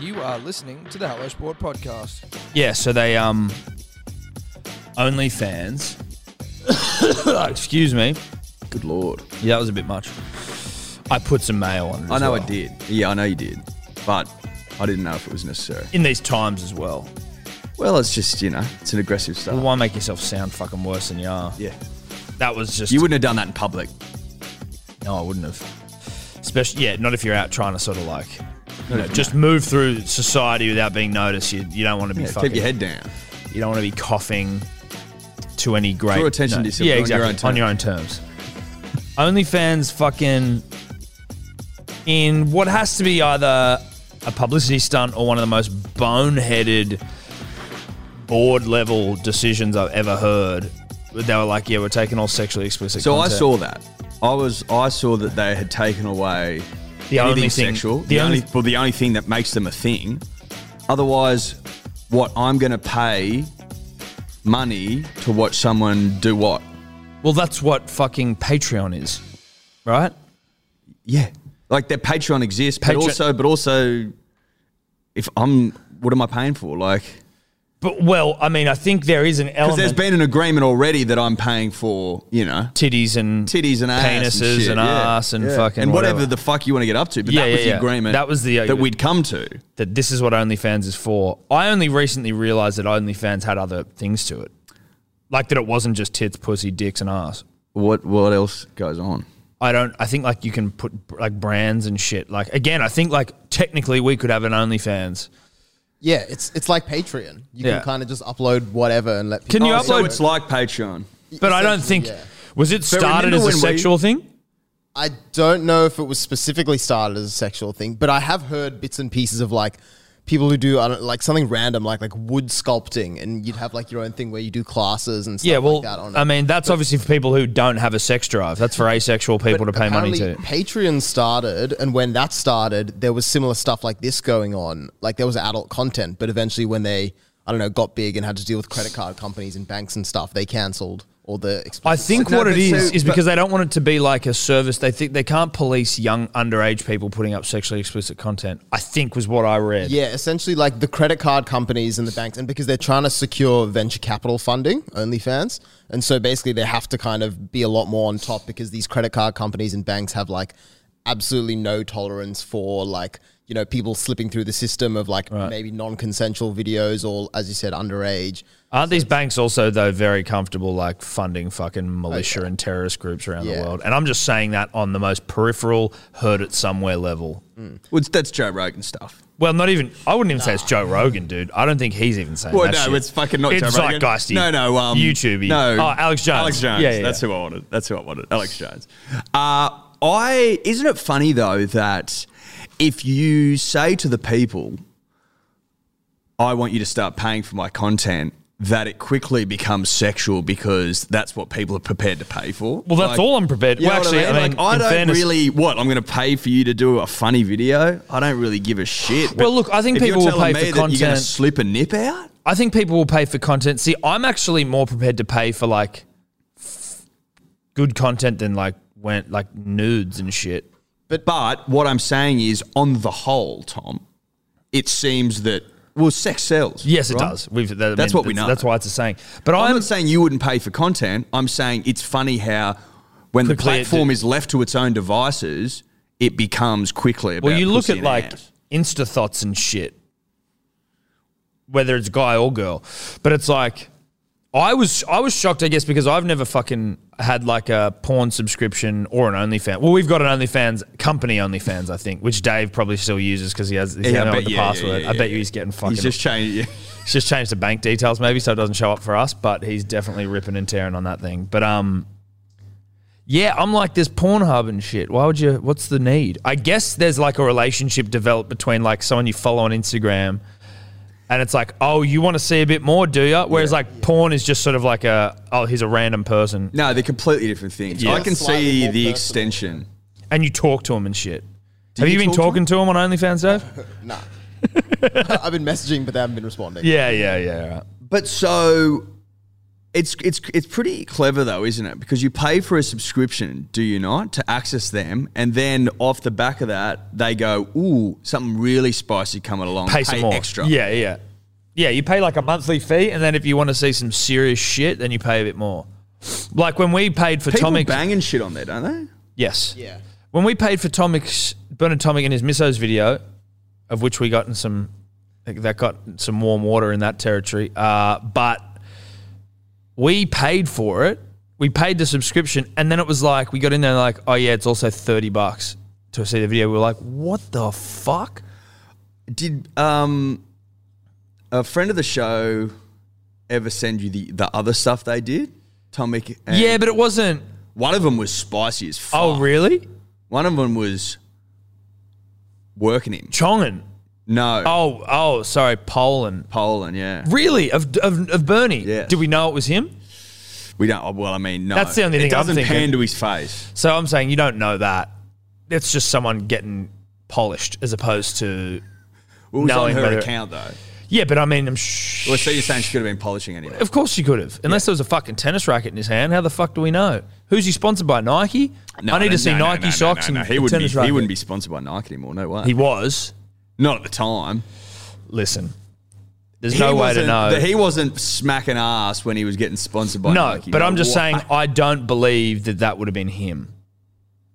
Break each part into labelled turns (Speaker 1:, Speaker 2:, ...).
Speaker 1: You are listening to the Hello Sport podcast.
Speaker 2: Yeah, so they um OnlyFans. Excuse me.
Speaker 3: Good lord.
Speaker 2: Yeah, that was a bit much. I put some mail on. It
Speaker 3: I
Speaker 2: as
Speaker 3: know
Speaker 2: well.
Speaker 3: I did. Yeah, I know you did. But I didn't know if it was necessary.
Speaker 2: In these times as well.
Speaker 3: Well, it's just, you know, it's an aggressive
Speaker 2: Well,
Speaker 3: start.
Speaker 2: why make yourself sound fucking worse than you are?
Speaker 3: Yeah.
Speaker 2: That was just.
Speaker 3: You wouldn't have done that in public.
Speaker 2: No, I wouldn't have. Especially, yeah, not if you're out trying to sort of like, you know, just move through society without being noticed. You, you don't want to be
Speaker 3: Yeah,
Speaker 2: fucking.
Speaker 3: keep your head down.
Speaker 2: You don't want to be coughing to any great.
Speaker 3: Draw attention to yourself
Speaker 2: Yeah,
Speaker 3: on your
Speaker 2: exactly.
Speaker 3: own
Speaker 2: on your own terms. OnlyFans fucking in what has to be either a publicity stunt or one of the most boneheaded board level decisions I've ever heard. They were like, yeah, we're taking all sexually explicit.
Speaker 3: So I
Speaker 2: content.
Speaker 3: saw that. I was I saw that they had taken away
Speaker 2: the
Speaker 3: anything
Speaker 2: only thing,
Speaker 3: sexual.
Speaker 2: The, only
Speaker 3: well, the only thing that makes them a thing. Otherwise, what I'm going to pay money to watch someone do what?
Speaker 2: Well, that's what fucking Patreon is, right?
Speaker 3: Yeah, like their Patreon exists, but
Speaker 2: Patreon-
Speaker 3: also, but also, if I'm, what am I paying for? Like,
Speaker 2: But well, I mean, I think there is an
Speaker 3: because there's
Speaker 2: element
Speaker 3: been an agreement already that I'm paying for, you know,
Speaker 2: titties and
Speaker 3: titties and ass
Speaker 2: penises
Speaker 3: and, shit,
Speaker 2: and
Speaker 3: yeah,
Speaker 2: ass and
Speaker 3: yeah.
Speaker 2: fucking
Speaker 3: and whatever.
Speaker 2: whatever.
Speaker 3: the fuck you want to get up to. But
Speaker 2: Yeah,
Speaker 3: that was
Speaker 2: yeah,
Speaker 3: the
Speaker 2: yeah.
Speaker 3: agreement.
Speaker 2: That was the-
Speaker 3: that we'd come to.
Speaker 2: that this is what OnlyFans is for. I only recently realized that OnlyFans had other things to it, like that it wasn't just tits, pussy, dicks, and ass.
Speaker 3: What what else goes on?
Speaker 2: I don't. I think like you can put like brands and shit. Like again, I think like technically we could have an OnlyFans.
Speaker 4: Yeah, it's it's like Patreon. You
Speaker 2: Yeah.
Speaker 4: can kind of just upload whatever and let people.
Speaker 2: Can you
Speaker 3: Oh, so
Speaker 2: upload-
Speaker 3: it's like Patreon.
Speaker 2: But I don't think
Speaker 4: Essentially, yeah.
Speaker 2: was it
Speaker 3: remember
Speaker 2: started as a
Speaker 3: when we-
Speaker 2: sexual thing.
Speaker 4: I don't know if it was specifically started as a sexual thing, but I have heard bits and pieces of like people who do I don't, like something random, like like wood sculpting, and you'd have like your own thing where you do classes and stuff
Speaker 2: Yeah, well, um,
Speaker 4: like that. On
Speaker 2: I
Speaker 4: it.
Speaker 2: mean, that's obviously for people who don't have a sex drive. That's for asexual people to
Speaker 4: But
Speaker 2: pay money to.
Speaker 4: apparently Patreon started, and when that started, there was similar stuff like this going on. Like there was adult content, but eventually, when they I don't know got big and had to deal with credit card companies and banks and stuff, they cancelled all the.
Speaker 2: I think
Speaker 3: No,
Speaker 2: what it
Speaker 3: but
Speaker 2: is
Speaker 3: so-
Speaker 2: is
Speaker 3: but-
Speaker 2: because they don't want it to be like a service. They think they can't police young underage people putting up sexually explicit content. I think was what I read.
Speaker 4: Yeah, essentially like the credit card companies and the banks, and because they're trying to secure venture capital funding, OnlyFans, and so basically they have to kind of be a lot more on top because these credit card companies and banks have like absolutely no tolerance for like you know people slipping through the system of like maybe non-consensual videos or as you said underage.
Speaker 2: Aren't these banks also though very comfortable like funding fucking militia and terrorist groups around
Speaker 4: Yeah.
Speaker 2: the world? And I'm just saying that on the most peripheral, heard it somewhere level.
Speaker 3: Well, it's- that's Joe Rogan stuff.
Speaker 2: Well, not even. I wouldn't even say it's Joe Rogan, dude. I don't think he's even saying
Speaker 3: Well,
Speaker 2: that
Speaker 3: no,
Speaker 2: shit.
Speaker 3: it's fucking not
Speaker 2: It's
Speaker 3: Joe Rogan.
Speaker 2: zeitgeisty.
Speaker 3: No, no, um,
Speaker 2: YouTube.
Speaker 3: No,
Speaker 2: oh, Alex Jones.
Speaker 3: Alex Jones.
Speaker 2: Yeah, yeah,
Speaker 3: that's
Speaker 2: yeah.
Speaker 3: who I wanted. That's who I wanted. Alex Jones. Uh, I isn't it funny though that if you say to the people, "I want you to start paying for my content," that it quickly becomes sexual because that's what people are prepared to pay for.
Speaker 2: Well, that's
Speaker 3: Like-
Speaker 2: all I'm prepared.
Speaker 3: You
Speaker 2: Well,
Speaker 3: know what
Speaker 2: actually, I mean,
Speaker 3: like, I
Speaker 2: in
Speaker 3: don't
Speaker 2: fairness-
Speaker 3: really. What I'm going to pay for you to do a funny video? I don't really give a shit.
Speaker 2: Well, look, I think
Speaker 3: if
Speaker 2: people
Speaker 3: you're
Speaker 2: will
Speaker 3: telling
Speaker 2: pay
Speaker 3: me
Speaker 2: for
Speaker 3: that You're going
Speaker 2: content-
Speaker 3: to slip a nip out.
Speaker 2: I think people will pay for content. See, I'm actually more prepared to pay for like f- good content than like went like nudes and shit.
Speaker 3: But but what I'm saying is, on the whole, Tom, it seems that well, sex sells.
Speaker 2: Yes, it
Speaker 3: right?
Speaker 2: does. We've, that, I
Speaker 3: That's
Speaker 2: mean,
Speaker 3: what we know.
Speaker 2: That's why it's a saying. But
Speaker 3: I'm,
Speaker 2: I'm,
Speaker 3: not saying you wouldn't pay for content. I'm saying it's funny how when the
Speaker 2: Quickly it
Speaker 3: platform
Speaker 2: did-
Speaker 3: is left to its own devices, it becomes quickly. About
Speaker 2: well, you look
Speaker 3: pussy
Speaker 2: at
Speaker 3: and
Speaker 2: like
Speaker 3: ass.
Speaker 2: Insta thoughts and shit, whether it's guy or girl. But it's like I was I was shocked, I guess, because I've never fucking had like a porn subscription or an OnlyFans. Well, we've got an OnlyFans company, OnlyFans, I think, which Dave probably still uses because he has he's
Speaker 3: Yeah, I
Speaker 2: yeah,
Speaker 3: bet-
Speaker 2: the
Speaker 3: yeah, yeah,
Speaker 2: password.
Speaker 3: yeah,
Speaker 2: I
Speaker 3: yeah,
Speaker 2: bet
Speaker 3: yeah.
Speaker 2: you he's getting fucking.
Speaker 3: he's just changing.
Speaker 2: He's just changed the bank details maybe so it doesn't show up for us, but he's definitely ripping and tearing on that thing. But um yeah, I'm like this Pornhub and shit. Why would you what's the need? I guess there's like a relationship developed between like someone you follow on Instagram and it's like, "Oh, you want to see a bit more, do you?" Whereas like porn is just sort of like a oh, he's a random person
Speaker 3: No, they're completely different things.
Speaker 2: Yeah.
Speaker 3: I can
Speaker 4: Slightly
Speaker 3: see
Speaker 4: more
Speaker 3: the
Speaker 4: personal.
Speaker 3: extension.
Speaker 2: and you talk to him and shit. Have you,
Speaker 3: you
Speaker 2: been
Speaker 3: talk to
Speaker 2: talking to him? on OnlyFans, Dave?
Speaker 4: Nah, I've been messaging, but they haven't been responding.
Speaker 2: yeah, yeah, yeah.
Speaker 3: But so It's it's it's pretty clever though, isn't it? Because you pay for a subscription, do you not, to access them, and then off the back of that, they go, "Ooh, something really spicy coming along.
Speaker 2: pay, some more.
Speaker 3: extra."
Speaker 2: Yeah, yeah. Yeah, you pay like a monthly fee, and then if you want to see some serious shit, then you pay a bit more. Like when we paid for
Speaker 3: people
Speaker 2: Tomix.
Speaker 3: banging shit on there, don't they?
Speaker 2: yes.
Speaker 4: Yeah.
Speaker 2: When we paid for Tomix, Bernard Tomic in his Missos video, of which we gotten some, that got some warm water in that territory. Uh, but we paid for it. We paid the subscription, and then it was like we got in there like, oh yeah, it's also thirty bucks to see the video. We were like, what the fuck?
Speaker 3: Did um, a friend of the show ever send you the the other stuff they did? Tomic. And
Speaker 2: yeah, but it wasn't.
Speaker 3: one of them was spicy as fuck.
Speaker 2: Oh really?
Speaker 3: One of them was working him.
Speaker 2: Chongan.
Speaker 3: No,
Speaker 2: Oh, oh, sorry, Poland.
Speaker 3: Poland. Yeah,
Speaker 2: Really, of of, of Bernie?
Speaker 3: Yes.
Speaker 2: Did we know it was him?
Speaker 3: we don't. oh, Well, I mean, no.
Speaker 2: That's the only
Speaker 3: it
Speaker 2: thing I'm
Speaker 3: doesn't
Speaker 2: thinking.
Speaker 3: pan to his face.
Speaker 2: So I'm saying you don't know that. It's just someone getting polished as opposed to
Speaker 3: Well, it was
Speaker 2: Knowing
Speaker 3: on her
Speaker 2: whether-
Speaker 3: account though.
Speaker 2: yeah. But I mean, I'm sh-
Speaker 3: Well, so you're saying she could have been polishing anyway.
Speaker 2: of course you could have, unless there was a fucking tennis racket in his hand. How the fuck do we know? Who's he sponsored by? Nike. I need to see Nike socks and
Speaker 3: he
Speaker 2: a
Speaker 3: wouldn't
Speaker 2: tennis
Speaker 3: be,
Speaker 2: racket.
Speaker 3: he wouldn't be sponsored by Nike anymore. No way.
Speaker 2: He was.
Speaker 3: Not at the time.
Speaker 2: Listen, there's
Speaker 3: He
Speaker 2: no way to
Speaker 3: wasn't-
Speaker 2: know.
Speaker 3: that He wasn't smacking ass when he was getting sponsored by
Speaker 2: no,
Speaker 3: Nike.
Speaker 2: but I'm just
Speaker 3: Wha-
Speaker 2: saying I don't believe that that would have been him.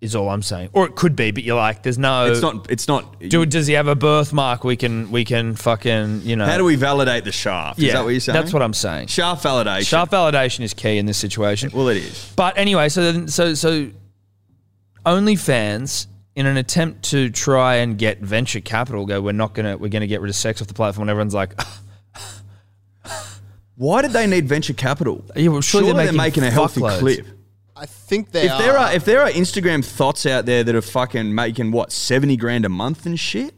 Speaker 2: Is all I'm saying, or it could be, but you're like, there's no.
Speaker 3: it's not. It's not.
Speaker 2: Do, does he have a birthmark? We can we can fucking you know.
Speaker 3: how do we validate the shaft? Is that what you're saying?
Speaker 2: That's what I'm saying.
Speaker 3: Shaft validation.
Speaker 2: Sharp validation is key in this situation.
Speaker 3: Well, it is.
Speaker 2: But anyway, so then, so so OnlyFans in an attempt to try and get venture capital go we're not going to we're going to get rid of sex off the platform and everyone's like
Speaker 3: Why did they need venture capital?
Speaker 2: Yeah, well, surely they're making
Speaker 3: a healthy
Speaker 2: fuckloads.
Speaker 3: clip.
Speaker 4: I think they
Speaker 3: If there are if there are Instagram thoughts out there that are fucking making what seventy grand a month and shit,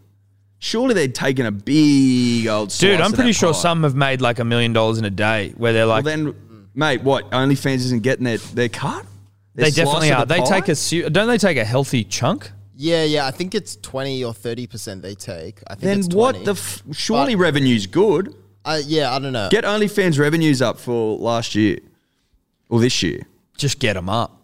Speaker 3: surely they're taking a big old slice
Speaker 2: dude, I'm
Speaker 3: of
Speaker 2: pretty
Speaker 3: that
Speaker 2: sure
Speaker 3: pie.
Speaker 2: some have made like a million dollars in a day where they're
Speaker 3: Well,
Speaker 2: like
Speaker 3: then, mate, what OnlyFans isn't getting their their cut? Their
Speaker 2: they
Speaker 3: slice
Speaker 2: definitely
Speaker 3: of
Speaker 2: are.
Speaker 3: the
Speaker 2: They
Speaker 3: pie?
Speaker 2: take a se- don't they take a healthy chunk?
Speaker 4: Yeah, yeah. I think it's twenty or thirty percent they take. I think
Speaker 3: Then
Speaker 4: it's 20.
Speaker 3: what the? F- surely revenue's good.
Speaker 4: uh, yeah, I don't know.
Speaker 3: Get OnlyFans revenues up for last year or this year.
Speaker 2: just get them up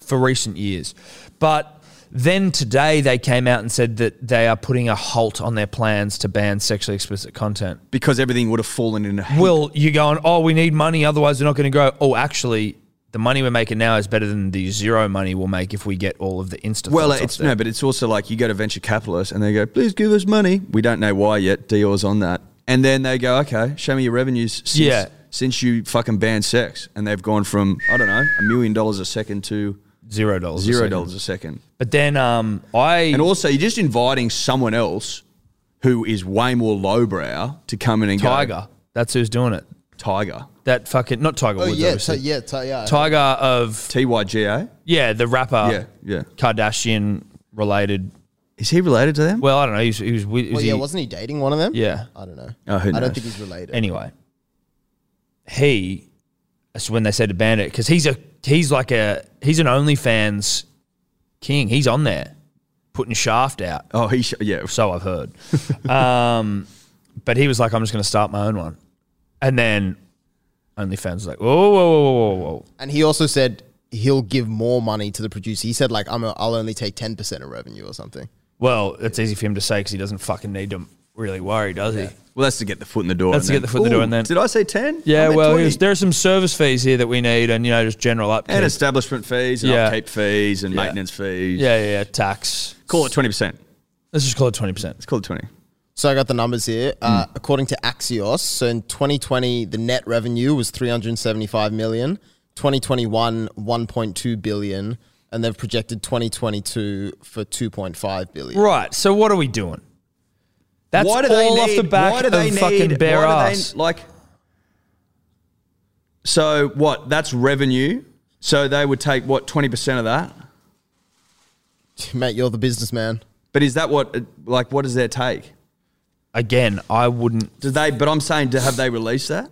Speaker 2: for recent years. But then today they came out and said that they are putting a halt on their plans to ban sexually explicit content.
Speaker 3: Because everything would have fallen in a heap.
Speaker 2: Will, you're going, oh, we need money, otherwise we're not going to grow. Oh, actually, the money we're making now is better than the zero money we'll make if we get all of the Insta.
Speaker 3: Well,
Speaker 2: thoughts off
Speaker 3: it's
Speaker 2: there.
Speaker 3: no, but it's also like you go to venture capitalists and they go, "Please give us money." We don't know why yet. Dior's on that, and then they go, "Okay, show me your revenues." Since,
Speaker 2: Yeah.
Speaker 3: since you fucking banned sex, and they've gone from I don't know a million dollars a second to
Speaker 2: zero dollars. a
Speaker 3: zero
Speaker 2: second.
Speaker 3: dollars a second,
Speaker 2: But then um, I
Speaker 3: and also you're just inviting someone else who is way more lowbrow to come in and go,
Speaker 2: Tiger. That's who's doing it.
Speaker 3: Tiger,
Speaker 2: That fucking not Tiger
Speaker 4: oh
Speaker 2: Woods.
Speaker 4: yeah,
Speaker 2: obviously.
Speaker 4: t- yeah, t- yeah.
Speaker 2: Tiger of
Speaker 3: T Y G A.
Speaker 2: yeah, the rapper.
Speaker 3: Yeah, yeah.
Speaker 2: Kardashian related
Speaker 3: Is he related to them?
Speaker 2: Well, I don't know. He was, he was, with-
Speaker 4: well,
Speaker 2: was
Speaker 4: yeah,
Speaker 2: he-
Speaker 4: wasn't he dating one of them?
Speaker 2: yeah.
Speaker 4: I don't know.
Speaker 3: Oh, who
Speaker 4: I
Speaker 3: knows?
Speaker 4: don't think he's related.
Speaker 2: Anyway, he. That's when they said to ban it because he's a he's like a he's an OnlyFans king. He's on there putting shaft out.
Speaker 3: oh, he. Sh- yeah,
Speaker 2: So I've heard. um, but he was like, I'm just going to start my own one, and then OnlyFans was like, whoa, whoa, whoa, whoa, whoa, whoa.
Speaker 4: and he also said he'll give more money to the producer. He said like I'm a, I'll only take ten percent of revenue or something.
Speaker 2: Well, it's easy for him to say because he doesn't fucking need to really worry, does he?
Speaker 3: Well, that's to get the foot in the door.
Speaker 2: That's
Speaker 3: and
Speaker 2: to get
Speaker 3: then-
Speaker 2: the foot in the door
Speaker 3: Ooh,
Speaker 2: and then-
Speaker 3: did I say ten?
Speaker 2: Yeah, well, he was, there are some service fees here that we need, and you know, just general upkeep.
Speaker 3: And establishment fees, and
Speaker 2: Yeah.
Speaker 3: upkeep fees, and maintenance fees.
Speaker 2: yeah, yeah, yeah, tax.
Speaker 3: Call it 20%.
Speaker 2: Let's just call it twenty percent.
Speaker 3: Let's call it 20.
Speaker 4: So I got the numbers here. Uh, According to Axios, so in 2020 the net revenue was 375 million. 2021 1.2 billion, and they've projected 2022 for 2.5 billion.
Speaker 2: Right. So what are we doing? That's all off the back of fucking bare
Speaker 3: why do
Speaker 2: ass.
Speaker 3: They, like, so what? That's revenue. So they would take, what, 20% of that?
Speaker 4: Mate, you're the businessman.
Speaker 3: But is that what, like, what is their take?
Speaker 2: Again, I wouldn't.
Speaker 3: Do they, but I'm saying, do, have they released that?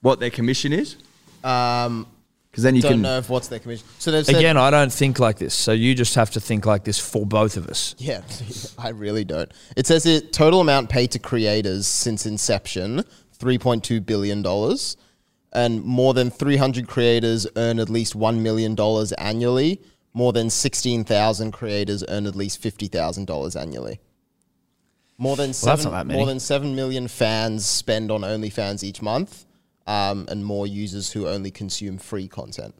Speaker 3: What their commission is?
Speaker 4: Um,
Speaker 3: Because then you
Speaker 4: don't
Speaker 3: can.
Speaker 4: know if what's their commission. So they've said,
Speaker 2: Again, I don't think like this. So you just have to think like this for both of us.
Speaker 4: yeah, I really don't. It says it total amount paid to creators since inception, three point two billion dollars. and more than 300 creators earn at least $1 million annually. More than 16,000 creators earn at least $50,000 annually. More
Speaker 2: Well,
Speaker 4: than,
Speaker 2: that's
Speaker 4: seven,
Speaker 2: not that many.
Speaker 4: more than 7 million fans spend on OnlyFans each month, um, and more users who only consume free content.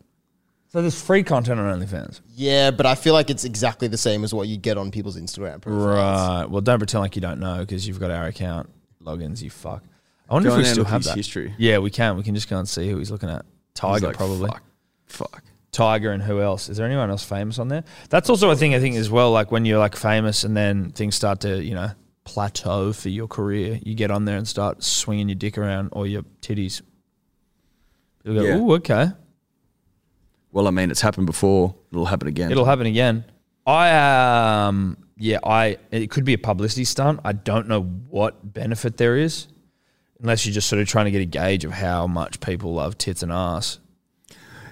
Speaker 2: So there's free content on OnlyFans.
Speaker 4: Yeah, but I feel like it's exactly the same as what you get on people's Instagram profiles.
Speaker 2: Right. Uh, Well, don't pretend like you don't know because you've got our account logins. You fuck. I wonder if
Speaker 3: Go
Speaker 2: we
Speaker 3: in there and
Speaker 2: still
Speaker 3: look at
Speaker 2: have
Speaker 3: his
Speaker 2: that
Speaker 3: history.
Speaker 2: Yeah, we can. We can just go and see who he's looking at.
Speaker 3: He's
Speaker 2: Tiger
Speaker 3: like,
Speaker 2: probably.
Speaker 3: Fuck. fuck.
Speaker 2: Tiger and who else? Is there anyone else famous on there? That's also a thing I think as well. Like when you're like famous and then things start to you know plateau for your career, you get on there and start swinging your dick around or your titties. People go,
Speaker 3: Yeah.
Speaker 2: "Ooh, okay,
Speaker 3: Well, I mean, it's happened before. It'll happen again.
Speaker 2: it'll happen again." I um yeah I it could be a publicity stunt. I don't know what benefit there is, unless you're just sort of trying to get a gauge of how much people love tits and ass.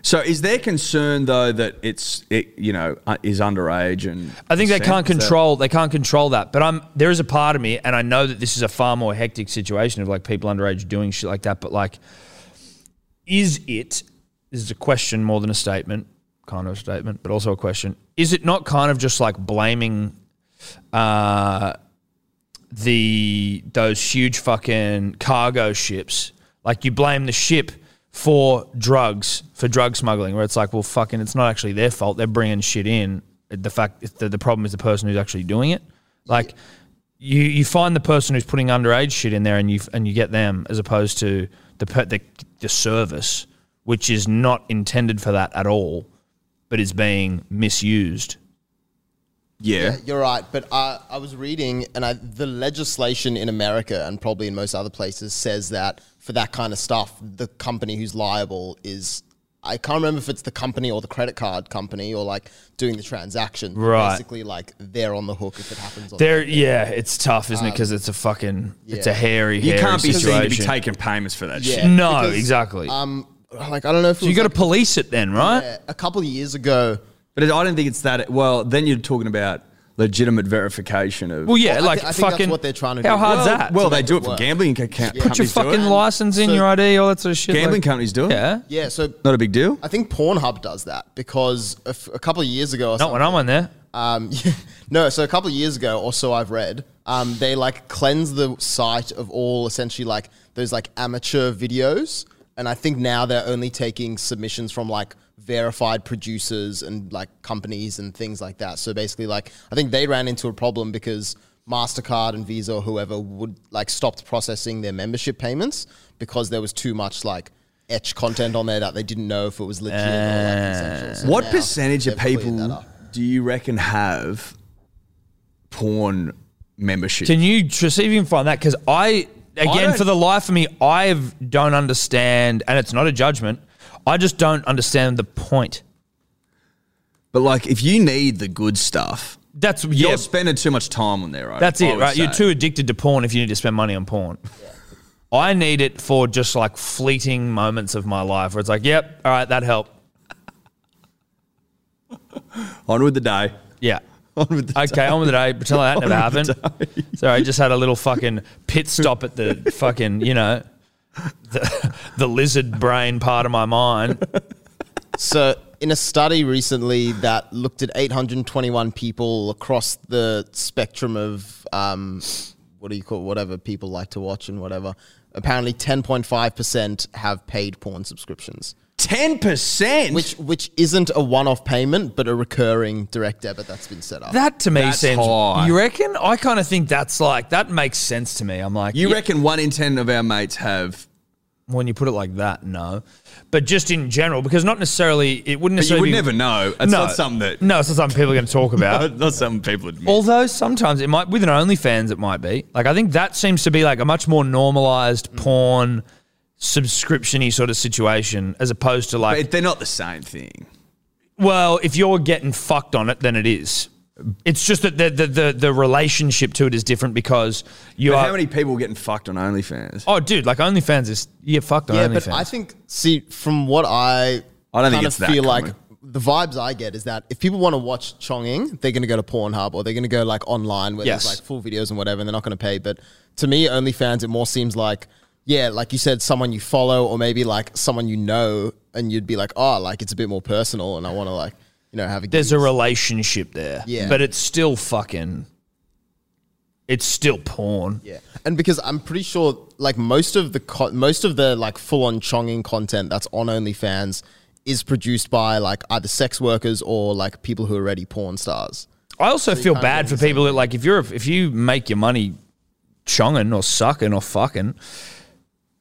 Speaker 3: So, is there concern though that it's it you know uh, is underage and
Speaker 2: I think they can't
Speaker 3: consent? Is that-
Speaker 2: control they can't control that. But I'm there is a part of me, and I know that this is a far more hectic situation of like people underage doing shit like that. But like, is it? This is a question more than a statement, kind of a statement, but also a question. Is it not kind of just like blaming uh, the those huge fucking cargo ships? Like you blame the ship for drugs for drug smuggling, where it's like, well, fucking, it's not actually their fault. They're bringing shit in. The fact the, the problem is the person who's actually doing it. Like you you find the person who's putting underage shit in there, and you and you get them as opposed to the per, the, the service, which is not intended for that at all, but is being misused.
Speaker 3: Yeah.
Speaker 4: You're right, but I, I was reading, and I, the legislation in America and probably in most other places says that for that kind of stuff, the company who's liable is. I can't remember if it's the company or the credit card company or like doing the transaction.
Speaker 2: Right.
Speaker 4: Basically, like they're on the hook if it happens. On
Speaker 2: There, yeah, it's tough, isn't it? Because it's a fucking, it's a
Speaker 4: yeah.
Speaker 2: hairy,
Speaker 3: You
Speaker 2: hairy
Speaker 3: can't be
Speaker 2: situation.
Speaker 3: seen to be taking payments for that shit.
Speaker 4: Yeah,
Speaker 2: no,
Speaker 4: because,
Speaker 2: exactly.
Speaker 4: Um, like I don't know if it
Speaker 2: so you
Speaker 4: was
Speaker 2: got to
Speaker 4: like,
Speaker 2: police it then, right?
Speaker 4: uh, a couple of years ago.
Speaker 3: But I don't think it's that. Well, then you're talking about legitimate verification of.
Speaker 2: Well, yeah,
Speaker 4: Well, I
Speaker 2: like
Speaker 4: thi- I think that's
Speaker 2: fucking.
Speaker 4: what they're trying to
Speaker 2: how
Speaker 4: do.
Speaker 2: hard's
Speaker 3: well,
Speaker 2: that?
Speaker 3: well,
Speaker 2: Well,
Speaker 3: they
Speaker 4: make
Speaker 3: do
Speaker 4: it
Speaker 3: it for
Speaker 4: work.
Speaker 3: gambling ca- ca-
Speaker 2: put your
Speaker 3: companies. do
Speaker 2: fucking
Speaker 3: it.
Speaker 2: license in
Speaker 4: So-
Speaker 2: your ID, all that sort of shit.
Speaker 3: Gambling
Speaker 2: like-
Speaker 3: companies do it.
Speaker 2: Yeah,
Speaker 4: Yeah, so
Speaker 3: Not a big deal.
Speaker 4: I think Pornhub does that because a, f- a couple of years ago, or
Speaker 2: not when I'm on there.
Speaker 4: Um, no, so a couple of years ago, or so I've read, um, they like cleanse the site of all essentially like those like amateur videos, and I think now they're only taking submissions from like verified producers and like companies and things like that. So basically, like I think they ran into a problem because Mastercard and Visa or whoever would like stopped processing their membership payments because there was too much like etch content on there that they didn't know if it was legit. or, like, consensual. So
Speaker 3: What
Speaker 4: now
Speaker 3: percentage of
Speaker 4: they've cleared that
Speaker 3: people
Speaker 4: up.
Speaker 3: do you reckon have porn membership?
Speaker 2: Can you just even find that? Because I, again,
Speaker 3: don't-
Speaker 2: for the life of me, I don't understand, and it's not a judgment. I just don't understand the point.
Speaker 3: but like, if you need the good stuff,
Speaker 2: That's
Speaker 3: you're
Speaker 2: yeah,
Speaker 3: spending too much time on there. Right?
Speaker 2: That's
Speaker 3: I
Speaker 2: it,
Speaker 3: would
Speaker 2: right? You're
Speaker 3: say.
Speaker 2: too addicted to porn if you need to spend money on porn. I need it for just like fleeting moments of my life where it's like, yep, all right, that helped.
Speaker 3: on with the day.
Speaker 2: Yeah.
Speaker 3: On with the
Speaker 2: Okay, on with the day. Pretend like that never
Speaker 3: On
Speaker 2: happened.
Speaker 3: with the day.
Speaker 2: Sorry, I just had a little fucking pit stop at the fucking, you know, the, the lizard brain part of my mind.
Speaker 4: So, in a study recently that looked at 821 people across the spectrum of um, what do you call whatever people like to watch and whatever, apparently 10.5% have paid porn subscriptions,
Speaker 3: Ten percent.
Speaker 4: which which isn't a one-off payment but a recurring direct debit that's been set up.
Speaker 2: That to me
Speaker 3: That's
Speaker 2: seems.
Speaker 3: high.
Speaker 2: You reckon? I kind of think that's like, that makes sense to me. I'm like,
Speaker 3: You
Speaker 2: yeah,
Speaker 3: reckon one in ten of our mates have?
Speaker 2: when you put it like that, no. But just in general, because not necessarily, it wouldn't
Speaker 3: But you
Speaker 2: necessarily.
Speaker 3: would
Speaker 2: be-
Speaker 3: never know. It's not something that.
Speaker 2: No, it's not something people are going to talk about.
Speaker 3: Not something people admit.
Speaker 2: Although sometimes it might with an OnlyFans, it might be like I think that seems to be like a much more normalized
Speaker 3: Mm.
Speaker 2: porn subscription-y sort of situation as opposed to like
Speaker 3: But they're not the same thing.
Speaker 2: well if you're getting fucked on it then it is it's just that the the the, the relationship to it is different because you
Speaker 3: But
Speaker 2: are
Speaker 3: how many people getting fucked on OnlyFans?
Speaker 2: oh dude like OnlyFans is you get fucked on
Speaker 4: yeah,
Speaker 2: OnlyFans
Speaker 4: but I think see from what I
Speaker 3: I don't think
Speaker 4: kind
Speaker 3: it's
Speaker 4: of
Speaker 3: that
Speaker 4: feel like
Speaker 3: common.
Speaker 4: the vibes I get is that if people want to watch Chonging, they're going to go to Pornhub or they're going to go like online where
Speaker 2: Yes.
Speaker 4: there's like full videos and whatever, and they're not going to pay. But to me, OnlyFans, it more seems like yeah, like you said, someone you follow or maybe like someone you know, and you'd be like, oh, like it's a bit more personal, and I want to like you know have a.
Speaker 2: There's
Speaker 4: gig."
Speaker 2: a relationship there.
Speaker 4: Yeah.
Speaker 2: But it's still fucking. It's still porn.
Speaker 4: Yeah, and because I'm pretty sure, like most of the co- most of the like full on chonging content that's on OnlyFans is produced by like either sex workers or like people who are already porn stars.
Speaker 2: I also feel bad for people that like if you're a, if you make your money chonging or sucking or fucking,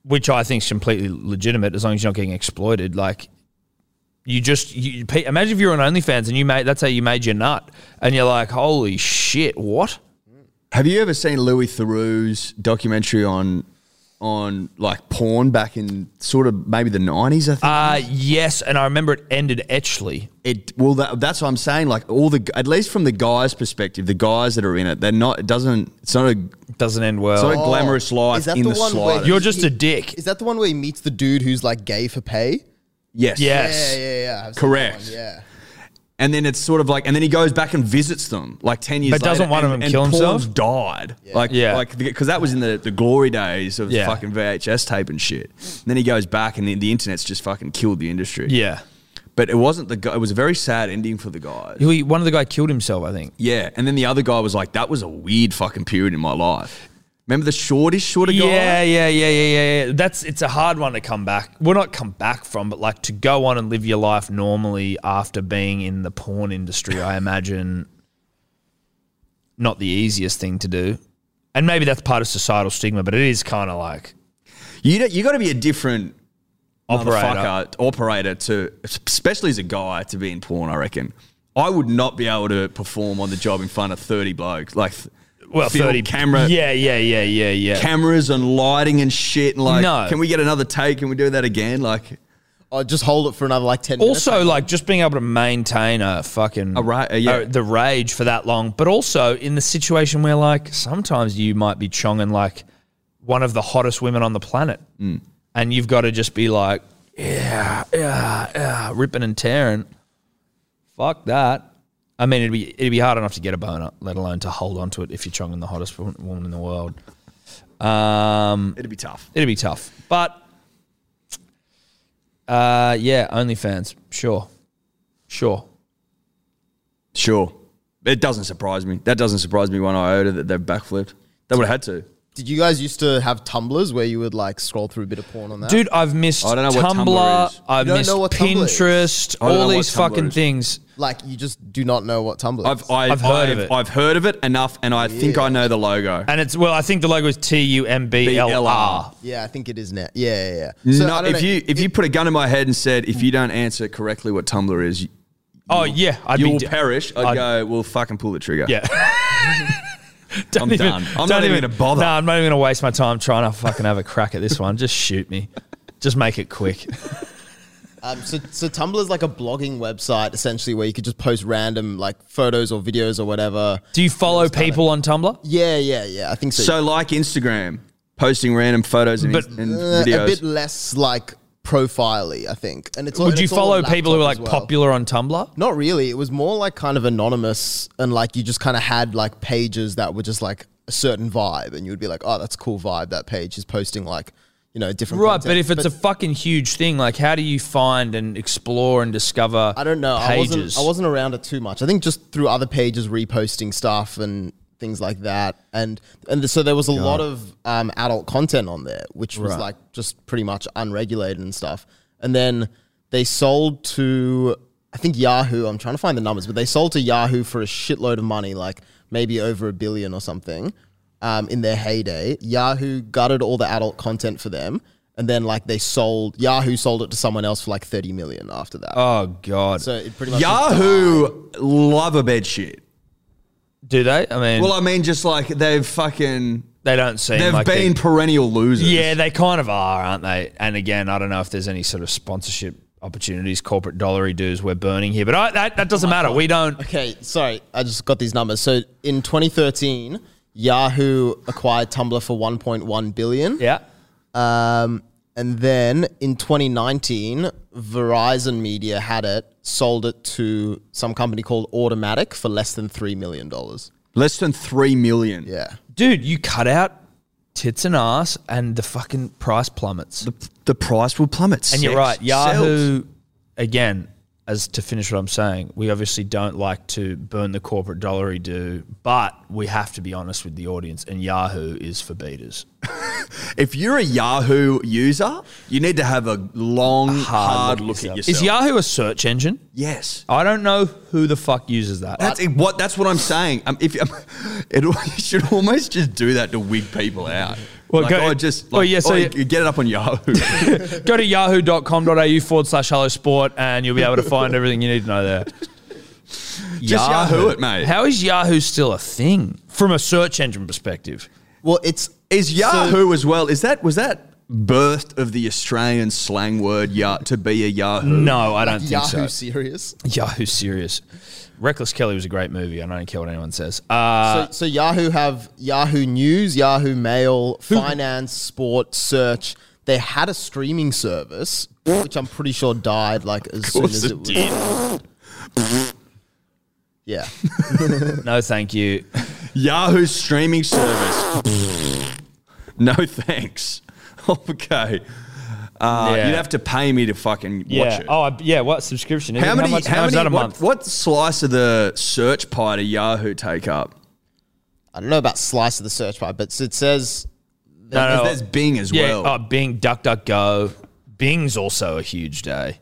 Speaker 2: which I think is completely legitimate as long as you're not getting exploited. Like you just you, you pe- imagine if you're on OnlyFans and you made that's how you made your nut, and you're like, holy shit, what?
Speaker 3: Have you ever seen Louis Theroux's documentary on on like porn back in sort of maybe the nineties? I think
Speaker 2: Uh yes, and I remember it ended etchly.
Speaker 3: it. Well, that, that's what I'm saying. Like all the at least from the guys' perspective, the guys that are in it, they're not. It doesn't. It's not a. It's
Speaker 2: Doesn't end
Speaker 3: not
Speaker 2: well.
Speaker 3: a glamorous life
Speaker 4: Oh, Is that
Speaker 3: in
Speaker 4: the
Speaker 3: the,
Speaker 4: one where
Speaker 3: slightest.
Speaker 2: You're just a dick.
Speaker 4: Is that the one where he meets the dude who's like gay for pay?
Speaker 3: Yes.
Speaker 2: Yes.
Speaker 4: Yeah, yeah, yeah. I've seen that
Speaker 3: Correct.
Speaker 4: one, Yeah.
Speaker 3: And then it's sort of like, and then he goes back and visits them like ten years.
Speaker 2: But doesn't
Speaker 3: later,
Speaker 2: one of
Speaker 3: and-
Speaker 2: them
Speaker 3: and
Speaker 2: kill
Speaker 3: porn's
Speaker 2: himself?
Speaker 3: Died. Like,
Speaker 2: Yeah.
Speaker 3: yeah, like because that was in the, the glory days of
Speaker 2: Yeah.
Speaker 3: fucking VHS tape and shit. And then he goes back, and the, the internet's just fucking killed the industry.
Speaker 2: Yeah.
Speaker 3: but it wasn't the guy. It was a very sad ending for the guy.
Speaker 2: He- One of the guy killed himself, I think.
Speaker 3: Yeah, and then the other guy was like, "That was a weird fucking period in my life." Remember the shortest, shorter
Speaker 2: Yeah,
Speaker 3: guy?
Speaker 2: yeah, yeah, yeah, yeah, yeah. That's it's a hard one to come back. Well, not come back from, but like to go on and live your life normally after being in the porn industry. I imagine not the easiest thing to do, and maybe that's part of societal stigma. But it is kind of like
Speaker 3: You don't, you got to be a different
Speaker 2: operator.
Speaker 3: operator operator to, especially as a guy, to be in porn. I reckon I would not be able to perform on the job in front of thirty blokes, like
Speaker 2: Well,
Speaker 3: film,
Speaker 2: thirty
Speaker 3: camera.
Speaker 2: Yeah, yeah, yeah, yeah, yeah.
Speaker 3: Cameras and lighting and shit, and like,
Speaker 2: No.
Speaker 3: can we get another take? Can we do that again? Like,
Speaker 4: Or just hold it for another like ten. minutes.
Speaker 2: also like just being able to maintain a fucking
Speaker 3: A ra- uh, yeah.
Speaker 2: the rage for that long but also in the situation where like sometimes you might be chonging like one of the hottest women on the planet
Speaker 3: Mm.
Speaker 2: and you've got to just be like yeah yeah yeah ripping and tearing fuck that I mean, it'd be it'd be hard enough to get a boner, let alone to hold on to it if you're chonging the hottest wo- woman in the world. Um,
Speaker 3: it'd be tough.
Speaker 2: It'd be tough. But uh, yeah, OnlyFans. Sure. Sure.
Speaker 3: Sure, it doesn't surprise me. That doesn't surprise me one iota that they've backflipped. They would have had to.
Speaker 4: Did you guys used to have tumblers where you would like scroll through a bit of porn on that?
Speaker 2: Dude, I've missed
Speaker 3: I don't know what
Speaker 2: Tumblr.
Speaker 3: Tumblr is.
Speaker 2: I've
Speaker 4: You don't
Speaker 2: missed
Speaker 4: know what Tumblr is?
Speaker 2: Pinterest.
Speaker 3: I don't
Speaker 2: All
Speaker 3: know what
Speaker 2: these
Speaker 3: Tumblr
Speaker 2: fucking
Speaker 3: is.
Speaker 2: things.
Speaker 4: like you just do not know what Tumblr. is.
Speaker 3: I've, I've,
Speaker 2: I've heard of it.
Speaker 3: I've heard of it enough, and I think I know the logo.
Speaker 2: And it's well, I think the logo is T U M B L R.
Speaker 3: BLR.
Speaker 4: yeah, I think it is now. Yeah, yeah, yeah. So, I
Speaker 3: no,
Speaker 4: don't
Speaker 3: if
Speaker 4: know.
Speaker 3: you if you put a gun in my head and said if you don't answer correctly what Tumblr is, you,
Speaker 2: Oh yeah, I'd
Speaker 3: you
Speaker 2: be
Speaker 3: will
Speaker 2: d-
Speaker 3: perish. I'd,
Speaker 2: I'd-
Speaker 3: go, we'll fucking pull the trigger.
Speaker 2: Yeah. Don't
Speaker 3: I'm done. I'm
Speaker 2: don't
Speaker 3: not even gonna bother.
Speaker 2: No, I'm not even gonna waste my time trying to fucking have a crack at this one. Just shoot me. Just make it quick.
Speaker 4: Um, so, so Tumblr is like a blogging website essentially where you could just post random like photos or videos or whatever.
Speaker 2: Do you follow people on Tumblr?
Speaker 4: Yeah, yeah, yeah. I think so.
Speaker 3: So like Instagram, posting random photos and,
Speaker 2: But-
Speaker 3: and
Speaker 4: Uh,
Speaker 3: videos.
Speaker 4: a bit less like profiley, I think. And it's all-
Speaker 2: Would
Speaker 4: and
Speaker 2: you
Speaker 4: it's all
Speaker 2: follow
Speaker 4: on
Speaker 2: people who are
Speaker 4: laptop
Speaker 2: like
Speaker 4: as well.
Speaker 2: popular on Tumblr?
Speaker 4: Not really. It was more like kind of anonymous and like you just kind of had like pages that were just like a certain vibe and you would be like, oh, that's a cool vibe. That page is posting like, you know, different.
Speaker 2: Right,
Speaker 4: content.
Speaker 2: but if it's a fucking huge thing, like how do you find and explore and discover?
Speaker 4: I don't know. I
Speaker 2: Pages.
Speaker 4: wasn't. I wasn't around it too much. I think just through other pages reposting stuff and things like that, and and so there was a lot of um, adult content on there, which was like just pretty much unregulated and stuff. And then they sold to I think Yahoo. I'm trying to find the numbers, but they sold to Yahoo for a shitload of money, like maybe over a billion or something. Um, in their heyday, Yahoo gutted all the adult content for them, and then like they sold Yahoo sold it to someone else for like thirty million after that.
Speaker 2: Oh god,
Speaker 4: So it pretty much
Speaker 3: Yahoo love a bed shit.
Speaker 2: do they? I mean,
Speaker 3: Well, I mean, just like they've fucking
Speaker 2: they don't seem
Speaker 3: they've
Speaker 2: like
Speaker 3: been
Speaker 2: they-
Speaker 3: perennial losers.
Speaker 2: yeah, they kind of are, aren't they? And again, I don't know if there's any sort of sponsorship opportunities, corporate dollary dues we're burning here, but I, that that
Speaker 4: Oh
Speaker 2: doesn't matter. We don't.
Speaker 4: Okay, sorry, I just got these numbers. So in 2013, Yahoo acquired Tumblr for 1.1 billion.
Speaker 2: Yeah,
Speaker 4: Um, and then in 2019, Verizon Media had it, sold it to some company called Automatic for less than three million dollars.
Speaker 3: less than three million.
Speaker 4: Yeah,
Speaker 2: dude, you cut out tits and ass, and the fucking price plummets.
Speaker 3: The, the price will plummet.
Speaker 2: and you're
Speaker 3: Sex
Speaker 2: right,
Speaker 3: sells.
Speaker 2: Yahoo. Again, as to finish what I'm saying, we obviously don't like to burn the corporate dollary do, but we have to be honest with the audience, and Yahoo is for beaters.
Speaker 3: If you're a Yahoo user, you need to have a long, hard, look, at yourself.
Speaker 2: Is Yahoo a search engine?
Speaker 3: yes.
Speaker 2: I don't know who the fuck uses that.
Speaker 3: That's it- what. That's what I'm saying. Um, if um, it, you should almost just do that to wig people out.
Speaker 2: Well,
Speaker 3: like,
Speaker 2: go-
Speaker 3: oh, just like,
Speaker 2: well, yeah, so
Speaker 3: oh,
Speaker 2: you-
Speaker 3: you get it up on Yahoo.
Speaker 2: Go to yahoo.com.au forward slash hello sport and you'll be able to find everything you need to know there.
Speaker 3: Just Yahoo it, mate.
Speaker 2: How is Yahoo still a thing from a search engine perspective?
Speaker 4: Well, it's
Speaker 3: Is Yahoo as well? Is that was that birth of the Australian slang word ya, to be a Yahoo?
Speaker 2: No, I don't think
Speaker 4: Yahoo
Speaker 2: so.
Speaker 4: serious.
Speaker 2: Yahoo serious. Reckless Kelly was a great movie. I don't care what anyone says. Uh,
Speaker 4: so, so Yahoo have Yahoo News, Yahoo Mail, Finance, Sport, Search. They had a streaming service, which I'm pretty sure died like as soon
Speaker 3: course
Speaker 4: as
Speaker 3: it
Speaker 4: it, was. Yeah,
Speaker 2: no, thank you.
Speaker 3: Yahoo streaming service. no thanks. Okay. Uh,
Speaker 2: Yeah.
Speaker 3: You'd have to pay me to fucking watch
Speaker 2: Yeah.
Speaker 3: it.
Speaker 2: Oh, I- yeah. What subscription? Is
Speaker 3: how
Speaker 2: it?
Speaker 3: many? How,
Speaker 2: much, much is
Speaker 3: many?
Speaker 2: that a
Speaker 3: what,
Speaker 2: month?
Speaker 3: what slice of the search pie did Yahoo take up?
Speaker 4: I don't know about slice of the search pie, but it says
Speaker 2: No,
Speaker 3: 'Cause
Speaker 2: no.
Speaker 3: There's Bing as
Speaker 2: yeah.
Speaker 3: well.
Speaker 2: Oh, Bing, DuckDuckGo. Bing's also a huge day.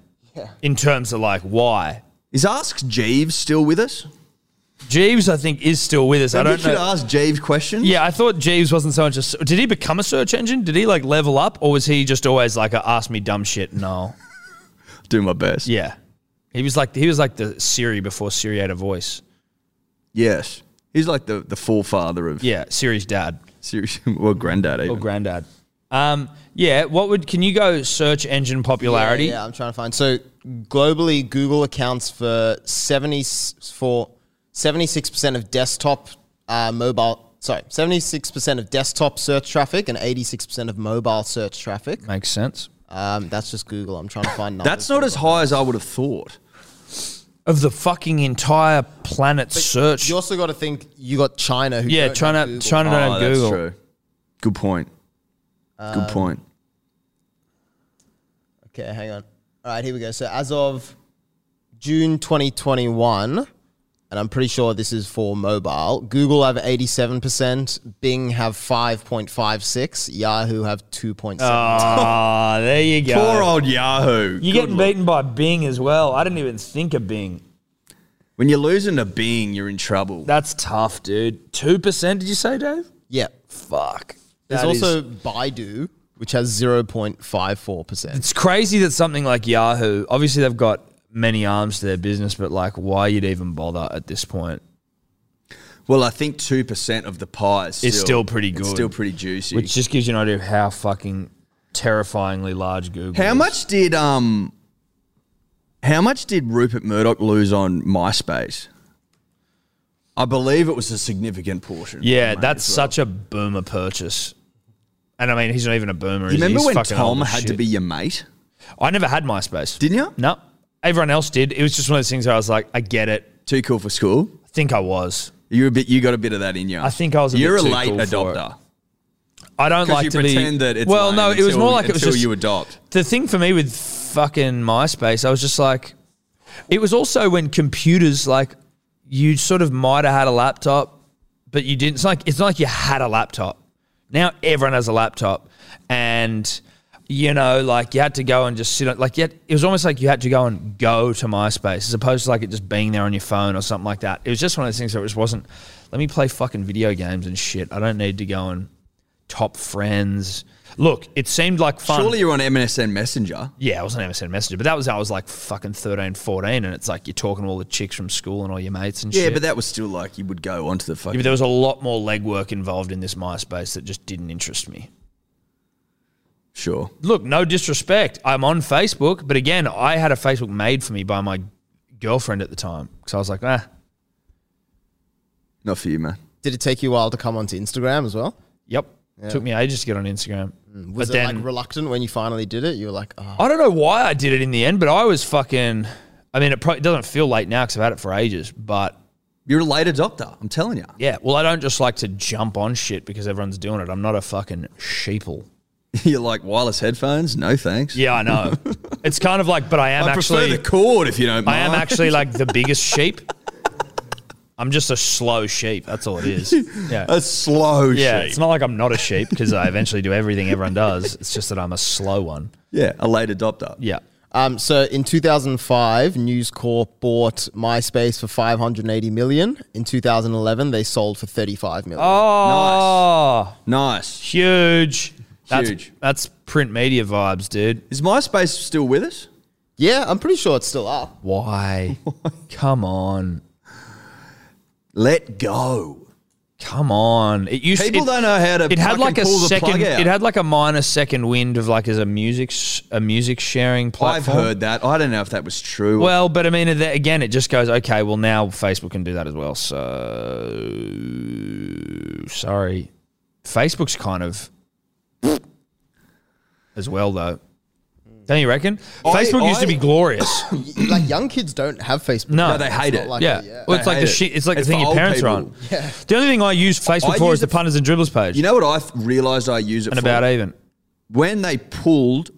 Speaker 2: In terms of like why.
Speaker 3: Is Ask Jeeves still with us?
Speaker 2: Jeeves, I think, is still with us. I
Speaker 3: Maybe
Speaker 2: don't
Speaker 3: we should
Speaker 2: know.
Speaker 3: ask Jeeves questions.
Speaker 2: Yeah, I thought Jeeves wasn't so much. A, did he become a search engine? Did he like level up, or was he just always like a ask me dumb shit? No.
Speaker 3: Do my best.
Speaker 2: Yeah, he was like he was like the Siri before Siri had a voice.
Speaker 3: Yes. He's like the, the forefather of
Speaker 2: Yeah, Oh, Siri's dad
Speaker 3: serious well granddad even.
Speaker 2: or granddad. Um, yeah, what would can you go search engine popularity?
Speaker 4: Yeah, yeah, I'm trying to find. So globally, Google accounts for 70 for 76 percent of desktop uh, mobile. Sorry, 76 percent of desktop search traffic and 86 percent of mobile search traffic.
Speaker 2: Makes sense.
Speaker 4: Um, that's just Google. I'm trying to find. Numbers.
Speaker 3: That's not as high as I would have thought.
Speaker 2: Of the fucking entire planet search.
Speaker 4: You also got to think you got China. Who
Speaker 2: Yeah,
Speaker 4: don't
Speaker 2: China,
Speaker 4: have Google.
Speaker 2: China don't have Google.
Speaker 3: Ah,
Speaker 2: Um,
Speaker 3: Good point. Good point.
Speaker 4: Okay, hang on. All right, here we go. So as of June 2021, and I'm pretty sure this is for mobile, Google have 87%, Bing have 5.56, Yahoo have 2.7.
Speaker 2: Ah, there you go.
Speaker 3: Poor old
Speaker 2: You're
Speaker 3: Yahoo. Good
Speaker 2: getting
Speaker 3: lord.
Speaker 2: beaten by Bing as well. I didn't even think of Bing.
Speaker 3: When you're losing a Bing, you're in trouble.
Speaker 2: That's tough, dude. Two percent? Did you say, Dave?
Speaker 4: yeah.
Speaker 2: Fuck.
Speaker 4: There's
Speaker 2: That is-
Speaker 4: also Baidu, which has 0.54%.
Speaker 2: It's crazy that something like Yahoo, obviously they've got many arms to their business, but like why you'd even bother at this point.
Speaker 3: Well, I think 2% of the pie is still,
Speaker 2: It's still pretty
Speaker 3: it's
Speaker 2: good.
Speaker 3: still pretty juicy.
Speaker 2: Which just gives you an idea of how fucking terrifyingly large Google
Speaker 3: how
Speaker 2: is.
Speaker 3: much did um how much did Rupert Murdoch lose on MySpace? I believe it was a significant portion.
Speaker 2: Yeah,
Speaker 3: mate,
Speaker 2: that's
Speaker 3: as well.
Speaker 2: such a boomer purchase. And I mean, he's not even a boomer.
Speaker 3: You
Speaker 2: is he?
Speaker 3: remember
Speaker 2: He's
Speaker 3: when
Speaker 2: fucking old
Speaker 3: Tom
Speaker 2: as
Speaker 3: had to
Speaker 2: shit.
Speaker 3: be your mate?
Speaker 2: I never had MySpace.
Speaker 3: Didn't you?
Speaker 2: No. Everyone else did. It was just one of those things where I was like, I get it.
Speaker 3: Too cool for school.
Speaker 2: I think I was.
Speaker 3: You a bit. You got a bit of that in you.
Speaker 2: I think I was a
Speaker 3: You're
Speaker 2: bit
Speaker 3: a
Speaker 2: too
Speaker 3: late
Speaker 2: cool for
Speaker 3: adopter.
Speaker 2: I don't
Speaker 3: Because
Speaker 2: like
Speaker 3: you
Speaker 2: to
Speaker 3: pretend
Speaker 2: be,
Speaker 3: that it's
Speaker 2: well,
Speaker 3: lame
Speaker 2: no, it was
Speaker 3: until-
Speaker 2: more like it was
Speaker 3: until
Speaker 2: just
Speaker 3: you adopt.
Speaker 2: the thing for me with fucking MySpace, I was just like, it was also when computers, like, you sort of might have had a laptop, but you didn't. It's like it's not like you had a laptop. Now everyone has a laptop, and you know, like you had to go and just sit on. Like, yet it was almost like you had to go and go to MySpace as opposed to like it just being there on your phone or something like that. It was just one of those things that just wasn't. Let me play fucking video games and shit. I don't need to go and top friends. Look, it seemed like fun.
Speaker 3: Surely you're on MSN Messenger.
Speaker 2: Yeah, I wasn't MSN Messenger, but that was I was like fucking 13, 14, and it's like you're talking to all the chicks from school and all your mates and
Speaker 3: Yeah,
Speaker 2: shit.
Speaker 3: but that was still like you would go onto the fucking.
Speaker 2: Yeah, but there was a lot more legwork involved in this MySpace that just didn't interest me.
Speaker 3: sure.
Speaker 2: Look, no disrespect. I'm on Facebook, but again, I had a Facebook made for me by my girlfriend at the time. So I was like, ah,
Speaker 3: Not for you, man.
Speaker 4: Did it take you a while to come onto Instagram as well?
Speaker 2: yep. Took me ages to get on Instagram. but
Speaker 4: Was it
Speaker 2: then
Speaker 4: like reluctant when you finally did it? You were like, oh.
Speaker 2: I don't know why I did it in the end, but I was fucking. I mean, it, pro- it doesn't feel late now because I've had it for ages, but
Speaker 3: You're a late adopter. I'm telling you.
Speaker 2: Yeah. Well, I don't just like to jump on shit because everyone's doing it. I'm not a fucking sheeple.
Speaker 3: You're like wireless headphones. No thanks.
Speaker 2: Yeah, I know. it's kind of like, but I am
Speaker 3: I prefer
Speaker 2: actually,
Speaker 3: the cord if you don't
Speaker 2: I
Speaker 3: mind.
Speaker 2: am actually like the biggest sheep. I'm just a slow sheep. That's all it is. Yeah.
Speaker 3: a slow
Speaker 2: yeah.
Speaker 3: sheep.
Speaker 2: It's not like I'm not a sheep because I eventually do everything everyone does. It's just that I'm a slow one.
Speaker 3: yeah, a late adopter.
Speaker 2: Yeah.
Speaker 4: Um, so in 2005, News Corp bought MySpace for 580 million. In 2011, they sold for 35 million.
Speaker 2: Oh,
Speaker 3: Nice.
Speaker 2: huge. That's,
Speaker 3: Huge.
Speaker 2: That's print media vibes, dude.
Speaker 3: Is MySpace still with us?
Speaker 4: Yeah, I'm pretty sure it's still up.
Speaker 2: Why? Come on.
Speaker 3: Let go.
Speaker 2: Come on. It used
Speaker 3: People
Speaker 2: it,
Speaker 3: don't know how to.
Speaker 2: it had
Speaker 3: fucking
Speaker 2: like a
Speaker 3: pull the
Speaker 2: second
Speaker 3: Plug out.
Speaker 2: it had like a minor second wind of like as a music s- a music sharing
Speaker 3: I've
Speaker 2: platform.
Speaker 3: heard that. I don't know if that was true.
Speaker 2: Well, but I mean th- again it just goes okay, well now Facebook can do that as well. So sorry. Facebook's kind of as well though. Don't you reckon? Facebook used to
Speaker 3: I-
Speaker 2: be glorious.
Speaker 4: Y- like young kids don't have Facebook.
Speaker 2: No.
Speaker 3: no, they
Speaker 2: it's
Speaker 3: hate
Speaker 4: not
Speaker 3: it.
Speaker 4: like-
Speaker 2: Yeah.
Speaker 4: Yeah.
Speaker 2: Well, it's
Speaker 3: I
Speaker 2: like
Speaker 3: hate
Speaker 2: the
Speaker 3: it.
Speaker 2: shit. It's like
Speaker 3: It's
Speaker 2: the
Speaker 3: for
Speaker 2: thing your
Speaker 3: old
Speaker 2: parents are
Speaker 3: people.
Speaker 2: on. The only thing I use Facebook
Speaker 3: I
Speaker 2: for
Speaker 3: use
Speaker 2: is the
Speaker 3: it-
Speaker 2: punters and dribblers page
Speaker 3: you know what I th- realized I use it
Speaker 2: and
Speaker 3: for?
Speaker 2: about even.
Speaker 3: when they pulled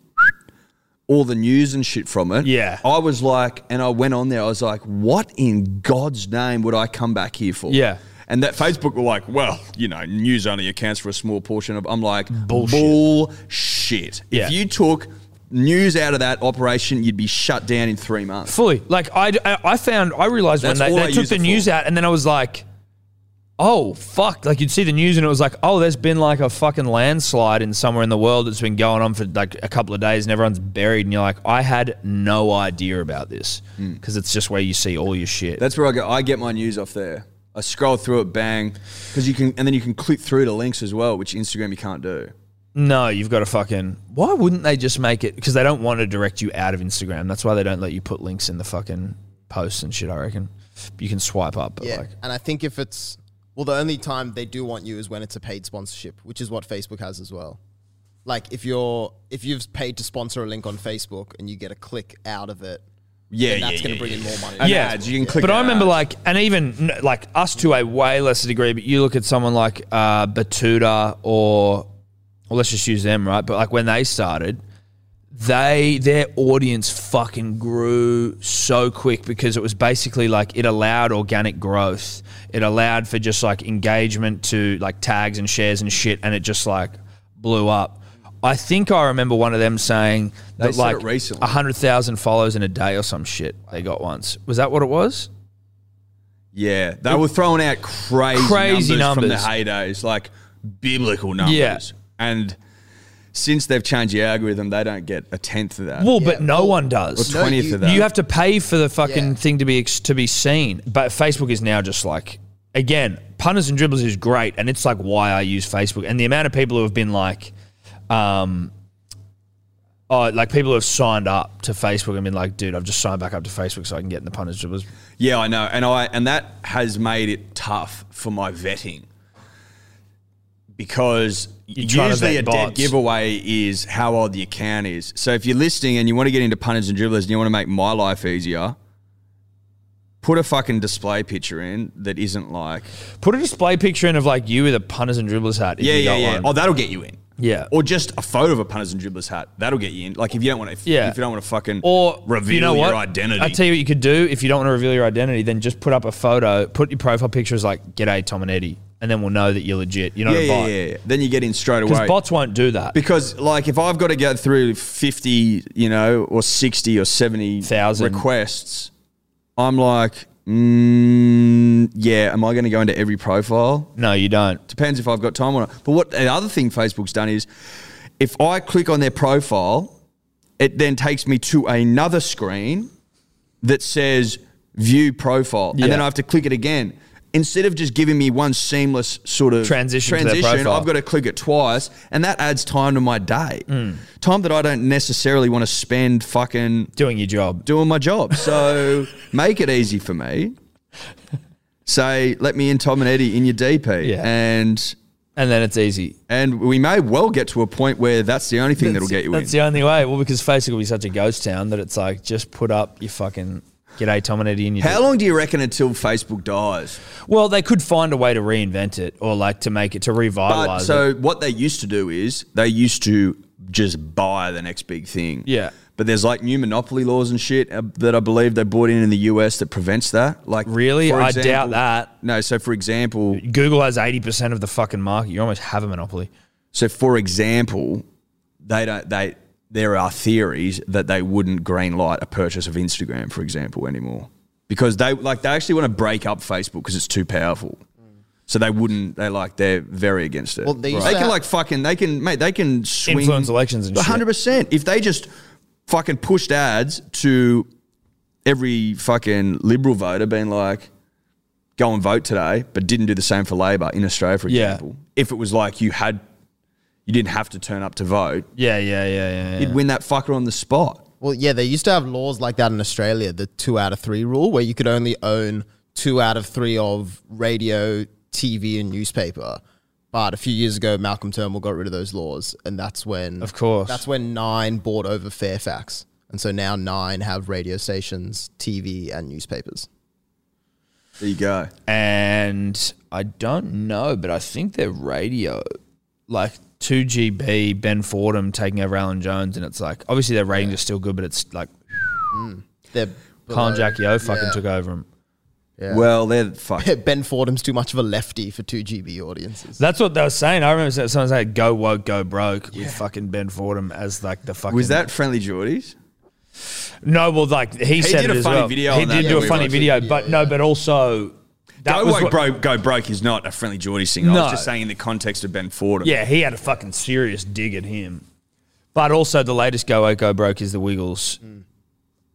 Speaker 3: all the news and shit from it,
Speaker 2: Yeah.
Speaker 3: I was like, and I went on there, I was like, what in God's name would I come back here for?
Speaker 2: Yeah.
Speaker 3: And that Facebook were like, well, you know, news only accounts for a small portion of. I'm like,
Speaker 2: Bullshit.
Speaker 3: bullshit.
Speaker 2: Yeah.
Speaker 3: If you took news out of that operation, you'd be shut down in three months.
Speaker 2: Fully. Like I, I I found I realized
Speaker 3: That's
Speaker 2: when
Speaker 3: all
Speaker 2: they,
Speaker 3: I
Speaker 2: they took
Speaker 3: use
Speaker 2: the
Speaker 3: it for.
Speaker 2: news out, and then I was like, oh fuck! Like you'd see the news, and it was like, oh, there's been like a fucking landslide in somewhere in the world that's been going on for like a couple of days, and everyone's buried, and you're like, I had no idea about this
Speaker 3: Hmm.
Speaker 2: because it's just where you see all your shit.
Speaker 3: That's where I go. I get my news off there. I scroll through it, bang, because you can, and then you can click through to links as well, which Instagram you can't do.
Speaker 2: No, you've got to fucking. Why wouldn't they just make it? Because they don't want to direct you out of Instagram. That's why they don't let you put links in the fucking posts and shit. I reckon you can swipe up. But
Speaker 4: Yeah.
Speaker 2: like,
Speaker 4: And I think if it's well, the only time they do want you is when it's a paid sponsorship, which is what Facebook has as well. Like if you're if you've paid to sponsor a link on Facebook and you get a click out of it,
Speaker 3: Yeah,
Speaker 4: then that's going to bring in more money.
Speaker 3: And ads, you can click
Speaker 2: But I
Speaker 3: ads.
Speaker 2: remember like, and even n- like us to a way lesser degree. But you look at someone like uh, Batuta or, well, let's just use them, right? But like when they started, they their audience fucking grew so quick because it was basically like it allowed organic growth. It allowed for just like engagement to like tags and shares and shit, and it just like blew up. I think I remember one of them saying
Speaker 3: They
Speaker 2: that
Speaker 3: said it
Speaker 2: like
Speaker 3: recently.
Speaker 2: a hundred thousand follows in a day or some shit they got once. Was that what it was?
Speaker 3: Yeah, they were throwing out crazy,
Speaker 2: Crazy
Speaker 3: numbers,
Speaker 2: numbers.
Speaker 3: from the heydays, like biblical numbers.
Speaker 2: Yeah.
Speaker 3: And since they've changed the algorithm, they don't get a tenth of that.
Speaker 2: Well, but no
Speaker 4: well,
Speaker 2: one
Speaker 3: or
Speaker 2: does.
Speaker 4: no,
Speaker 3: twentieth
Speaker 4: you-
Speaker 3: of that.
Speaker 2: you have to pay for the fucking
Speaker 4: Yeah.
Speaker 2: thing to be ex- to be seen. But Facebook is now just like again, punters and dribblers is great, and it's like why I use Facebook. And the amount of people who have been like, um, oh, like people who have signed up to Facebook and been like, dude, I've just signed back up to Facebook so I can get in the punters dribblers.
Speaker 3: yeah, I know, and I and that has made it tough for my vetting because
Speaker 2: You're trying to
Speaker 3: usually
Speaker 2: vet
Speaker 3: a dead
Speaker 2: bots.
Speaker 3: giveaway is how old the account is. So if you're listening and you want to get into punters and dribblers and you want to make my life easier, put a fucking display picture in that isn't like
Speaker 2: Put a display picture in of like you with a punters and dribblers hat. If
Speaker 3: yeah,
Speaker 2: you
Speaker 3: yeah,
Speaker 2: got
Speaker 3: yeah.
Speaker 2: one.
Speaker 3: Oh, that'll get you in.
Speaker 2: Yeah.
Speaker 3: Or just a photo of a punters and dribblers hat. That'll get you in. Like if you don't want to, if,
Speaker 2: Yeah.
Speaker 3: if you don't want to fucking
Speaker 2: or
Speaker 3: reveal
Speaker 2: you know
Speaker 3: your
Speaker 2: what?
Speaker 3: identity.
Speaker 2: I tell you what you could do if you don't want to reveal your identity, then just put up a photo, put your profile picture as like "G'day Tom and Eddie," and then we'll know that you're legit. You're not
Speaker 3: yeah,
Speaker 2: a
Speaker 3: yeah,
Speaker 2: bot
Speaker 3: yeah, yeah. Then you get in straight
Speaker 2: because
Speaker 3: away.
Speaker 2: bots won't do that.
Speaker 3: because like if I've got to go through fifty, you know, or sixty or seventy
Speaker 2: Thousand.
Speaker 3: requests, I'm like, mm, yeah. Am I going to go into every profile?
Speaker 2: no, you don't.
Speaker 3: depends if I've got time or not. But what the other thing Facebook's done is if I click on their profile, it then takes me to another screen that says view profile. And then
Speaker 2: Yeah.
Speaker 3: I have to click it again. Instead of just giving me one seamless sort of
Speaker 2: Transition to their profile.
Speaker 3: I've got to click it twice. And that adds time to my day.
Speaker 2: Hmm.
Speaker 3: Time that I don't necessarily want to spend fucking
Speaker 2: Doing your job.
Speaker 3: doing my job. So make it easy for me. Say, let me in, Tom and Eddie, in your DP,
Speaker 2: Yeah.
Speaker 3: and
Speaker 2: And then it's easy.
Speaker 3: and we may well get to a point where that's the only thing that'll get you in.
Speaker 2: That's the only way. Well, because Facebook will be such a ghost town that it's like just put up your fucking G'day, Tom and Eddie, and you.
Speaker 3: How long do you reckon until Facebook dies?
Speaker 2: Well, they could find a way to reinvent it or like to make it to
Speaker 3: But
Speaker 2: revitalize it.
Speaker 3: so what they used to do is they used to just buy the next big thing.
Speaker 2: Yeah.
Speaker 3: But there's like new monopoly laws and shit uh, that I believe they brought in in the US that prevents that. Like
Speaker 2: Really?
Speaker 3: for
Speaker 2: I doubt that.
Speaker 3: No. So for example,
Speaker 2: Google has eighty percent of the fucking market. You almost have a monopoly.
Speaker 3: so for example, they don't they there are theories that they wouldn't green light a purchase of Instagram, for example, anymore because they like they actually want to break up Facebook because it's too powerful. So they wouldn't. They like they're very against it.
Speaker 4: Well, they used to
Speaker 3: can
Speaker 4: have-
Speaker 3: like fucking. They can mate. They can swing
Speaker 2: Influence elections and shit.
Speaker 3: hundred percent. If they just fucking pushed ads to every fucking liberal voter, being like, go and vote today, but didn't do the same for Labor in Australia, for
Speaker 2: Yeah.
Speaker 3: example. If it was like you had, you didn't have to turn up to vote,
Speaker 2: Yeah, yeah, yeah, yeah. yeah.
Speaker 3: you'd win that fucker on the spot.
Speaker 4: Well, yeah, they used to have laws like that in Australia, the two out of three rule, where you could only own two out of three of radio, TV, and newspaper. But a few years ago, Malcolm Turnbull got rid of those laws, and that's when,
Speaker 2: Of course.
Speaker 4: that's when Nine bought over Fairfax, and so now Nine have radio stations, TV, and newspapers.
Speaker 3: There you go.
Speaker 2: and I don't know, but I think they're radio, like 2GB, Ben Fordham taking over Alan Jones, and it's like obviously their ratings are still good, but it's like
Speaker 4: They're
Speaker 2: Kyle
Speaker 4: below-
Speaker 2: and Jackie O fucking
Speaker 4: yeah.
Speaker 2: took over him.
Speaker 4: Yeah.
Speaker 3: Well, they're fucking.
Speaker 4: Ben Fordham's too much of a lefty for two GB audiences.
Speaker 2: That's what they were saying. I remember someone saying "Go woke, go broke" with fucking Ben Fordham as like the fucking.
Speaker 3: Was that friendly Geordies?
Speaker 2: no? Well, like he, said
Speaker 3: did
Speaker 2: it
Speaker 3: a
Speaker 2: as
Speaker 3: funny
Speaker 2: well.
Speaker 3: video
Speaker 2: He
Speaker 3: on
Speaker 2: did
Speaker 3: that.
Speaker 2: do
Speaker 3: Yeah,
Speaker 2: a
Speaker 3: we
Speaker 2: funny
Speaker 3: watched
Speaker 2: video, but no, but also that
Speaker 3: Go
Speaker 2: was
Speaker 3: woke
Speaker 2: what-
Speaker 3: broke, go broke is not a friendly Geordie thing. I
Speaker 2: No.
Speaker 3: was just saying in the context of Ben Fordham.
Speaker 2: Yeah, he had a fucking serious dig at him. But also, the latest Go Out Go Broke is the Wiggles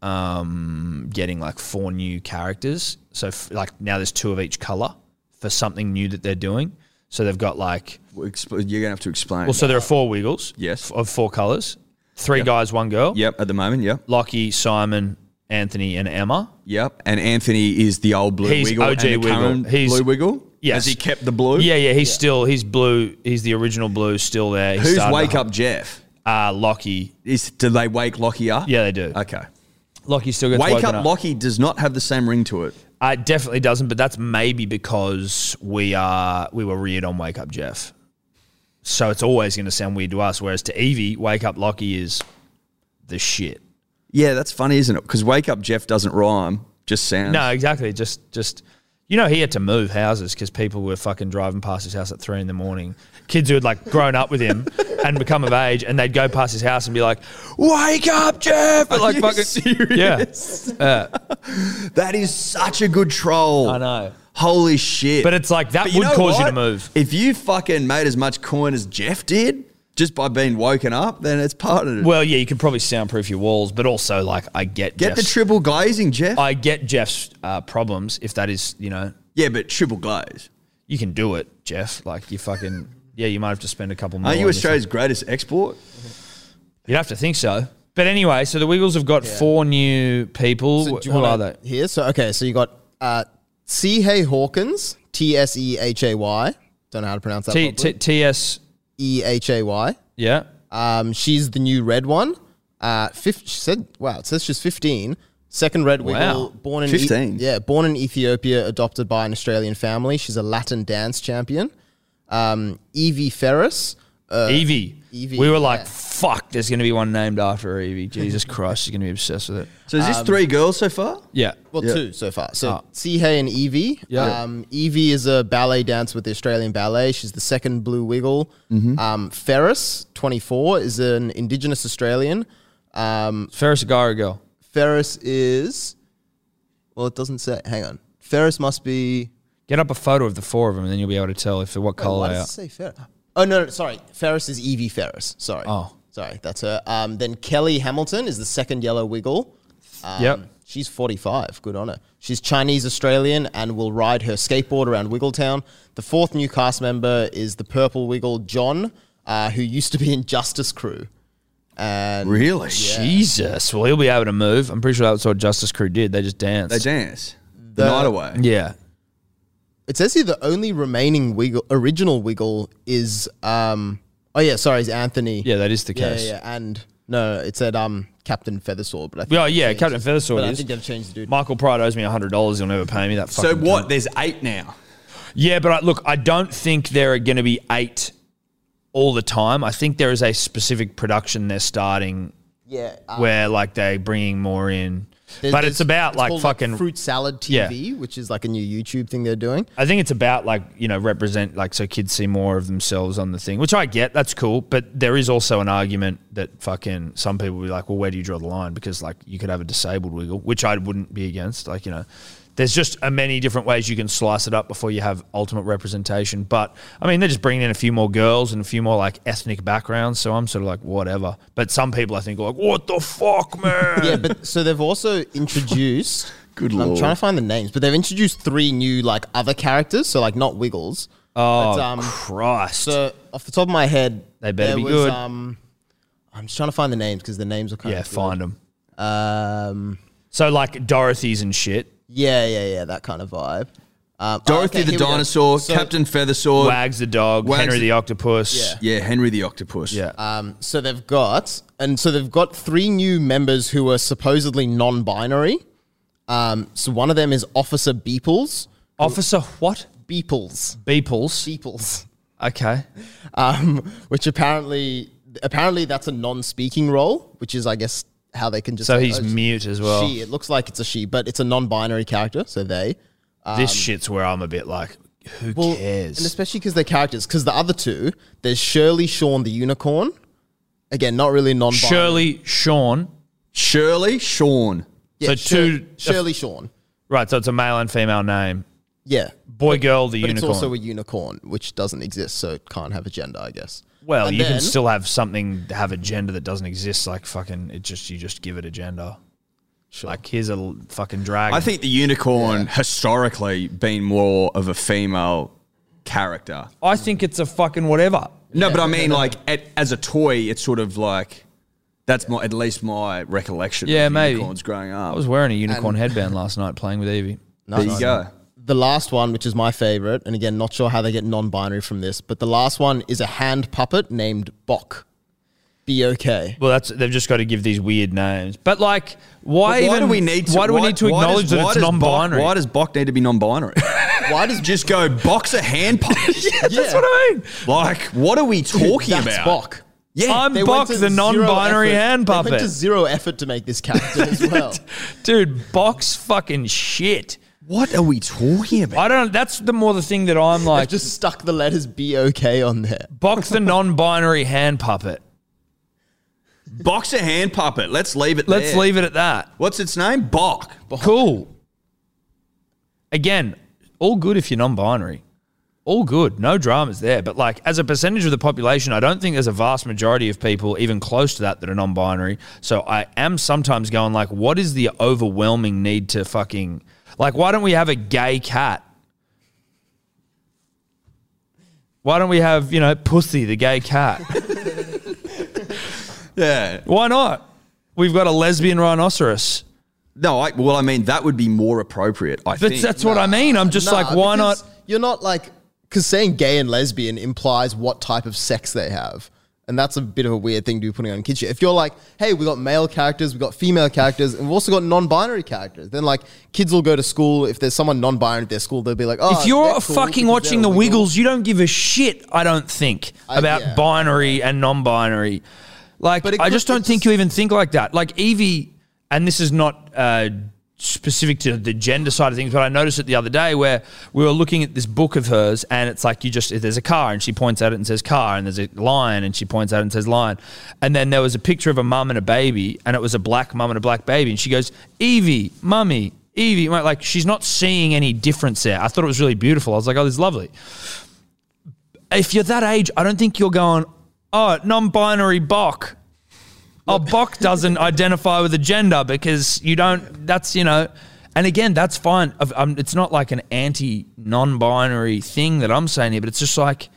Speaker 2: um, getting like four new characters. So, f- like, now there's two of each color for something new that they're doing. So, they've got like,
Speaker 3: Well, expl- You're gonna have to explain.
Speaker 2: well, so there are four Wiggles.
Speaker 3: Yes.
Speaker 2: f- Of four colors three guys, one girl.
Speaker 3: yep. At the moment, yep,
Speaker 2: Lockie, Simon, Anthony, and Emma.
Speaker 3: yep. And Anthony is the old blue
Speaker 2: He's
Speaker 3: wiggle.
Speaker 2: OG
Speaker 3: and the
Speaker 2: Wiggle.
Speaker 3: current
Speaker 2: He's-
Speaker 3: blue wiggle.
Speaker 2: Yes.
Speaker 3: Has he kept the blue?
Speaker 2: Yeah, yeah, he's still, he's blue. He's the original blue, still there. He
Speaker 3: Who's
Speaker 2: started
Speaker 3: wake
Speaker 2: the-
Speaker 3: up Jeff?
Speaker 2: Uh, Lockie.
Speaker 3: Is do they wake Lockie up?
Speaker 2: Yeah, they do.
Speaker 3: Okay.
Speaker 2: Lockie still gets
Speaker 3: Wake
Speaker 2: woken
Speaker 3: up, Lockie does not have the same ring to it.
Speaker 2: Uh, It definitely doesn't, but that's maybe because we are we were reared on Wake Up Jeff, so it's always going to sound weird to us. Whereas to Evie, Wake Up Lockie is the shit.
Speaker 3: Yeah, that's funny, isn't it? Because wake up Jeff doesn't rhyme, just sounds.
Speaker 2: No, exactly. Just just you know, he had to move houses because people were fucking driving past his house at three in the morning. Kids who had like grown up with him and become of age, and they'd go past his house and be like, "Wake up, Jeff!" But like
Speaker 3: you
Speaker 2: fucking
Speaker 3: serious? Yeah. that is such a good troll.
Speaker 2: I know.
Speaker 3: Holy shit.
Speaker 2: But it's like, that
Speaker 3: But you
Speaker 2: would
Speaker 3: know
Speaker 2: cause you
Speaker 3: what?
Speaker 2: to move.
Speaker 3: If you fucking made as much coin as Jeff did just by being woken up, then it's part of it.
Speaker 2: Well, yeah, you could probably soundproof your walls, but also like I get
Speaker 3: Get the
Speaker 2: Jeff's-
Speaker 3: triple glazing, Jeff.
Speaker 2: I get Jeff's uh, problems if that is, you know,
Speaker 3: yeah, but triple glaze.
Speaker 2: you can do it, Jeff. Like you fucking, yeah, you might have to spend a couple. More
Speaker 3: Aren't you
Speaker 2: on this
Speaker 3: Australia's greatest export?
Speaker 2: one. You'd have to think so. But anyway, so the Wiggles have got four new people.
Speaker 4: So do you
Speaker 2: Who are
Speaker 4: wanna-
Speaker 2: they?
Speaker 4: Here, so okay, so you got uh, C. Hay Hawkins, T S E H A Y. Don't know how to pronounce that.
Speaker 2: T-
Speaker 4: properly.
Speaker 2: T- TS,
Speaker 4: E H A Y.
Speaker 2: yeah.
Speaker 4: Um, she's the new red one. Uh, fif- she said, "Wow, it says she's 15. Second red wiggle,
Speaker 2: Wow.
Speaker 4: born in E-
Speaker 3: 15.
Speaker 4: yeah, born in Ethiopia, adopted by an Australian family. She's a Latin dance champion. Um, Evie Ferris. Uh,
Speaker 2: Evie.
Speaker 4: Evie,
Speaker 2: We were like,
Speaker 4: yeah.
Speaker 2: fuck, there's going to be one named after her, Evie. Jesus Christ, she's going to be obsessed with it.
Speaker 3: So is this three girls so far?
Speaker 2: Yeah.
Speaker 4: well,
Speaker 3: Yeah.
Speaker 4: two so far. So
Speaker 2: Ah.
Speaker 4: C. Hay and Evie.
Speaker 2: Yeah.
Speaker 4: Um, Evie is a ballet dancer with the Australian Ballet. She's the second blue wiggle.
Speaker 2: Mm-hmm.
Speaker 4: Um, Ferris, 24, is an Indigenous Australian. Um,
Speaker 2: Ferris Agara girl.
Speaker 4: Ferris is. Well, it doesn't say. Hang on. Ferris must be.
Speaker 2: Get up a photo of the four of them, and then you'll be able to tell if what color
Speaker 4: why
Speaker 2: they are.
Speaker 4: does it say Ferris? Oh no, no, sorry. Ferris is Evie Ferris. Sorry.
Speaker 2: Oh.
Speaker 4: sorry, that's her. Um, then Kelly Hamilton is the second yellow wiggle. Um,
Speaker 2: Yep.
Speaker 4: She's 45. Good on her. She's Chinese Australian and will ride her skateboard around Wiggletown. The fourth new cast member is the purple wiggle John, uh, who used to be in Justice Crew. And
Speaker 3: Really?
Speaker 2: Jesus. Well, he'll be able to move. I'm pretty sure that's what Justice Crew did. They just danced.
Speaker 3: They dance. The, night away.
Speaker 2: Yeah.
Speaker 4: It says here the only remaining wiggle, original wiggle is um. Oh yeah, sorry, is Anthony.
Speaker 2: Yeah, that is the
Speaker 4: yeah,
Speaker 2: case.
Speaker 4: yeah, yeah, and No, it said um Captain Feathersword, but I think
Speaker 2: Oh, yeah,
Speaker 4: they've
Speaker 2: Captain
Speaker 4: changed it.
Speaker 2: Feathersword
Speaker 4: But I
Speaker 2: is.
Speaker 4: think they've changed the dude.
Speaker 2: Michael Pride owes me hundred dollars. He'll never pay me that.
Speaker 3: So
Speaker 2: fucking
Speaker 3: what?
Speaker 2: cunt.
Speaker 3: There's eight now.
Speaker 2: Yeah, but I, look, I don't think there are going to be eight all the time. I think there is a specific production they're starting
Speaker 4: yeah, um,
Speaker 2: where like they're bringing more in.
Speaker 4: there's-
Speaker 2: but
Speaker 4: there's-
Speaker 2: it's about like
Speaker 4: called,
Speaker 2: fucking.
Speaker 4: fruit salad TV, which is like a new YouTube thing they're doing.
Speaker 2: I think it's about like you know represent like so kids see more of themselves on the thing, which I get. That's cool, but there is also an argument that fucking some people will be like, well, where do you draw the line? Because like you could have a disabled wiggle, which I wouldn't be against. Like you know, there's just a many different ways you can slice it up before you have ultimate representation. But I mean, they're just bringing in a few more girls and a few more like ethnic backgrounds, so I'm sort of like whatever. But some people I think are like, what the fuck, man?
Speaker 4: Yeah, but so they've also introduced.
Speaker 3: Good
Speaker 4: I'm
Speaker 3: lord.
Speaker 4: trying to find the names, but they've introduced three new like other characters. So like not Wiggles.
Speaker 2: oh
Speaker 4: but, um,
Speaker 2: Christ.
Speaker 4: So off the top of my head,
Speaker 2: They better
Speaker 4: there
Speaker 2: be
Speaker 4: was,
Speaker 2: good.
Speaker 4: Um, I'm just trying to find the names because the names are kind
Speaker 2: yeah,
Speaker 4: of
Speaker 2: find them.
Speaker 4: good. Um,
Speaker 2: So like Dorothy's and shit.
Speaker 4: yeah, yeah, yeah, that kind of vibe. Um, oh,
Speaker 3: Dorothy
Speaker 4: okay,
Speaker 3: the
Speaker 4: here we go.
Speaker 3: dinosaur,
Speaker 4: So-
Speaker 3: Captain Feathersword.
Speaker 2: Wags the dog,
Speaker 3: Wags
Speaker 2: Henry
Speaker 3: the-
Speaker 2: the, octopus.
Speaker 4: Yeah.
Speaker 3: Yeah, Henry the octopus.
Speaker 2: Yeah.
Speaker 4: Um, so they've got, and so they've got three new members who are supposedly non-binary. Um, so one of them is Officer Beeples.
Speaker 2: Officer what?
Speaker 4: Beeples.
Speaker 2: Beeples.
Speaker 4: Beeples.
Speaker 2: Okay.
Speaker 4: Um, which apparently, apparently that's a non-speaking role, which is, I guess, how they can just.
Speaker 2: So
Speaker 4: say,
Speaker 2: he's
Speaker 4: "Oh,
Speaker 2: mute as well.
Speaker 4: She. It looks like it's a she, but it's a non-binary character, so they.
Speaker 2: this shit's where I'm a bit like, who
Speaker 4: um, Well,
Speaker 2: cares?
Speaker 4: and especially because they're characters. Because the other two, there's Shirley Shawn the unicorn. Again, not really non-binary.
Speaker 2: Shirley, Sean.
Speaker 3: Shirley, Sean.
Speaker 4: Yeah,
Speaker 2: so
Speaker 4: Shir-
Speaker 2: two-
Speaker 4: Shirley Shawn.
Speaker 2: Right, so it's a male and female name.
Speaker 4: Yeah,
Speaker 2: Boy, girl, the
Speaker 4: but
Speaker 2: unicorn.
Speaker 4: it's also a unicorn, which doesn't exist, so it can't have a gender, I guess.
Speaker 2: well,
Speaker 4: And
Speaker 2: you
Speaker 4: then-
Speaker 2: can still have something have a gender that doesn't exist. Like fucking, it just you just give it a gender. Like here's a l- fucking dragon.
Speaker 3: I think the unicorn historically been more of a female character.
Speaker 2: I think it's a fucking whatever.
Speaker 3: No, but I mean, like at, as a toy, it's sort of like that's my at least my recollection.
Speaker 2: Yeah,
Speaker 3: of
Speaker 2: maybe.
Speaker 3: unicorns growing up.
Speaker 2: I was wearing a unicorn headband last night playing with Evie.
Speaker 3: there you go.
Speaker 4: The last one, which is my favorite, and again, not sure how they get non-binary from this, but the last one is a hand puppet named Bok. B O K.
Speaker 2: Well, that's they've just got to give these weird names. But like, why,
Speaker 3: But why
Speaker 2: even,
Speaker 3: do we need? To,
Speaker 2: why do we need to
Speaker 3: why
Speaker 2: acknowledge
Speaker 3: does-
Speaker 2: that
Speaker 3: why
Speaker 2: it's
Speaker 3: does Bok-
Speaker 2: non-binary?
Speaker 3: why does Bok need to be non-binary?
Speaker 4: Why does
Speaker 3: Just go box a hand puppet.
Speaker 2: That's what I mean.
Speaker 3: Like, what are we talking
Speaker 4: That's
Speaker 3: about?
Speaker 4: Bok.
Speaker 3: Yeah,
Speaker 2: I'm
Speaker 4: They
Speaker 2: Bok,
Speaker 4: went
Speaker 2: the
Speaker 4: to zero
Speaker 2: non-binary
Speaker 4: effort-
Speaker 2: hand
Speaker 4: They went to
Speaker 2: puppet.
Speaker 4: zero effort to make this character as well.
Speaker 2: Dude, Bok's fucking shit.
Speaker 3: What are we talking about?
Speaker 2: I don't. That's the more the thing that I'm
Speaker 4: I
Speaker 2: like.
Speaker 4: just stuck the letters B O K on there.
Speaker 2: Bok, the non-binary hand puppet.
Speaker 3: Box a hand puppet. Let's leave it.
Speaker 2: Let's
Speaker 3: there.
Speaker 2: leave it at that.
Speaker 3: What's its name? Bok.
Speaker 2: Cool. Again, all good if you're non-binary. All good, no dramas there. But like, as a percentage of the population, I don't think there's a vast majority of people even close to that that are non-binary. So I am sometimes going like, what is the overwhelming need to fucking like? Why don't we have a gay cat? Why don't we have you know pussy the gay cat?
Speaker 3: Yeah.
Speaker 2: Why not? We've got a lesbian rhinoceros.
Speaker 3: No, I, well, I mean, that would be more appropriate, I
Speaker 2: But
Speaker 3: think.
Speaker 2: that's what I mean. I'm just
Speaker 4: Nah,
Speaker 2: like, why not?
Speaker 4: because You're not like because saying gay and lesbian implies what type of sex they have, and that's a bit of a weird thing to be putting on kids. If you're like, hey, we got male characters, we got female characters, and we've also got non-binary characters, then like kids will go to school. If there's someone non-binary at their school, they'll be like, oh,
Speaker 2: if you're
Speaker 4: they're cool
Speaker 2: fucking
Speaker 4: because
Speaker 2: watching the
Speaker 4: they're a wiggle.
Speaker 2: Wiggles, you don't give a shit. I don't think
Speaker 4: I-
Speaker 2: about
Speaker 4: yeah.
Speaker 2: binary and non-binary. Like,
Speaker 4: But it
Speaker 2: I
Speaker 4: could-
Speaker 2: just don't
Speaker 4: it's
Speaker 2: think
Speaker 4: just-
Speaker 2: you even think like that. Like Evie, and this is not uh, specific to the gender side of things, but I noticed it the other day where we were looking at this book of hers, and it's like you just there's a car, and she points at it and says car, and there's a lion, and she points at it and says lion, and then there was a picture of a mum and a baby, and it was a black mum and a black baby, and she goes Evie, mummy. Evie, mate, like she's not seeing any difference there. I thought it was really beautiful. I was like, oh, this is lovely if you're that age, I don't think you're going, oh, non-binary Bok. Oh, Bok doesn't identify with a gender because you don't. That's you know, and again, that's fine. Of- um, it's not like an anti non-binary thing that I'm saying here, but it's just like,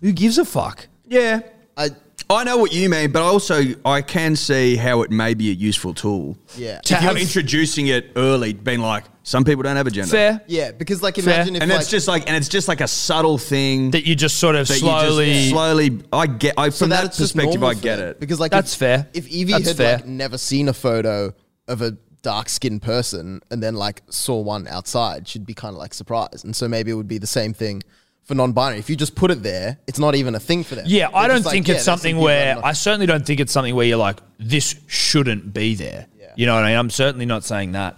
Speaker 2: who gives a fuck?
Speaker 3: Yeah.
Speaker 4: I,
Speaker 3: I know what you mean, but also I can see how it may be a useful tool.
Speaker 4: Yeah.
Speaker 3: If
Speaker 2: To
Speaker 3: you're
Speaker 2: have-
Speaker 3: introducing it early, being like, Some people don't have a gender.
Speaker 2: Fair.
Speaker 4: Yeah, because like
Speaker 2: Fair.
Speaker 4: imagine if
Speaker 3: And
Speaker 4: like,
Speaker 3: it's just like and it's just like a subtle thing
Speaker 2: That you just sort of
Speaker 3: that
Speaker 2: slowly.
Speaker 3: you just slowly I get I
Speaker 4: so
Speaker 3: from that
Speaker 4: it's just
Speaker 3: perspective
Speaker 4: normal
Speaker 3: I
Speaker 4: for
Speaker 3: get
Speaker 4: them.
Speaker 3: it.
Speaker 4: because like
Speaker 2: That's
Speaker 4: if,
Speaker 2: fair.
Speaker 4: If Evie
Speaker 2: That's
Speaker 4: had
Speaker 2: fair.
Speaker 4: like never seen a photo of a dark skinned person and then like saw one outside, she'd be kind of like surprised. And so maybe it would be the same thing for non binary. If you just put it there, it's not even a thing for them.
Speaker 2: Yeah, I
Speaker 4: They're
Speaker 2: don't
Speaker 4: just like,
Speaker 2: think
Speaker 4: yeah,
Speaker 2: it's
Speaker 4: there's some
Speaker 2: something
Speaker 4: people
Speaker 2: where
Speaker 4: that are
Speaker 2: I
Speaker 4: not-
Speaker 2: certainly don't think it's something where you're like, this shouldn't be there.
Speaker 4: Yeah.
Speaker 2: You know what I mean? I'm certainly not saying that.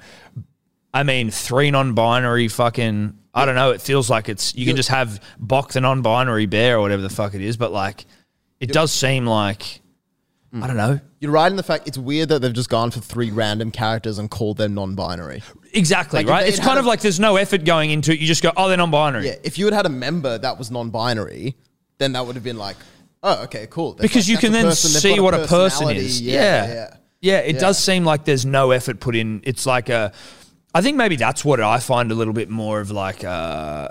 Speaker 2: I mean, three non-binary fucking. I don't know. It feels like it's you can just have Bok the non-binary bear or whatever the fuck it is, but like, it does seem like
Speaker 4: Mm.
Speaker 2: I don't know
Speaker 4: You're right in the fact it's weird that they've just gone for three random characters and called them non binary.
Speaker 2: exactly
Speaker 4: Like, if
Speaker 2: right.
Speaker 4: they'd
Speaker 2: It's kind
Speaker 4: had
Speaker 2: of
Speaker 4: a-
Speaker 2: like there's no effort going into it. You just go, oh, they're non-binary.
Speaker 4: Yeah, if you had had a member that was non binary, then that would have been like, oh, okay, cool. That's
Speaker 2: because
Speaker 4: like-
Speaker 2: you
Speaker 4: that's
Speaker 2: can then
Speaker 4: person, they've
Speaker 2: see
Speaker 4: got
Speaker 2: what a person
Speaker 4: personality.
Speaker 2: is.
Speaker 4: Yeah.
Speaker 2: Yeah.
Speaker 4: yeah.
Speaker 2: Yeah, it does seem like there's no effort put in. It's like a, I think maybe that's what I find a little bit more of like uh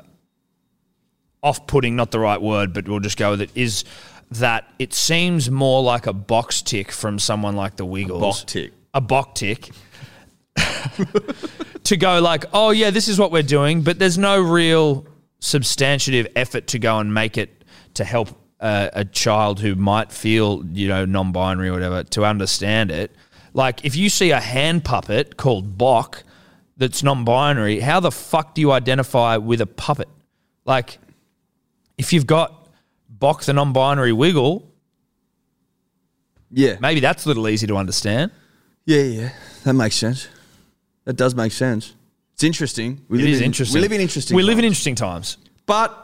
Speaker 2: off putting, not the right word, but we'll just go with it, is that it seems more like a box tick from someone like the Wiggles.
Speaker 3: box tick.
Speaker 2: A box tick. to go like, oh yeah, this is what we're doing, but there's no real substantive effort to go and make it to help uh, a, a child who might feel you know non-binary or whatever to understand it. Like if you see a hand puppet called Bok that's non-binary, how the fuck do you identify with a puppet? Like if you've got Bok the non-binary wiggle,
Speaker 3: Yeah.
Speaker 2: maybe that's a little easy to understand.
Speaker 3: Yeah, yeah. That makes sense. That does make sense. It's interesting. We
Speaker 2: It
Speaker 3: live
Speaker 2: is
Speaker 3: in,
Speaker 2: interesting.
Speaker 3: We live in interesting.
Speaker 2: We live in
Speaker 3: times.
Speaker 2: interesting times.
Speaker 3: but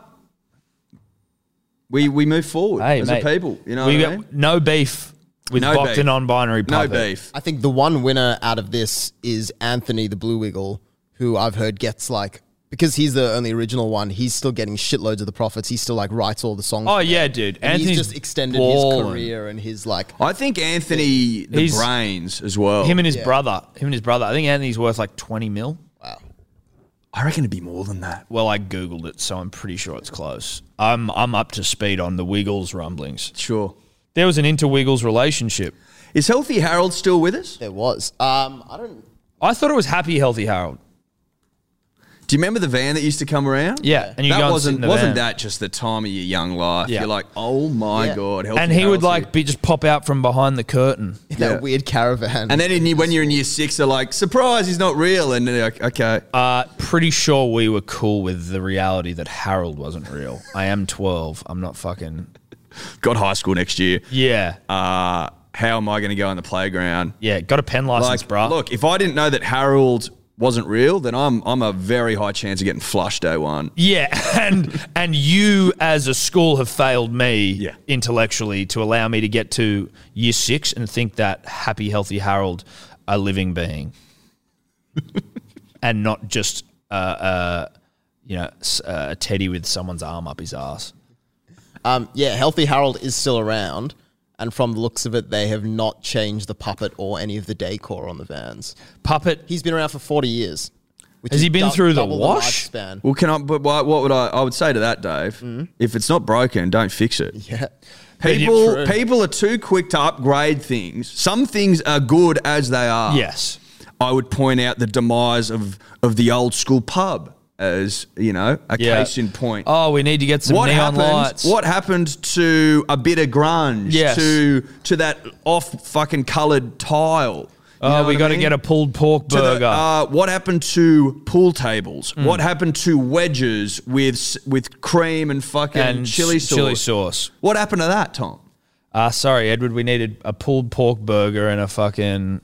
Speaker 3: we we move forward
Speaker 2: Hey,
Speaker 3: as
Speaker 2: mate,
Speaker 3: a people. You know
Speaker 2: we
Speaker 3: what I
Speaker 2: got
Speaker 3: mean?
Speaker 2: no beef with
Speaker 3: No
Speaker 2: Bok the
Speaker 3: beef.
Speaker 2: non-binary
Speaker 3: No
Speaker 2: puppet.
Speaker 3: beef.
Speaker 4: I think the one winner out of this is Anthony the Blue Wiggle, who I've heard gets like because he's the only original one. He's still getting shitloads of the profits. He still like writes all the songs.
Speaker 2: Oh yeah, dude.
Speaker 4: and
Speaker 2: Anthony's
Speaker 4: he's just extended
Speaker 2: balling.
Speaker 4: his career and his like.
Speaker 3: I think Anthony the
Speaker 2: He's-
Speaker 3: brains as well.
Speaker 2: Him and his
Speaker 4: Yeah.
Speaker 2: brother. Him and his brother. I think Anthony's worth like twenty mil.
Speaker 3: I reckon it'd be more than that.
Speaker 2: Well, I googled it, so I'm pretty sure it's close. I'm I'm up to speed on the Wiggles rumblings.
Speaker 3: Sure.
Speaker 2: There was an inter Wiggles relationship.
Speaker 3: Is Healthy Harold still with us?
Speaker 4: There was. Um, I don't.
Speaker 2: I thought it was Happy Healthy Harold.
Speaker 3: Do you remember the van that used to come around?
Speaker 2: Yeah, and you
Speaker 3: that
Speaker 2: go and sit
Speaker 3: wasn't
Speaker 2: in the van.
Speaker 3: wasn't that just the time of your young life?
Speaker 2: Yeah.
Speaker 3: You're like, oh my
Speaker 4: Yeah.
Speaker 3: god, Healthy
Speaker 2: And he would
Speaker 3: Harold's
Speaker 2: like
Speaker 3: here.
Speaker 2: be just pop out from behind the curtain.
Speaker 4: in
Speaker 3: Yeah.
Speaker 4: That weird caravan.
Speaker 3: And then in, year- when you're in year six, they're like, surprise, he's not real. And they're like, okay,
Speaker 2: Uh, pretty sure we were cool with the reality that Harold wasn't real. I am 12. I'm not fucking.
Speaker 3: got high school next year.
Speaker 2: Yeah.
Speaker 3: Uh, how am I going to go on the playground?
Speaker 2: Yeah. Got a pen license,
Speaker 3: Like,
Speaker 2: bruh.
Speaker 3: look, if I didn't know that Harold wasn't real, then I'm I'm a very high chance of getting flushed day one.
Speaker 2: Yeah, and and you as a school have failed me
Speaker 3: Yeah.
Speaker 2: intellectually to allow me to get to year six and think that happy, healthy Harold a living being, and not just uh, uh, you know s- uh, a teddy with someone's arm up his ass.
Speaker 4: um, yeah, Healthy Harold is still around. And from the looks of it, they have not changed the puppet or any of the decor on the vans.
Speaker 2: Puppet.
Speaker 4: He's been around for 40 years. which
Speaker 2: Has
Speaker 4: is
Speaker 2: he been
Speaker 4: dou-
Speaker 2: through the
Speaker 4: double
Speaker 2: wash?
Speaker 4: lifespan.
Speaker 3: Well, can I? But why, what would I? I would say to that, Dave. If it's not broken, don't fix it.
Speaker 4: Yeah.
Speaker 3: People, people are too quick to upgrade things. Some things are good as they are.
Speaker 2: Yes.
Speaker 3: I would point out the demise of of the old school pub as you know a
Speaker 2: Yeah.
Speaker 3: case in point.
Speaker 2: Oh, we need to get some
Speaker 3: what
Speaker 2: neon
Speaker 3: happened?
Speaker 2: lights.
Speaker 3: What happened to a bit of grunge?
Speaker 2: Yes.
Speaker 3: To to that off fucking coloured tile. You know
Speaker 2: Oh, we
Speaker 3: what I
Speaker 2: got to
Speaker 3: mean?
Speaker 2: get a pulled pork
Speaker 3: To the-
Speaker 2: burger. Mm.
Speaker 3: uh, what happened to pool tables? What happened to wedges with s- with cream and fucking
Speaker 2: and
Speaker 3: chili
Speaker 2: s-
Speaker 3: sauce?
Speaker 2: Chili sauce.
Speaker 3: What happened to that, Tom?
Speaker 2: Uh, sorry, Edward. We needed a pulled pork burger and a fucking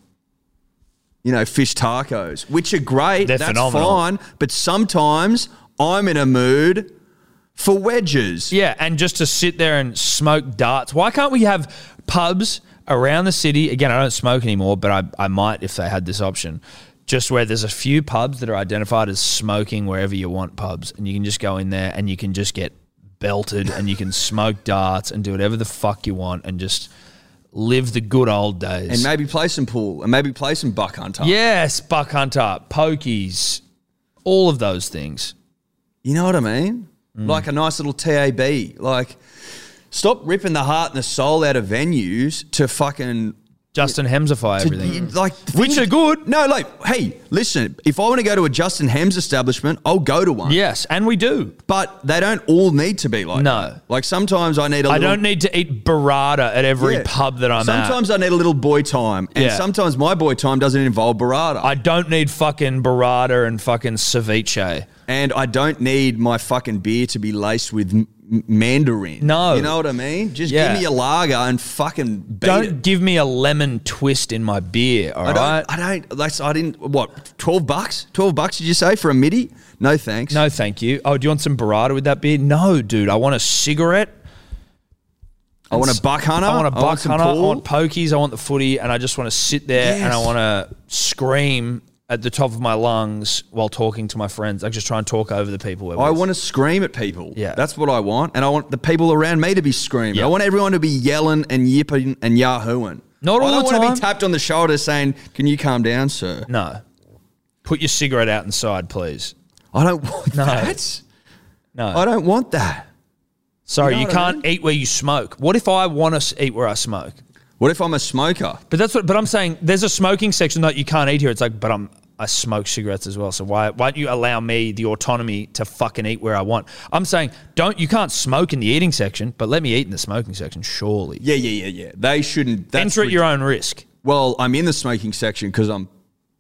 Speaker 3: You know, fish tacos, which are great.
Speaker 2: They're
Speaker 3: that's
Speaker 2: phenomenal.
Speaker 3: fine, but sometimes I'm in a mood for wedges.
Speaker 2: Yeah, and just to sit there and smoke darts. Why can't we have pubs around the city? Again, I don't smoke anymore, but I, I might if they had this option. Just where there's a few pubs that are identified as smoking wherever you want pubs, and you can just go in there and you can just get belted and you can smoke darts and do whatever the fuck you want and just live the good old days.
Speaker 3: And maybe play some pool, and maybe play some buck hunter.
Speaker 2: yes, buck hunter, pokies, all of those things.
Speaker 3: You know what I mean?
Speaker 2: Mm.
Speaker 3: Like a nice little TAB. Like, stop ripping the heart and the soul out of venues to fucking
Speaker 2: Justin Hemsify everything.
Speaker 3: Like
Speaker 2: Which
Speaker 3: things-
Speaker 2: are good.
Speaker 3: No, like, hey, listen, if I want to go to a Justin Hems establishment, I'll go to one.
Speaker 2: Yes, and we do.
Speaker 3: But they don't all need to be like
Speaker 2: No.
Speaker 3: that. Like sometimes I need a
Speaker 2: I
Speaker 3: little
Speaker 2: don't need to eat burrata at every
Speaker 3: Yeah.
Speaker 2: pub that I'm
Speaker 3: Sometimes
Speaker 2: at.
Speaker 3: I need a little boy time. And
Speaker 2: Yeah.
Speaker 3: sometimes my boy time doesn't involve barada.
Speaker 2: I don't need fucking burrata and fucking ceviche.
Speaker 3: and I don't need my fucking beer to be laced with m- m- mandarin.
Speaker 2: No.
Speaker 3: You know what I mean? Just
Speaker 2: Yeah.
Speaker 3: give me a lager and fucking beat
Speaker 2: don't
Speaker 3: it.
Speaker 2: give me a lemon twist in my beer, all
Speaker 3: I
Speaker 2: right?
Speaker 3: don't, I don't, that's, I didn't, what, 12 bucks? 12 bucks, did you say, for a midi? No thanks.
Speaker 2: No, thank you. Oh, do you want some burrata with that beer? No, dude. I want a cigarette.
Speaker 3: I want a buck hunter.
Speaker 2: I want a buck
Speaker 3: some
Speaker 2: hunter. I
Speaker 3: pool.
Speaker 2: want pokies. I want the footy, and I just want to sit there and I
Speaker 3: Yes.
Speaker 2: want to scream at the top of my lungs while talking to my friends. I just try and talk over the people. we're
Speaker 3: I
Speaker 2: with.
Speaker 3: want to scream at people.
Speaker 2: Yeah.
Speaker 3: That's what I want. And I want the people around me to be screaming.
Speaker 2: Yeah.
Speaker 3: I want everyone to be yelling and yipping and yahooing.
Speaker 2: Not all
Speaker 3: I don't
Speaker 2: the
Speaker 3: want to
Speaker 2: time.
Speaker 3: be tapped on the shoulder saying, Can you calm down, sir?
Speaker 2: no. Put your cigarette out inside, please.
Speaker 3: I don't want
Speaker 2: No.
Speaker 3: that.
Speaker 2: No.
Speaker 3: I don't want that.
Speaker 2: Sorry,
Speaker 3: You
Speaker 2: you,
Speaker 3: know what I
Speaker 2: can't eat where you smoke. What if I want to eat where I smoke?
Speaker 3: What if I'm a smoker?
Speaker 2: But that's what. But I'm saying there's a smoking section that you can't eat here. It's like, but I'm I smoke cigarettes as well. So why why don't you allow me the autonomy to fucking eat where I want? I'm saying don't you can't smoke in the eating section, but let me eat in the smoking section. Surely
Speaker 3: Yeah, yeah, yeah, yeah. They shouldn't. That's
Speaker 2: enter at your own risk.
Speaker 3: Well, I'm in the smoking section because I'm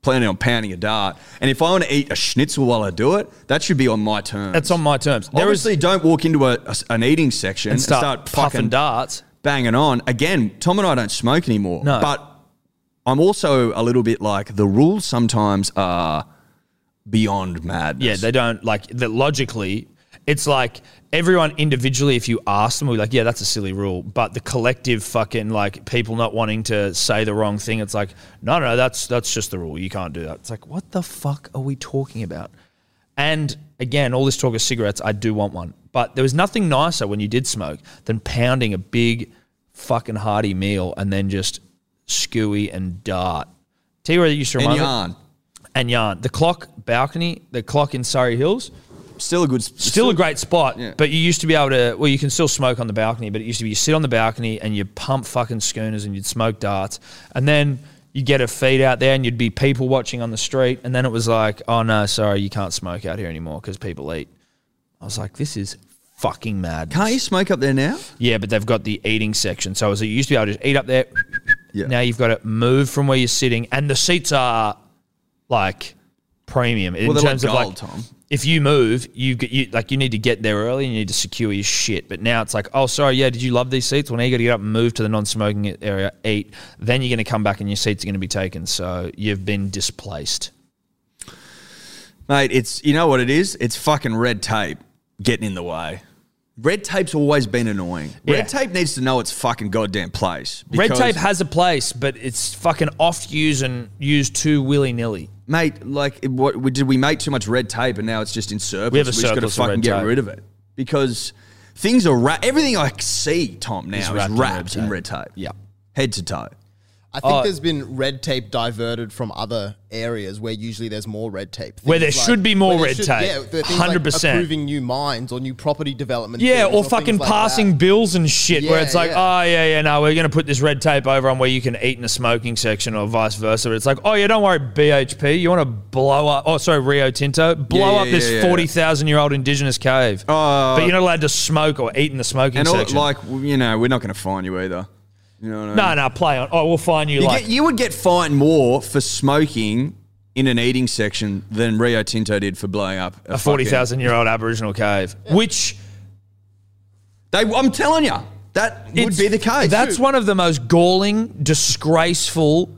Speaker 3: planning on pounding a dart. And if I want to eat a schnitzel while I do it, that should be on my terms.
Speaker 2: That's on my terms. There is
Speaker 3: Obviously, don't walk into a, a- an eating section
Speaker 2: and start, puffing
Speaker 3: fucking
Speaker 2: darts.
Speaker 3: banging on. Again, Tom and I don't smoke anymore.
Speaker 2: No.
Speaker 3: But I'm also a little bit like the rules sometimes are beyond madness.
Speaker 2: Yeah, they don't like that. Logically, it's like everyone individually. If you ask them, we're like, yeah, that's a silly rule. But the collective fucking like people not wanting to say the wrong thing. It's like, no, no, that's that's just the rule. You can't do that. It's like, what the fuck are we talking about? And again, all this talk of cigarettes, I do want one. But there was nothing nicer when you did smoke than pounding a big fucking hearty meal and then just skewy and dart. Tell you where that used to
Speaker 3: and
Speaker 2: remind me
Speaker 3: yarn.
Speaker 2: and yarn. The clock balcony, the clock in Surrey Hills,
Speaker 3: Still a good.
Speaker 2: still a great spot.
Speaker 3: Yeah.
Speaker 2: But you used to be able to. Well, you can still smoke on the balcony, but it used to be you sit on the balcony and you pump fucking schooners and you'd smoke darts, and then you get a feed out there and you'd be people watching on the street, and then it was like, oh no, sorry, you can't smoke out here anymore because people eat. I was like, this is fucking mad.
Speaker 3: Can't you smoke up there now?
Speaker 2: Yeah, but they've got the eating section. So as you used to be able to just eat up there.
Speaker 3: Yeah.
Speaker 2: Now you've got to move from where you're sitting, and the seats are like premium in
Speaker 3: Well, they're like
Speaker 2: terms
Speaker 3: gold,
Speaker 2: of like
Speaker 3: Tom.
Speaker 2: if you move, you get you like you need to get there early. and You need to secure your shit. But now it's like, oh, sorry, yeah, did you love these seats? Well, now you got to get up and move to the non-smoking area, eat. Then you're going to come back, and your seats are going to be taken. So you've been displaced.
Speaker 3: Mate, it's you know what it is? It's fucking red tape getting in the way. Red tape's always been annoying.
Speaker 2: Yeah.
Speaker 3: Red tape needs to know its fucking goddamn place.
Speaker 2: Red
Speaker 3: because-
Speaker 2: tape has a place, but it's fucking oft used and used too willy nilly.
Speaker 3: mate. Like, what we- did we make too much red tape and now it's just in surplus?
Speaker 2: We have a
Speaker 3: just gotta
Speaker 2: surplus of red
Speaker 3: fucking get
Speaker 2: tape.
Speaker 3: rid of it because things are wrapped. Everything I see, Tom, now is
Speaker 2: wrapped
Speaker 3: wrapped,
Speaker 2: in red
Speaker 3: in
Speaker 2: tape.
Speaker 3: red tape. Yeah, head to toe.
Speaker 4: I think
Speaker 2: Oh.
Speaker 4: there's been red tape diverted from other areas where usually there's more red tape.
Speaker 2: Where there
Speaker 4: Things
Speaker 2: should be more
Speaker 4: where there
Speaker 2: red
Speaker 4: should-
Speaker 2: tape.
Speaker 4: Yeah, the things
Speaker 2: 100%.
Speaker 4: Like approving new mines or new property development.
Speaker 2: Yeah,
Speaker 4: things
Speaker 2: or
Speaker 4: things
Speaker 2: fucking
Speaker 4: like
Speaker 2: passing
Speaker 4: that.
Speaker 2: bills and shit, where
Speaker 4: Yeah,
Speaker 2: it's like,
Speaker 4: yeah.
Speaker 2: oh yeah, yeah, no, we're gonna put this red tape over on where you can eat in the smoking section, or vice versa. But it's like, oh yeah, don't worry, BHP, you want to blow up? Oh, sorry, Rio Tinto, blow
Speaker 3: yeah,
Speaker 2: up this
Speaker 3: yeah, yeah.
Speaker 2: forty thousand year old indigenous cave, but you're not allowed to smoke or eat in the smoking
Speaker 3: And all,
Speaker 2: section.
Speaker 3: like, you know, we're not going to find you either. You know what I mean?
Speaker 2: no, no, play on. Oh, we'll find you,
Speaker 3: You,
Speaker 2: like.
Speaker 3: get, you would get fined more for smoking in an eating section than Rio Tinto did for blowing up a,
Speaker 2: a forty thousand year old Aboriginal cave, which
Speaker 3: fucking- They, I'm telling you, that would
Speaker 2: it's-
Speaker 3: be the case.
Speaker 2: That's one of the most galling, disgraceful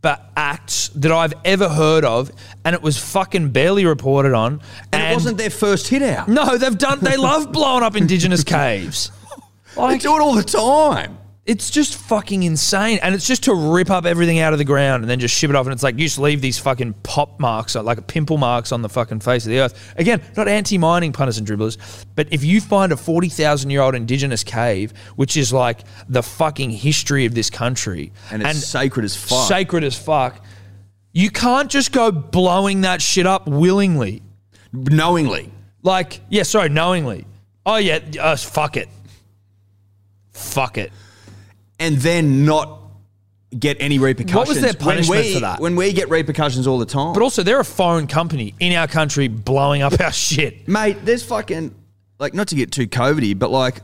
Speaker 2: but acts that I've ever heard of, and it was fucking barely reported on.
Speaker 3: and, it wasn't their first hit out.
Speaker 2: No, they've done. They love blowing up indigenous caves.
Speaker 3: They
Speaker 2: Like
Speaker 3: do it all the time.
Speaker 2: it's just fucking insane, and it's just to rip up everything out of the ground and then just ship it off. And it's like you just leave these fucking pop marks, like pimple marks, on the fucking face of the earth. Again, not anti-mining punters and dribblers, but if you find a forty thousand year old indigenous cave, which is like the fucking history of this country,
Speaker 3: And it's sacred as fuck.
Speaker 2: sacred as fuck, you can't just go blowing that shit up willingly.
Speaker 3: knowingly.
Speaker 2: Like, yeah, sorry, knowingly. Oh yeah, uh, fuck it. Fuck it.
Speaker 3: and then not get any repercussions.
Speaker 2: their punishment
Speaker 3: when we,
Speaker 2: for that?
Speaker 3: When we get repercussions all the time.
Speaker 2: But also, they're a foreign company in our country blowing up our shit.
Speaker 3: Mate, there's fucking like not to get too covidy, but like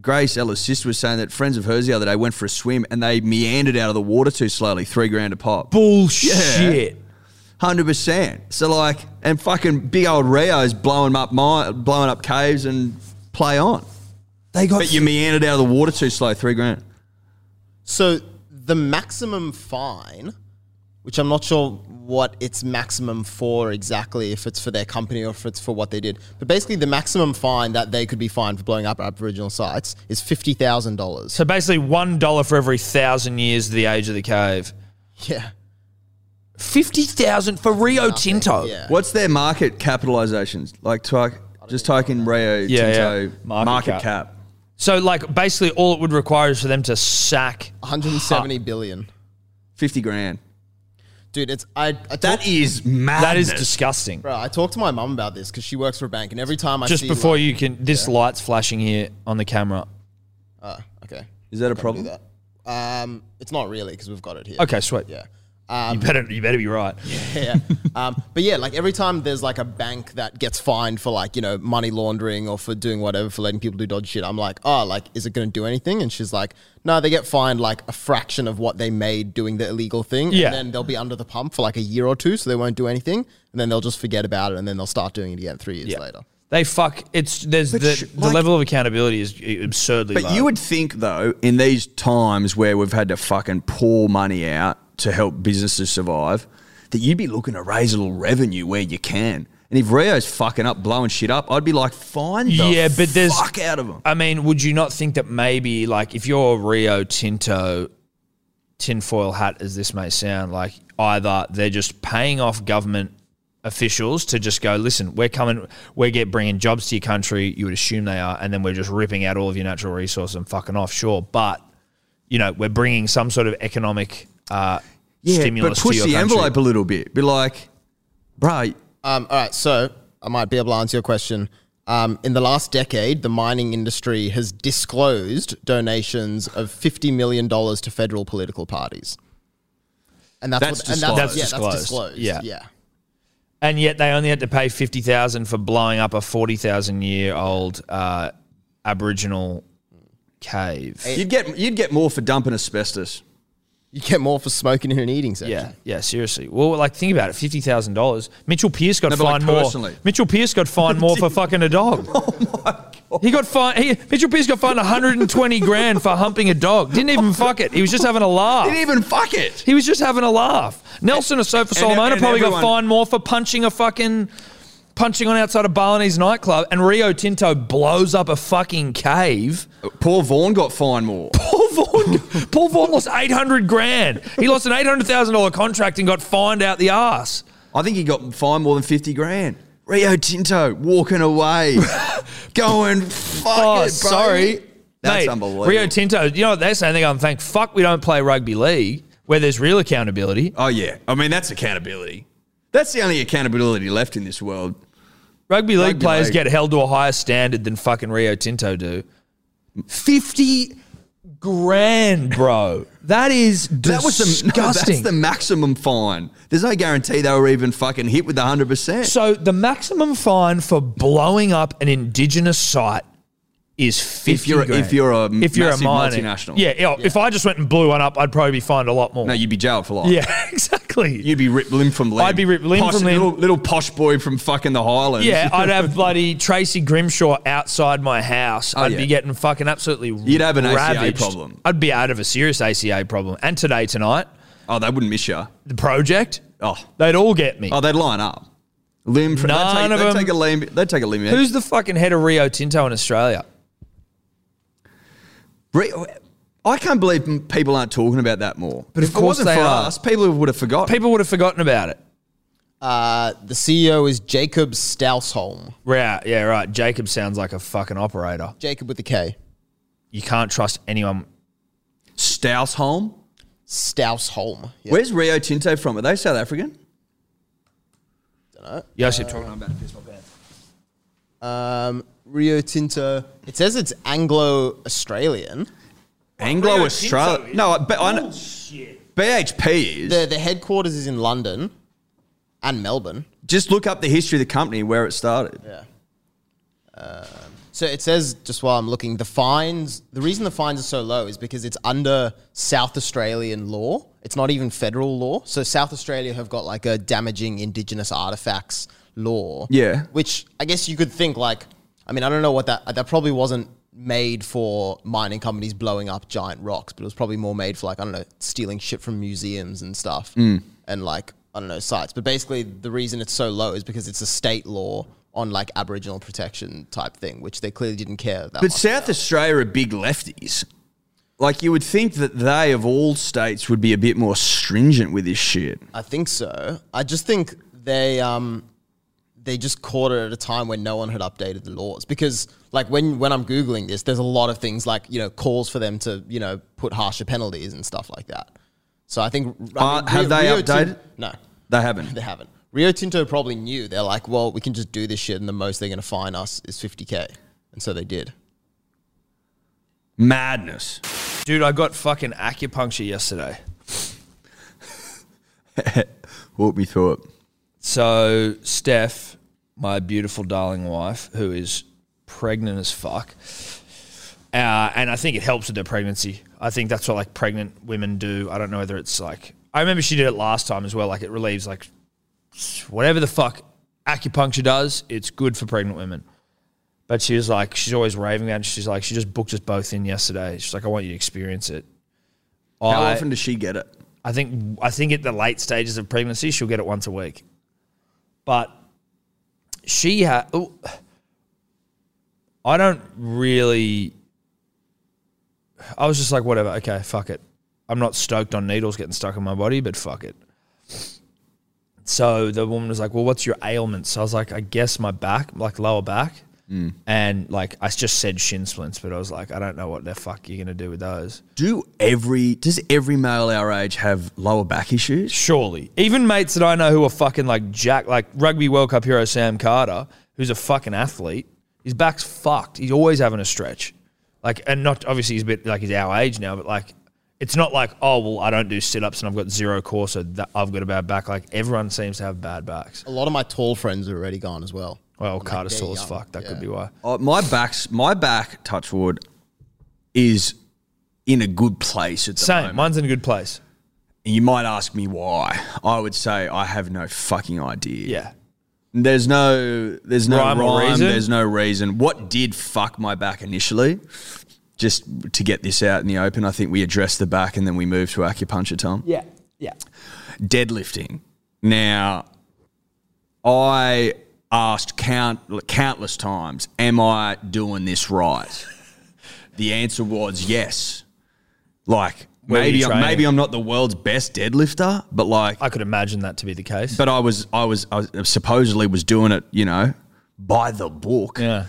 Speaker 3: Grace Ella's sister was saying that friends of hers the other day went for a swim and they meandered out of the water too slowly, three grand a pop.
Speaker 2: Bullshit.
Speaker 3: Hundred percent. So like and fucking big old Rio's blowing up my blowing up caves and play on.
Speaker 2: They got
Speaker 3: But you meandered out of the water too slow, three grand.
Speaker 4: So the maximum fine, which I'm not sure what it's maximum for exactly, if it's for their company or if it's for what they did, but basically the maximum fine that they could be fined for blowing up Aboriginal sites is fifty thousand dollars.
Speaker 2: so basically one dollar for every thousand years of the age of the cave.
Speaker 4: Yeah.
Speaker 2: Fifty thousand for Rio Tinto.
Speaker 4: Yeah.
Speaker 3: What's their market capitalizations? Like talk, just type in Rio
Speaker 2: Yeah,
Speaker 3: Tinto
Speaker 2: yeah.
Speaker 3: Market,
Speaker 2: Market
Speaker 3: cap.
Speaker 2: cap. So like basically all it would require is for them to sack.
Speaker 4: 170 billion.
Speaker 3: Fifty grand.
Speaker 4: Dude, it's I, I
Speaker 3: That
Speaker 4: talk-
Speaker 3: is mad.
Speaker 2: That is disgusting.
Speaker 4: Bro, I talk to my mum about this because she works for a bank, and every time I
Speaker 2: Just
Speaker 4: see
Speaker 2: before
Speaker 4: like-
Speaker 2: you can, this light's flashing here on the camera.
Speaker 4: Ah, okay,
Speaker 3: Is that a
Speaker 4: do
Speaker 3: problem?
Speaker 4: that. Um, it's not really because we've got it here.
Speaker 2: Okay, sweet.
Speaker 4: yeah.
Speaker 2: You better, you better be right.
Speaker 4: yeah. Um, but yeah, like every time there's like a bank that gets fined for like, you know, money laundering or for doing whatever, for letting people do dodgy shit, I'm like, oh, like, is it going to do anything? And she's like, no, they get fined like a fraction of what they made doing the illegal thing.
Speaker 2: Yeah.
Speaker 4: And then they'll be under the pump for like a year or two, so they won't do anything. And then they'll just forget about it and then they'll start doing it again three years
Speaker 2: Yeah.
Speaker 4: later.
Speaker 2: They fuck. It's there's the,
Speaker 3: sh-
Speaker 2: the
Speaker 3: like-
Speaker 2: level of accountability is absurdly
Speaker 3: But
Speaker 2: low.
Speaker 3: you would think though, in these times where we've had to fucking pour money out to help businesses survive, that you'd be looking to raise a little revenue where you can. And if Rio's fucking up, blowing shit up, I'd be like, fine. The
Speaker 2: Yeah, but there's-
Speaker 3: fuck out of them.
Speaker 2: I mean, would you not think that maybe, like, if you're Rio Tinto, tinfoil hat, as this may sound, like, either they're just paying off government officials to just go, listen, we're coming, we're get bringing jobs to your country. You would assume they are, and then we're just ripping out all of your natural resources and fucking off. Sure, but you know, we're bringing some sort of economic uh, stimulus
Speaker 3: but push
Speaker 2: to your
Speaker 3: the
Speaker 2: country.
Speaker 3: envelope a little bit. Be like, bro,
Speaker 4: Um, all right, so I might be able to answer your question. Um, in the last decade, the mining industry has disclosed donations of fifty million dollars to federal political parties, and that's,
Speaker 3: That's
Speaker 4: what, and that's,
Speaker 3: disclosed.
Speaker 4: yeah,
Speaker 2: That's
Speaker 4: that's
Speaker 2: disclosed,
Speaker 4: disclosed.
Speaker 2: yeah.
Speaker 4: yeah.
Speaker 2: and yet they only had to pay fifty thousand for blowing up a forty thousand year old uh, Aboriginal cave.
Speaker 3: you'd get you'd get more for dumping asbestos.
Speaker 4: You get more for smoking in an eating section.
Speaker 2: Yeah, yeah, seriously. Well, like think about it, fifty thousand dollars. Mitchell Pearce got
Speaker 3: No, but, like,
Speaker 2: fined more.
Speaker 3: personally.
Speaker 2: Mitchell Pearce got fined more for fucking a dog. Oh my god! He got fined. He, Mitchell Pearce got fined one hundred and twenty grand for humping a dog. Didn't even fuck it. He was just having a
Speaker 3: Didn't
Speaker 2: laugh.
Speaker 3: even fuck it.
Speaker 2: He was just having a laugh. Nelson Asofa
Speaker 3: and-
Speaker 2: Solomona
Speaker 3: and
Speaker 2: probably
Speaker 3: everyone-
Speaker 2: got fined more for punching a fucking punching on outside a Balinese nightclub, and Rio Tinto blows up a fucking cave.
Speaker 3: Paul Vaughan got fined more.
Speaker 2: Paul Vaughan, Paul Vaughan lost eight hundred grand. He lost an eight hundred thousand dollar contract and got fined out the ass.
Speaker 3: I think he got fined more than fifty grand. Rio Tinto walking away, going fuck
Speaker 2: Oh,
Speaker 3: it, bro."
Speaker 2: sorry.
Speaker 3: That's
Speaker 2: Mate,
Speaker 3: unbelievable.
Speaker 2: Rio Tinto, you know what they're saying? They're going, thank fuck we don't play rugby league where there's real accountability.
Speaker 3: oh yeah, I mean that's accountability. That's the only accountability left in this world.
Speaker 2: Rugby league
Speaker 3: Rugby
Speaker 2: players
Speaker 3: league.
Speaker 2: get held to a higher standard than fucking Rio Tinto do. 50 grand, bro. That is
Speaker 3: That was the
Speaker 2: disgusting.
Speaker 3: no, that's the maximum fine. There's no guarantee they were even fucking hit with hundred percent.
Speaker 2: so the maximum fine for blowing up an indigenous site is 50
Speaker 3: If you're a-
Speaker 2: grand.
Speaker 3: if you're a massive
Speaker 2: mining-
Speaker 3: multinational.
Speaker 2: Yeah, yeah, if I just went and blew one up, I'd probably be fined a lot more.
Speaker 3: No, you'd be jailed for life.
Speaker 2: yeah, exactly.
Speaker 3: You'd be ripped limb from limb.
Speaker 2: I'd be ripped limb
Speaker 3: Posh-
Speaker 2: from limb.
Speaker 3: Little, little posh boy from fucking the Highlands.
Speaker 2: Yeah, I'd have bloody Tracy Grimshaw outside my house. I'd
Speaker 3: Oh, yeah.
Speaker 2: be getting fucking absolutely.
Speaker 3: You'd have an ACA
Speaker 2: ravaged.
Speaker 3: problem.
Speaker 2: I'd be out of a serious ACA problem. And today, tonight,
Speaker 3: Oh, they wouldn't miss you.
Speaker 2: the project,
Speaker 3: Oh,
Speaker 2: they'd all get me.
Speaker 3: oh, they'd line up. Limb. From,
Speaker 2: None
Speaker 3: they'd take,
Speaker 2: of
Speaker 3: they'd
Speaker 2: them-
Speaker 3: Take a limb. They'd take a limb. out.
Speaker 2: Who's the fucking head of Rio Tinto in Australia?
Speaker 3: Re- I can't believe m- people aren't talking about that more. But
Speaker 2: of course
Speaker 3: it wasn't
Speaker 2: they
Speaker 3: for
Speaker 2: are.
Speaker 3: us, people would have forgotten.
Speaker 2: People would have forgotten about it.
Speaker 4: Uh, the CEO is Jacob Stausholm.
Speaker 2: Right, yeah, right. Jacob sounds like a fucking operator.
Speaker 4: Jacob with the K.
Speaker 2: You can't trust anyone.
Speaker 3: Stousholm.
Speaker 4: Stausholm. Yeah.
Speaker 3: Where's Rio Tinto from? Are they South African?
Speaker 2: You actually talking I'm about to piss my pants.
Speaker 4: Um, Rio Tinto. It says it's Anglo Australian.
Speaker 3: Anglo
Speaker 2: Rio
Speaker 3: Australia.
Speaker 2: Tinto is
Speaker 3: No, I- but I know, BHP is.
Speaker 4: The, the headquarters is in London and Melbourne.
Speaker 3: just look up the history of the company where it started.
Speaker 4: Yeah. Um, so it says, just while I'm looking, the fines, the reason the fines are so low is because it's under South Australian law. It's not even federal law. So South Australia have got like a damaging indigenous artifacts law.
Speaker 3: Yeah.
Speaker 4: Which I guess you could think like, I mean, I don't know what that, that probably wasn't made for mining companies blowing up giant rocks, but it was probably more made for like, I don't know, stealing shit from museums and stuff and like, I don't know, sites. But basically, the reason it's so low is because it's a state law on like Aboriginal protection type thing, which they clearly didn't care that
Speaker 3: But
Speaker 4: much.
Speaker 3: South Australia are big lefties. Like you would think that they of all states would be a bit more stringent with this shit.
Speaker 4: I think so. I just think they um they just caught it at a time when no one had updated the laws because like when when I'm googling this, there's a lot of things like you know calls for them to you know put harsher penalties and stuff like that. So I think I
Speaker 3: Uh, have they
Speaker 4: Tin-
Speaker 3: updated?
Speaker 4: no,
Speaker 3: They haven't.
Speaker 4: they haven't. Rio Tinto probably knew they're like, well, we can just do this shit, and the most they're going to fine us is 50k, and so they did.
Speaker 3: Madness.
Speaker 2: Dude, I got fucking acupuncture yesterday.
Speaker 3: What we thought.
Speaker 2: So Steph, my beautiful darling wife, who is pregnant as fuck, uh, and I think it helps with her pregnancy. I think that's what like pregnant women do. I don't know whether it's like I remember she did it last time as well. Like it relieves like whatever the fuck acupuncture does. It's good for pregnant women. But she was like, she's always raving about it. She's like, she just booked us both in yesterday. She's like, I want you to experience it.
Speaker 3: How
Speaker 2: I-
Speaker 3: often does she get it?
Speaker 2: I think I think at the late stages of pregnancy she'll get it once a week, but she ha- ooh. I don't really. I was just like, whatever. Okay, fuck it. I'm not stoked on needles getting stuck in my body, but fuck it. So the woman was like, "Well, what's your ailment?" So I was like, "I guess my back, like lower back." And like I just said shin splints, but I was like, I don't know what the fuck you're gonna do with those.
Speaker 3: Do every does every male our age have lower back issues?
Speaker 2: Surely. Even mates that I know who are fucking like Jack, like rugby World Cup hero Sam Carter, who's a fucking athlete, his back's fucked. He's always having a stretch. Like, and not obviously he's a bit like he's our age now, but like, it's not like, oh, well, I don't do sit ups and I've got zero core, so that I've got a bad back. Like, everyone seems to have bad backs.
Speaker 4: A lot of my tall friends are already gone as well.
Speaker 2: Well,
Speaker 4: Like,
Speaker 2: Carter's
Speaker 4: they're
Speaker 2: tall as
Speaker 4: young.
Speaker 2: fuck. That
Speaker 4: Yeah.
Speaker 2: could be why.
Speaker 3: Uh, my back's my back touch wood is in a good place at the
Speaker 2: Same.
Speaker 3: moment.
Speaker 2: Mine's in a good place.
Speaker 3: You might ask me why. I would say I have no fucking idea.
Speaker 2: Yeah.
Speaker 3: There's no there's no
Speaker 2: Rhyme
Speaker 3: rhyme,
Speaker 2: or reason?
Speaker 3: there's no reason. What did fuck my back initially? Just to get this out in the open, I think we addressed the back and then we moved to acupuncture, Tom.
Speaker 2: Yeah. Yeah.
Speaker 3: Deadlifting. Now, I asked count, countless times, am I doing this right? The answer was yes. Like
Speaker 2: Where were you
Speaker 3: maybe I-
Speaker 2: training?
Speaker 3: maybe I'm not the world's best deadlifter, but like
Speaker 2: I could imagine that to be the case.
Speaker 3: but I was I was I was- supposedly was doing it, you know, by the book.
Speaker 2: yeah.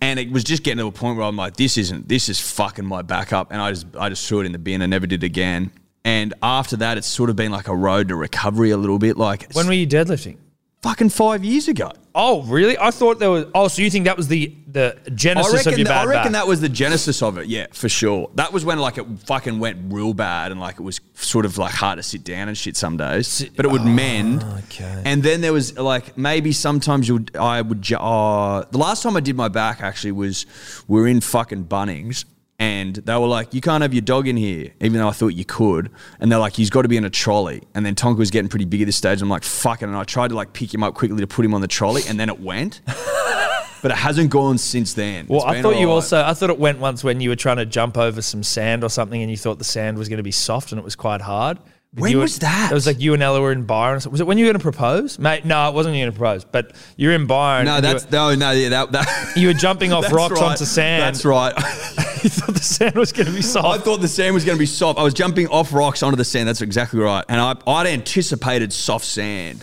Speaker 3: And it was just getting to a point where I'm like, this isn't this is fucking my back up. And I just I just threw it in the bin and never did again. And after that, it's sort of been like a road to recovery a little bit. Like
Speaker 2: When
Speaker 3: when
Speaker 2: were you deadlifting?
Speaker 3: fucking five years ago,
Speaker 2: Oh, really? I thought there was. Oh, so you think that was the the
Speaker 3: I
Speaker 2: genesis of
Speaker 3: reckon
Speaker 2: your
Speaker 3: that, I
Speaker 2: bad
Speaker 3: reckon
Speaker 2: back?
Speaker 3: that was the genesis of it. Yeah, for sure. That was when like it fucking went real bad and like it was sort of like hard to sit down and shit some days, but it would mend.
Speaker 2: Ah, okay.
Speaker 3: And then there was like maybe sometimes you would I would ju- uh, the last time I did my back actually was we were in fucking Bunnings and they were like you can't have your dog in here even though I thought you could and they're like he's got to be in a trolley and then Tonka was getting pretty big at this stage I'm like fucking and I tried to like pick him up quickly to put him on the trolley and then it went but it hasn't gone since then
Speaker 2: Well,
Speaker 3: It's
Speaker 2: I
Speaker 3: been
Speaker 2: thought you
Speaker 3: alright.
Speaker 2: also. I thought it went once when you were trying to jump over some sand or something, and you thought the sand was going to be soft, and it was quite hard. But
Speaker 3: When
Speaker 2: you were-
Speaker 3: was that?
Speaker 2: It was like you and Ella were in Byron. or something. Was it when you were going to propose, mate? No, it wasn't. When you were going to propose, but you're in Byron.
Speaker 3: no
Speaker 2: and you
Speaker 3: that's no no yeah that, that
Speaker 2: were- you were jumping off
Speaker 3: that's
Speaker 2: rocks
Speaker 3: right.
Speaker 2: onto sand.
Speaker 3: that's right
Speaker 2: you thought the sand was going to be
Speaker 3: I
Speaker 2: soft.
Speaker 3: thought the sand was going to be soft. I was jumping off rocks onto the sand. That's exactly right. And I, I'd anticipated soft sand.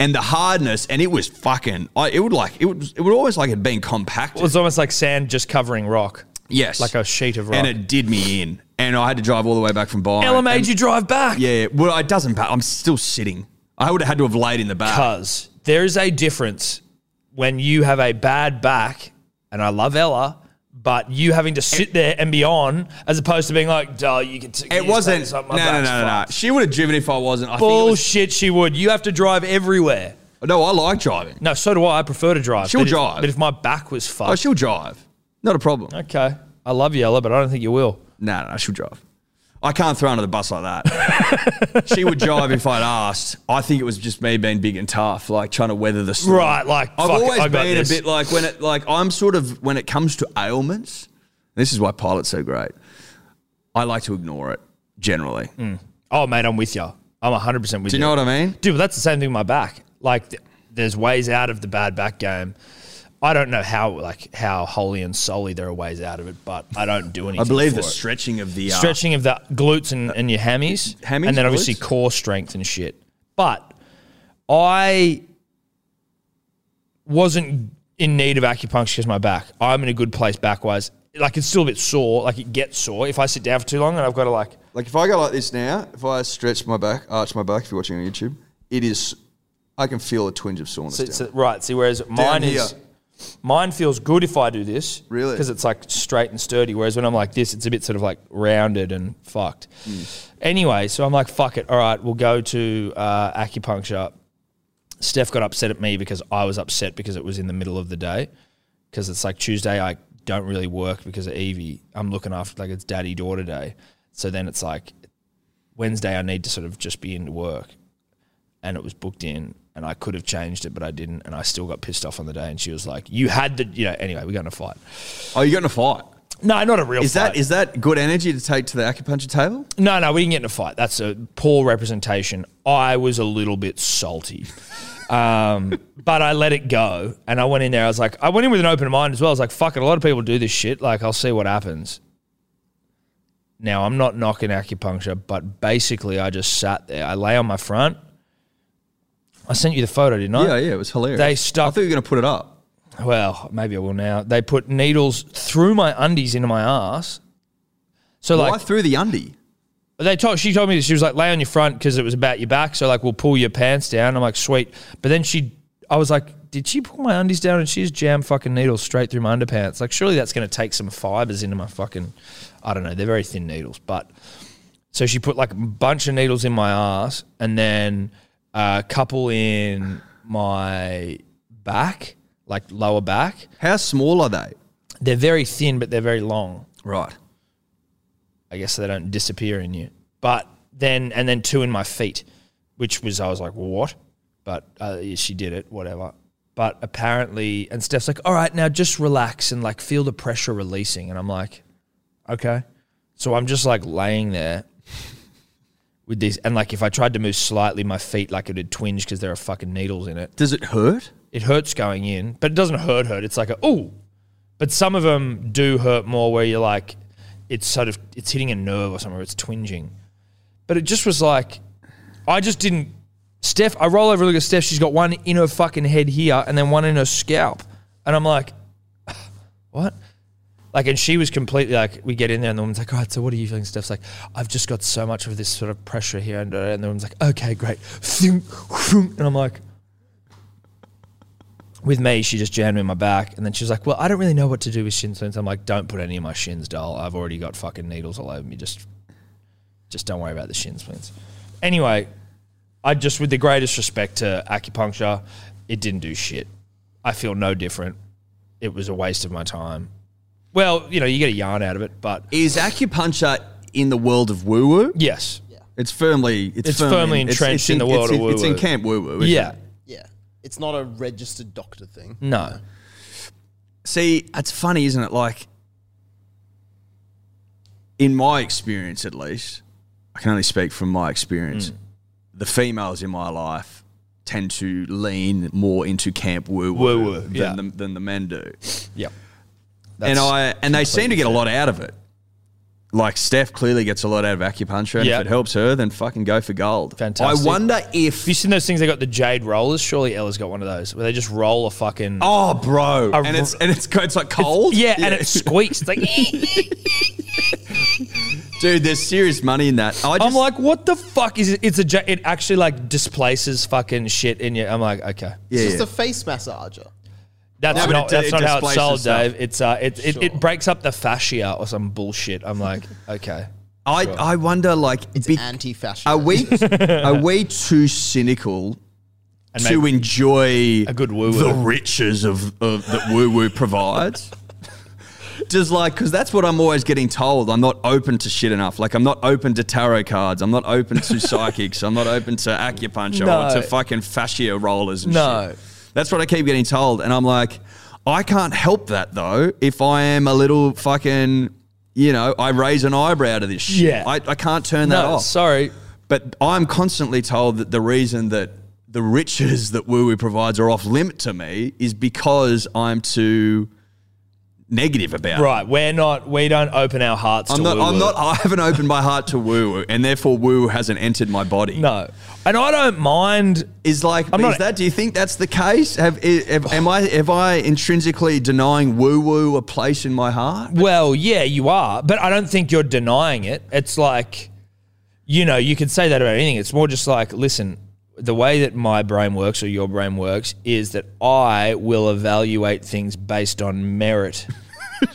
Speaker 3: And the hardness, and it was fucking. I, it would like it would. It would always like it being compacted.
Speaker 2: it was almost like sand just covering rock,
Speaker 3: yes,
Speaker 2: like a sheet of rock.
Speaker 3: and it did me in, and I had to drive all the way back from Byron.
Speaker 2: Ella made
Speaker 3: And-
Speaker 2: you drive back.
Speaker 3: Yeah, yeah. Well, it doesn't. matter. I'm still sitting. I would have had to have laid in the back.
Speaker 2: because there is a difference when you have a bad back, and I love Ella, But you having to sit there and be on, as opposed to being like, "Duh, you can." T- you just
Speaker 3: It
Speaker 2: take
Speaker 3: wasn't.
Speaker 2: this
Speaker 3: No,
Speaker 2: up,
Speaker 3: no,
Speaker 2: my
Speaker 3: no, no,
Speaker 2: back's
Speaker 3: no.
Speaker 2: fucked."
Speaker 3: She would have driven if I wasn't. I
Speaker 2: Bullshit, she would. You have to drive everywhere.
Speaker 3: Think it was, no, I like driving.
Speaker 2: No, so do I. I prefer to drive.
Speaker 3: She'll
Speaker 2: but if-
Speaker 3: drive.
Speaker 2: but if my back was fucked,
Speaker 3: Oh, she'll drive. Not a problem.
Speaker 2: okay. I love you, Ella, but I don't think you will.
Speaker 3: No, no, no, she'll drive. I can't throw her under the bus like that. she would drive if I'd asked. I think it was just me being big and tough, like trying to weather the storm.
Speaker 2: Right, like,
Speaker 3: I've
Speaker 2: fuck it,
Speaker 3: always
Speaker 2: I got
Speaker 3: been
Speaker 2: this.
Speaker 3: a bit like when it like I'm sort of when it comes to ailments. This is why pilot's so great. I like to ignore it generally.
Speaker 2: Oh, mate, I'm with you. I'm 100 percent with
Speaker 3: Do you know what I mean?
Speaker 2: dude. But that's the same thing with my back. Like, th- there's ways out of the bad back game. I don't know how, like, how wholly and solely there are ways out of it, but I don't do anything.
Speaker 3: I believe
Speaker 2: for
Speaker 3: the
Speaker 2: it.
Speaker 3: stretching of the uh,
Speaker 2: stretching of the glutes and, and your hammies,
Speaker 3: Hammies,
Speaker 2: and then obviously
Speaker 3: glutes?
Speaker 2: core strength and shit. But I wasn't in need of acupuncture because my back. I'm in a good place back wise. Like it's still a bit sore. Like it gets sore if I sit down for too long, and I've got to like
Speaker 5: Like if I go like this now, if I stretch my back, arch my back, if you're watching on YouTube, it is. I can feel a twinge of soreness.
Speaker 2: sit,
Speaker 5: down.
Speaker 2: sit- right. See, whereas mine is.
Speaker 5: here.
Speaker 2: Mine feels good if I do this,
Speaker 5: Really?
Speaker 2: because it's like straight and sturdy. Whereas when I'm like this, it's a bit sort of like rounded and fucked.
Speaker 5: Hmm.
Speaker 2: Anyway, so I'm like, fuck it. All right, we'll go to uh, acupuncture. Steph got upset at me because I was upset because it was in the middle of the day. Because it's like Tuesday, I don't really work because of Evie. I'm looking after like it's daddy daughter day. So then it's like Wednesday, I need to sort of just be into work. And it was booked in, and I could have changed it, but I didn't. And I still got pissed off on the day. And she was like, You had the, you know, anyway, we're going to fight.
Speaker 3: Oh, you're getting a fight.
Speaker 2: No, not a real
Speaker 3: Is
Speaker 2: fight.
Speaker 3: that is that good energy to take to the acupuncture table?
Speaker 2: No, no, we didn't get in a fight. That's a poor representation. I was a little bit salty. Um, but I let it go and I went in there. I was like, I went in with an open mind as well. I was like, fuck it, a lot of people do this shit. Like, I'll see what happens. Now, I'm not knocking acupuncture, but basically, I just sat there. I lay on my front. I sent you the photo, didn't I?
Speaker 3: Yeah, yeah, it was hilarious.
Speaker 2: They stuck-
Speaker 3: I thought you were going to put it up.
Speaker 2: Well, maybe I will now. They put needles through my undies into my ass. So,
Speaker 3: Why
Speaker 2: like,
Speaker 3: through the undie?
Speaker 2: But They told she told me that she was like lay on your front because it was about your back. So like we'll pull your pants down. I'm like sweet. But then she, I was like, did she pull my undies down and she just jammed fucking needles straight through my underpants? Like surely that's going to take some fibers into my fucking. I don't know. They're very thin needles, but so she put like a bunch of needles in my ass and then a couple in my back, like lower back.
Speaker 3: How small are they?
Speaker 2: They're very thin, but they're very long.
Speaker 3: Right.
Speaker 2: I guess they don't disappear in you. But then, and then two in my feet, which was, I was like, what? But uh, yeah, she did it, whatever. But apparently, and Steph's like, all right, now just relax and like feel the pressure releasing. And I'm like, okay. So I'm just like laying there with these. And like, if I tried to move slightly, my feet like it would twinge because there are fucking needles in it.
Speaker 3: Does it hurt?
Speaker 2: It hurts going in, but it doesn't hurt, hurt. It's like a, ooh. But some of them do hurt more where you're like, it's sort of, it's hitting a nerve or somewhere, it's twinging. But it just was like, I just didn't. Steph, I roll over and look at Steph. She's got one in her fucking head here and then one in her scalp. And I'm like, what? Like, and she was completely like, we get in there and the woman's like, all right, so what are you feeling? Steph's like, I've just got so much of this sort of pressure here. And, uh, and the woman's like, okay, great. And I'm like, with me, she just jammed me in my back. And then she was like, well, I don't really know what to do with shin splints. I'm like, don't put any in my shins, doll. I've already got fucking needles all over me. Just, just don't worry about the shin splints. Anyway, I just, with the greatest respect to acupuncture, it didn't do shit. I feel no different. It was a waste of my time. Well, you know, you get a yarn out of it, but
Speaker 3: Is acupuncture in the world of woo woo?
Speaker 2: yes.
Speaker 3: It's firmly it's,
Speaker 2: It's firmly entrenched in the world
Speaker 3: it's,
Speaker 2: of
Speaker 3: It's in
Speaker 2: woo-woo.
Speaker 3: camp woo woo.
Speaker 2: Yeah.
Speaker 4: Yeah. It's not a registered doctor thing.
Speaker 2: No.
Speaker 3: See, it's funny, isn't it? Like, in my experience, at least, I can only speak from my
Speaker 2: Mm.
Speaker 3: experience. The females in my life tend to lean more into camp woo
Speaker 2: Woo-woo,
Speaker 3: woo than,
Speaker 2: yeah.
Speaker 3: the, than the men do.
Speaker 2: Yep.
Speaker 3: and I and they seem to get a lot out of it. Like Steph clearly gets a lot out of acupuncture, and
Speaker 2: Yeah.
Speaker 3: if it helps her, then fucking go for gold.
Speaker 2: Fantastic.
Speaker 3: I wonder if
Speaker 2: Have you seen those things they got the jade rollers? Surely Ella's got one of those where they just roll a fucking.
Speaker 3: oh, bro,
Speaker 2: A
Speaker 3: and it's and it's it's like cold.
Speaker 2: Yeah, and it squeaks. It's like,
Speaker 3: dude, there's serious money in that. I just,
Speaker 2: I'm like, what the fuck is it? It's a. ja- It actually like displaces fucking shit in you. I'm like, okay.
Speaker 3: yeah,
Speaker 4: It's just
Speaker 3: yeah.
Speaker 4: a face massager.
Speaker 2: That's
Speaker 3: No, but
Speaker 2: not
Speaker 3: it-
Speaker 2: that's
Speaker 3: it
Speaker 2: not how it's
Speaker 3: displaces
Speaker 2: sold,
Speaker 3: stuff.
Speaker 2: Dave. It's uh, it, it, it breaks up the fascia or some bullshit. I'm like, okay,
Speaker 3: I, I wonder, like,
Speaker 4: It's
Speaker 3: be-
Speaker 4: anti-fascist.
Speaker 3: are we are we too cynical
Speaker 2: and
Speaker 3: to
Speaker 2: maybe
Speaker 3: enjoy
Speaker 2: a good woo-woo.
Speaker 3: the riches of, of that woo woo provides? Just like, because that's what I'm always getting told. I'm not open to shit enough. Like, I'm not open to tarot cards. I'm not open to psychics. I'm not open to acupuncture
Speaker 2: No.
Speaker 3: or to fucking fascia rollers and
Speaker 2: No.
Speaker 3: shit. That's what I keep getting told. And I'm like, I can't help that though if I am a little fucking, you know, I raise an eyebrow to this shit.
Speaker 2: Yeah.
Speaker 3: I, I can't turn that
Speaker 2: no,
Speaker 3: off.
Speaker 2: sorry,
Speaker 3: But I'm constantly told that the reason that the riches that woo woo provides are off limit to me is because I'm too negative about it.
Speaker 2: right? We're not. We don't open our hearts.
Speaker 3: I'm
Speaker 2: to
Speaker 3: not, I'm
Speaker 2: woo-woo.
Speaker 3: not, I haven't opened my heart to woo woo, and therefore woo woo hasn't entered my body.
Speaker 2: No, and I don't mind.
Speaker 3: Is like,
Speaker 2: I'm
Speaker 3: is
Speaker 2: not-
Speaker 3: that, do you think that's the case? Have, i- have, am I, have I intrinsically denying woo woo a place in my heart?
Speaker 2: Well, yeah, you are, but I don't think you're denying it. It's like, you know, you could say that about anything. It's more just like, listen, the way that my brain works or your brain works is that I will evaluate things based on merit.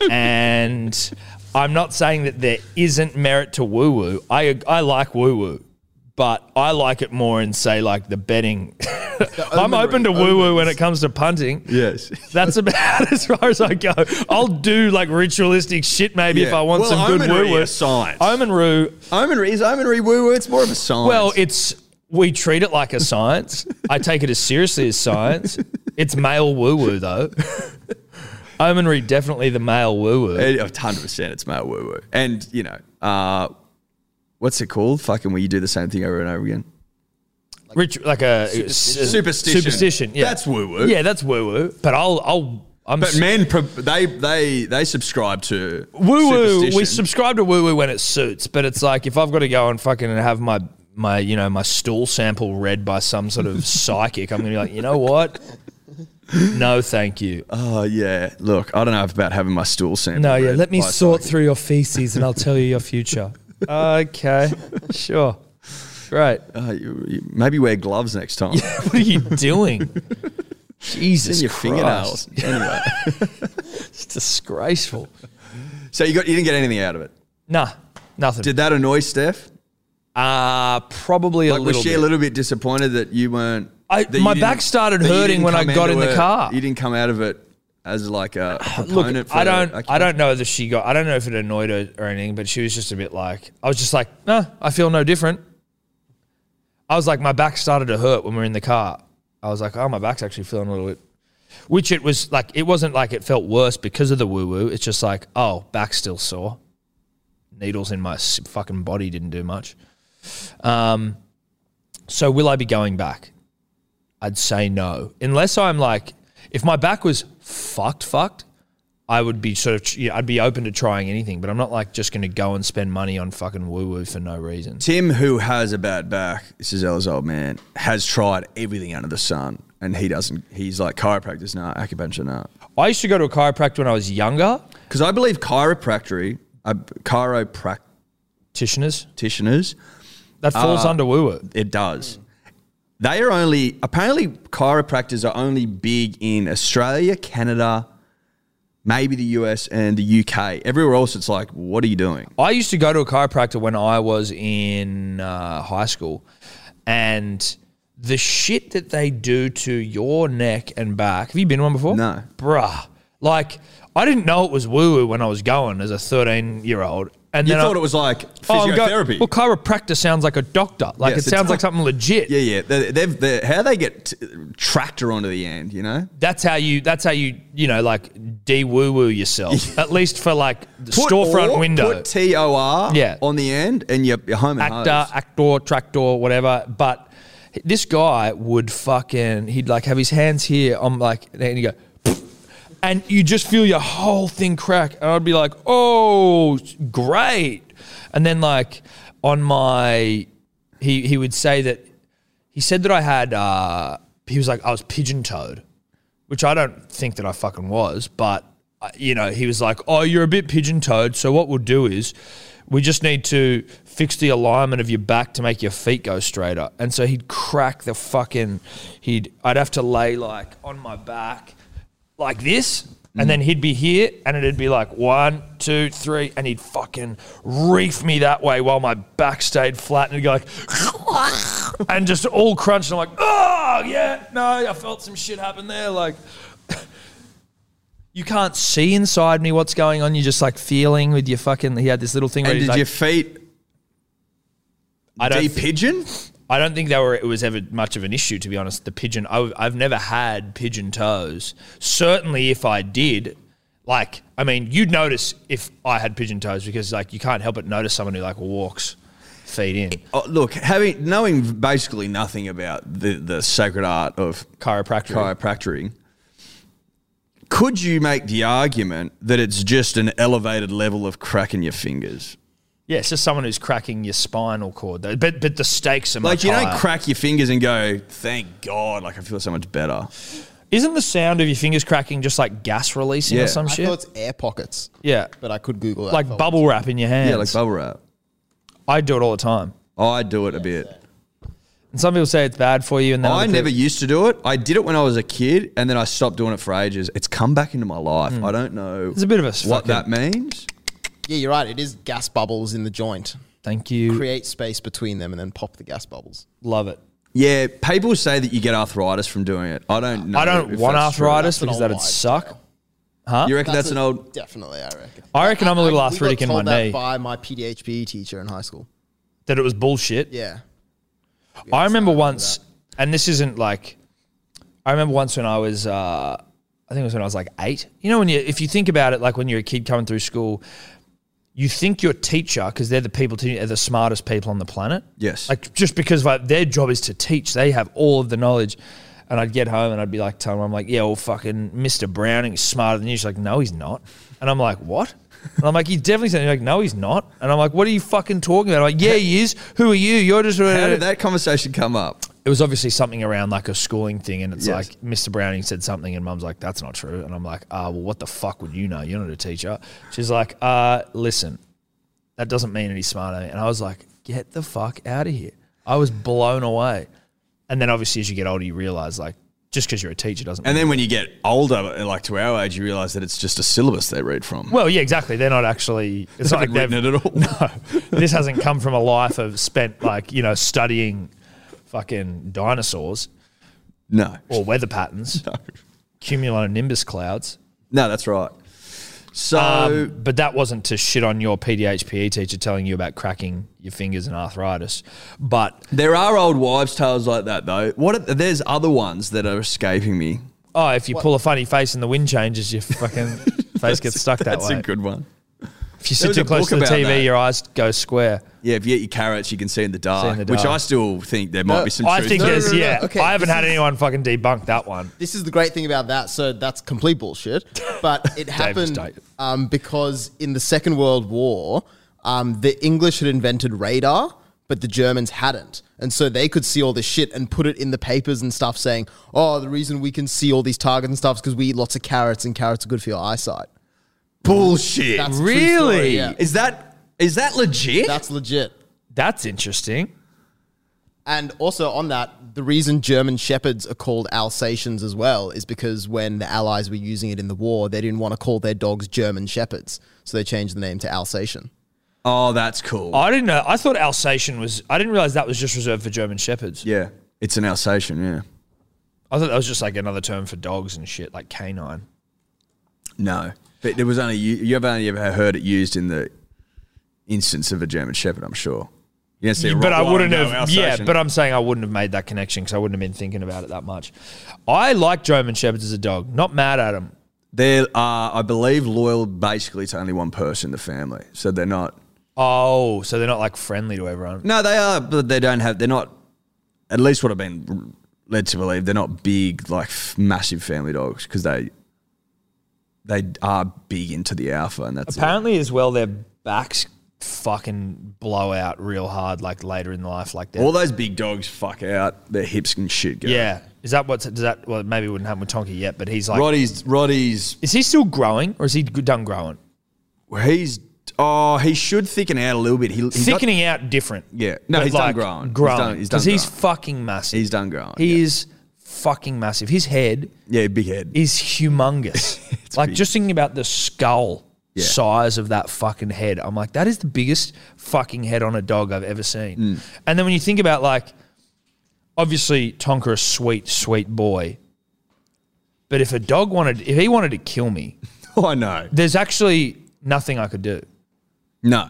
Speaker 2: and I'm not saying that there isn't merit to woo woo. I, I like woo woo. But I like it more in, say, like the betting. I'm open to woo woo when it comes to punting.
Speaker 3: Yes.
Speaker 2: That's about as far as I go. I'll do like ritualistic shit maybe if
Speaker 3: Yeah.
Speaker 2: I want
Speaker 3: Well,
Speaker 2: some good
Speaker 3: omenry
Speaker 2: woo woo.
Speaker 3: is science.
Speaker 2: Omen roo.
Speaker 3: Omenry, is omenry woo woo? It's more of a science.
Speaker 2: Well, it's we treat it like a science. I take it as seriously as science. It's male woo woo though. Omenry definitely the male woo woo.
Speaker 3: It- A hundred percent, it's male woo woo, and you know, uh, what's it called? Fucking, where you do the same thing over and over again.
Speaker 2: Rich like a superstition.
Speaker 3: Superstition.
Speaker 2: Superstition. Yeah,
Speaker 3: That's woo-woo.
Speaker 2: Yeah, that's woo woo. But I'll I'll I'm
Speaker 3: But men, pro- they they they subscribe to
Speaker 2: woo woo. We
Speaker 3: superstition.
Speaker 2: subscribe to woo woo when it suits, but it's like if I've got to go and fucking have my my you know my stool sample read by some sort of psychic, I'm gonna be like, you know what? No, thank you.
Speaker 3: oh yeah, look, I don't know about having my stool sample.
Speaker 2: no, yeah.
Speaker 3: read
Speaker 2: Let me
Speaker 3: by
Speaker 2: sort
Speaker 3: psychic.
Speaker 2: through your feces, and I'll tell you your future. Okay, sure, great.
Speaker 3: Uh, you, you- maybe wear gloves next time.
Speaker 2: What are you doing? Jesus,
Speaker 3: In your
Speaker 2: Christ.
Speaker 3: fingernails. Anyway,
Speaker 2: It's disgraceful.
Speaker 3: so you got you didn't get anything out of it.
Speaker 2: Nah, nothing.
Speaker 3: Did that annoy Steph?
Speaker 2: uh probably a
Speaker 3: Like, was
Speaker 2: little
Speaker 3: she
Speaker 2: bit.
Speaker 3: a little bit disappointed that you weren't?
Speaker 2: I-
Speaker 3: that you
Speaker 2: my
Speaker 3: didn't-
Speaker 2: back started
Speaker 3: that you
Speaker 2: hurting
Speaker 3: didn't
Speaker 2: when I
Speaker 3: come
Speaker 2: got in
Speaker 3: into
Speaker 2: the
Speaker 3: it-
Speaker 2: car.
Speaker 3: You didn't come out of it as like a proponent.
Speaker 2: Look,
Speaker 3: for
Speaker 2: I don't, I
Speaker 3: acupuncture.
Speaker 2: don't know that she got. I don't know if it annoyed her or anything, but she was just a bit like, I was just like, nah, I feel no different. I was like, my back started to hurt when we were in the car. I was like, oh, my back's actually feeling a little bit. Which it was like, it wasn't like it felt worse because of the woo woo. It's just like, oh, back's still sore. Needles in my s- fucking body didn't do much. Um, so will I be going back? I'd say no, unless I'm like, if my back was fucked, fucked, I would be sort of, yeah, I'd be open to trying anything, but I'm not like just going to go and spend money on fucking woo woo for no reason.
Speaker 3: Tim, who has a bad back, this is Ella's old man, has tried everything under the sun, and he doesn't. He's like chiropractors, nah, acupuncture, nah.
Speaker 2: I used to go to a chiropractor when I was younger,
Speaker 3: Because I believe chiropractic, uh, chiropractitioners,
Speaker 2: practitioners. That
Speaker 3: Ah.
Speaker 2: falls under woo woo.
Speaker 3: it does. They are only apparently chiropractors are only big in Australia, Canada, maybe the US and the UK. Everywhere else, it's like, what are you doing?
Speaker 2: I used to go to a chiropractor when I was in uh, high school, and the shit that they do to your neck and back. Have you been to one before?
Speaker 3: No.
Speaker 2: bruh. Like I didn't know it was woo woo when I was going as a thirteen-year-old, and
Speaker 3: You
Speaker 2: then
Speaker 3: thought
Speaker 2: I,
Speaker 3: it was like
Speaker 2: Oh, I'm going-
Speaker 3: physiotherapy.
Speaker 2: well, chiropractor sounds like a doctor. Like
Speaker 3: Yes,
Speaker 2: it
Speaker 3: a
Speaker 2: sounds
Speaker 3: doc-
Speaker 2: like something legit.
Speaker 3: yeah, yeah. They, they've, they how they get t- tractor onto the end, you know?
Speaker 2: That's how you. That's how you. You know, like de woo woo yourself. At least for like the storefront
Speaker 3: or,
Speaker 2: window.
Speaker 3: Put T O R
Speaker 2: Yeah.
Speaker 3: on the end, and you're, you're home and
Speaker 2: actor,
Speaker 3: hosed.
Speaker 2: actor, tractor, whatever. But this guy would fucking, he'd like have his hands here. I'm like, and you go, "Pfft," and you just feel your whole thing crack. And I'd be like, oh, great. And then like on my, he he would say that he said that I had. Uh, he was like I was pigeon toed, which I don't think that I fucking was, but uh, you know, he was like, "Oh, you're a bit pigeon toed. So what we'll do is, we just need to fix the alignment of your back to make your feet go straighter." And so he'd crack the fucking. He'd I'd have to lay like on my back like this,
Speaker 5: Mm.
Speaker 2: and then he'd be here, and it'd be like one, two, three, and he'd fucking reef me that way while my back stayed flat, and he'd go like, and just all crunched. And I'm like, oh yeah, no, I felt some shit happen there, like. You can't see inside me what's going on. You're just like feeling with your fucking. He had this little thing where
Speaker 5: And
Speaker 2: he's
Speaker 5: did
Speaker 2: like,
Speaker 5: your feet
Speaker 2: I don't
Speaker 5: de-pigeon?
Speaker 2: I don't think they were. It was ever much of an issue, to be honest. The pigeon. I, I've never had pigeon toes. Certainly, if I did, like, I mean, you'd notice if I had pigeon toes because, like, you can't help but notice someone who like walks feet in
Speaker 5: Oh, look, having knowing basically nothing about the, the sacred art of
Speaker 2: chiropractic.
Speaker 5: chiropractic, could you make the argument that it's just an elevated level of cracking your fingers?
Speaker 2: yeah, it's just someone who's cracking your spinal cord. though. But but the stakes are
Speaker 5: Like
Speaker 2: much
Speaker 5: you
Speaker 2: higher.
Speaker 5: don't crack your fingers and go, "Thank God!" Like I feel so much better.
Speaker 2: Isn't the sound of your fingers cracking just like gas releasing
Speaker 5: Yeah.
Speaker 2: or some
Speaker 4: I
Speaker 2: shit?
Speaker 4: thought it's air pockets,
Speaker 2: yeah,
Speaker 4: but I could Google that.
Speaker 2: like
Speaker 4: But-
Speaker 2: bubble wrap in your hands.
Speaker 5: Yeah, like bubble wrap.
Speaker 2: I do it all the time.
Speaker 5: I do it a bit.
Speaker 2: And some people say it's bad for you, and then
Speaker 5: I
Speaker 2: other people-
Speaker 5: never used to do it. I did it when I was a kid, and then I stopped doing it for ages. It's come back into my life. I don't know.
Speaker 2: Hmm. It's a bit of a fucking-
Speaker 5: what that means.
Speaker 4: Yeah, you're right. It is gas bubbles in the joint.
Speaker 2: Thank you.
Speaker 4: Create space between them and then pop the gas bubbles.
Speaker 2: Love it.
Speaker 5: Yeah, people say that you get arthritis from doing it. I don't know.
Speaker 2: I don't
Speaker 5: if
Speaker 2: want
Speaker 5: that's true.
Speaker 2: arthritis
Speaker 4: That's an
Speaker 2: because
Speaker 4: old
Speaker 2: that'd
Speaker 4: wives'
Speaker 2: suck.
Speaker 5: You reckon that's, an
Speaker 4: a-
Speaker 5: old?
Speaker 4: Definitely, I reckon.
Speaker 2: I reckon I'm a little
Speaker 4: I- we
Speaker 2: arthritic
Speaker 4: got
Speaker 2: in my
Speaker 4: told that
Speaker 2: knee.
Speaker 4: by my PDHP teacher in high school.
Speaker 2: That it was bullshit.
Speaker 4: Yeah.
Speaker 2: I remember once, and this isn't like, I remember once when I was, uh, I think it was when I was like eight. You know, when you, if you think about it, like when you're a kid coming through school, you think your teacher, because they're the people, to, they're the smartest people on the planet.
Speaker 5: Yes.
Speaker 2: Like just because like their job is to teach, they have all of the knowledge. And I'd get home and I'd be like, telling them, I'm like, yeah, well, fucking Mr. Browning is smarter than you. She's like, no, he's not. And I'm like, what? And I'm like, he definitely said, like, no, he's not. And I'm like, what are you fucking talking about? I'm like, yeah, he is. Who are you? You're just.
Speaker 5: How did that conversation come up?
Speaker 2: it was obviously something around like a schooling thing, and it's
Speaker 5: Yes.
Speaker 2: like Mr. Browning said something, and Mum's like, "That's not true," and I'm like, "Ah, well, what the fuck would you know? You're not a teacher." She's like, "Uh, listen, that doesn't mean any smarter," and I was like, "Get the fuck out of here!" I was blown away, and then obviously as you get older, you realize like just because you're a teacher doesn't.
Speaker 5: And
Speaker 2: mean-
Speaker 5: then when you get older, like to our age, you realize that it's just a syllabus they read from.
Speaker 2: well, yeah, exactly. They're not actually. It's not like
Speaker 5: haven't
Speaker 2: they've
Speaker 5: written it at all.
Speaker 2: No, this hasn't come from a life of spent like you know studying fucking dinosaurs
Speaker 5: no,
Speaker 2: or weather patterns.
Speaker 5: no,
Speaker 2: cumulonimbus clouds.
Speaker 5: no, that's right. So
Speaker 2: Um, but that wasn't to shit on your PDHPE teacher telling you about cracking your fingers and arthritis. But
Speaker 5: there are old wives' tales like that, though. What? Are, there's other ones that are escaping me.
Speaker 2: oh, if you pull a funny face and the wind changes, your fucking face gets stuck that
Speaker 5: That's
Speaker 2: way.
Speaker 5: a good one.
Speaker 2: if you
Speaker 5: there
Speaker 2: sit
Speaker 5: was
Speaker 2: too
Speaker 5: a
Speaker 2: close
Speaker 5: book
Speaker 2: to the
Speaker 5: about
Speaker 2: TV,
Speaker 5: that.
Speaker 2: your eyes go square.
Speaker 5: Yeah, if you eat your carrots, you can see in the dark,
Speaker 2: in the
Speaker 5: which
Speaker 2: dark. Uh,
Speaker 5: I still think there might be some.
Speaker 2: I
Speaker 5: truth
Speaker 2: think
Speaker 5: to.
Speaker 2: there's
Speaker 4: no, no,
Speaker 2: yeah.
Speaker 4: okay,
Speaker 2: I haven't
Speaker 4: this
Speaker 2: had
Speaker 4: is-
Speaker 2: anyone fucking debunk that one.
Speaker 4: This is the great thing about that. So that's complete bullshit. But it happened
Speaker 2: dated.
Speaker 4: um, because in the Second World War, um, the English had invented radar, but the Germans hadn't. And so they could see all this shit and put it in the papers and stuff saying, oh, the reason we can see all these targets and stuff is because we eat lots of carrots and carrots are good for your eyesight.
Speaker 5: bullshit.
Speaker 4: That's a true story,
Speaker 2: Really?
Speaker 4: yeah.
Speaker 5: is that is that legit?
Speaker 4: That's legit.
Speaker 2: That's interesting.
Speaker 4: And also on that, the reason German shepherds are called Alsatians as well is because when the Allies were using it in the war, they didn't want to call their dogs German shepherds, so they changed the name to Alsatian.
Speaker 5: oh, that's cool.
Speaker 2: I didn't know. I thought Alsatian was. I didn't realize that was just reserved for German shepherds.
Speaker 5: yeah, it's an Alsatian. Yeah,
Speaker 2: I thought that was just like another term for dogs and shit, like canine.
Speaker 5: no, but there was only you. You've only ever heard it used in the instance of a German Shepherd. I'm sure. You don't see a
Speaker 2: but I
Speaker 5: Rottweiler
Speaker 2: wouldn't
Speaker 5: go
Speaker 2: have. Yeah,
Speaker 5: Alsatian.
Speaker 2: but I'm saying I wouldn't have made that connection because I wouldn't have been thinking about it that much. I like German Shepherds as a dog. Not mad at them.
Speaker 5: They are, I believe, loyal basically to only one person, the family. So they're not.
Speaker 2: Oh, so they're not like friendly to everyone.
Speaker 5: No, they are, but they don't have. They're not. At least what I've been led to believe, they're not big, like f- massive family dogs because they they are big into the alpha, and that's it.
Speaker 2: Apparently, as well, their backs fucking blow out real hard, like later in life, like that.
Speaker 5: all those big dogs fuck out their hips and shit. Go.
Speaker 2: yeah, is that what's does that? Well, maybe it wouldn't happen with Tonky yet, but he's like,
Speaker 5: Roddy's Roddy's
Speaker 2: is he still growing or is he done growing?
Speaker 5: he's oh he should thicken out a little bit. He, he got-
Speaker 2: Thickening out different.
Speaker 5: Yeah. No,
Speaker 2: but
Speaker 5: he's done growing. He's
Speaker 2: Growing
Speaker 5: done- he's done
Speaker 2: because he's
Speaker 5: growing.
Speaker 2: fucking massive.
Speaker 5: He's done growing,
Speaker 2: He
Speaker 5: yeah.
Speaker 2: is fucking massive. His head
Speaker 5: Yeah, big head.
Speaker 2: is humongous. like
Speaker 5: big.
Speaker 2: just thinking about the skull
Speaker 5: Yeah.
Speaker 2: size of that fucking head, I'm like, that is the biggest fucking head on a dog I've ever seen.
Speaker 5: Mm.
Speaker 2: And then when you think about like, obviously Tonka a sweet, sweet boy, but if a dog wanted, if he wanted to kill me,
Speaker 5: Oh no,
Speaker 2: there's actually nothing I could do.
Speaker 5: no.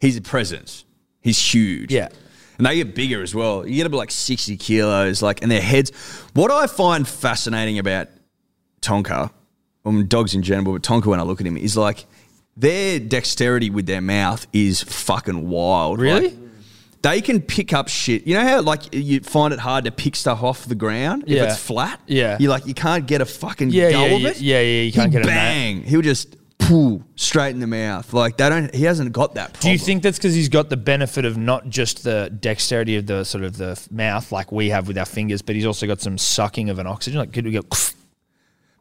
Speaker 5: He's a presence. He's huge.
Speaker 2: Yeah.
Speaker 5: And they get bigger as well. You get up to like sixty kilos, like, and their heads. What I find fascinating about Tonka, um, dogs in general, but Tonka when I look at him is like their dexterity with their mouth is fucking wild.
Speaker 2: Really?
Speaker 5: Like, they can pick up shit. You know how like you find it hard to pick stuff off the ground
Speaker 2: Yeah.
Speaker 5: if it's flat.
Speaker 2: Yeah.
Speaker 5: you like you can't get a fucking
Speaker 2: Yeah,
Speaker 5: go
Speaker 2: yeah,
Speaker 5: of
Speaker 2: yeah,
Speaker 5: it.
Speaker 2: yeah, yeah, you can't
Speaker 5: He'll
Speaker 2: get a na-
Speaker 5: bang. He'll just pull straight in the mouth. Like they don't. He hasn't got that. Problem.
Speaker 2: Do you think that's because he's got the benefit of not just the dexterity of the sort of the f- mouth like we have with our fingers, but he's also got some sucking of an oxygen? Like, could we go?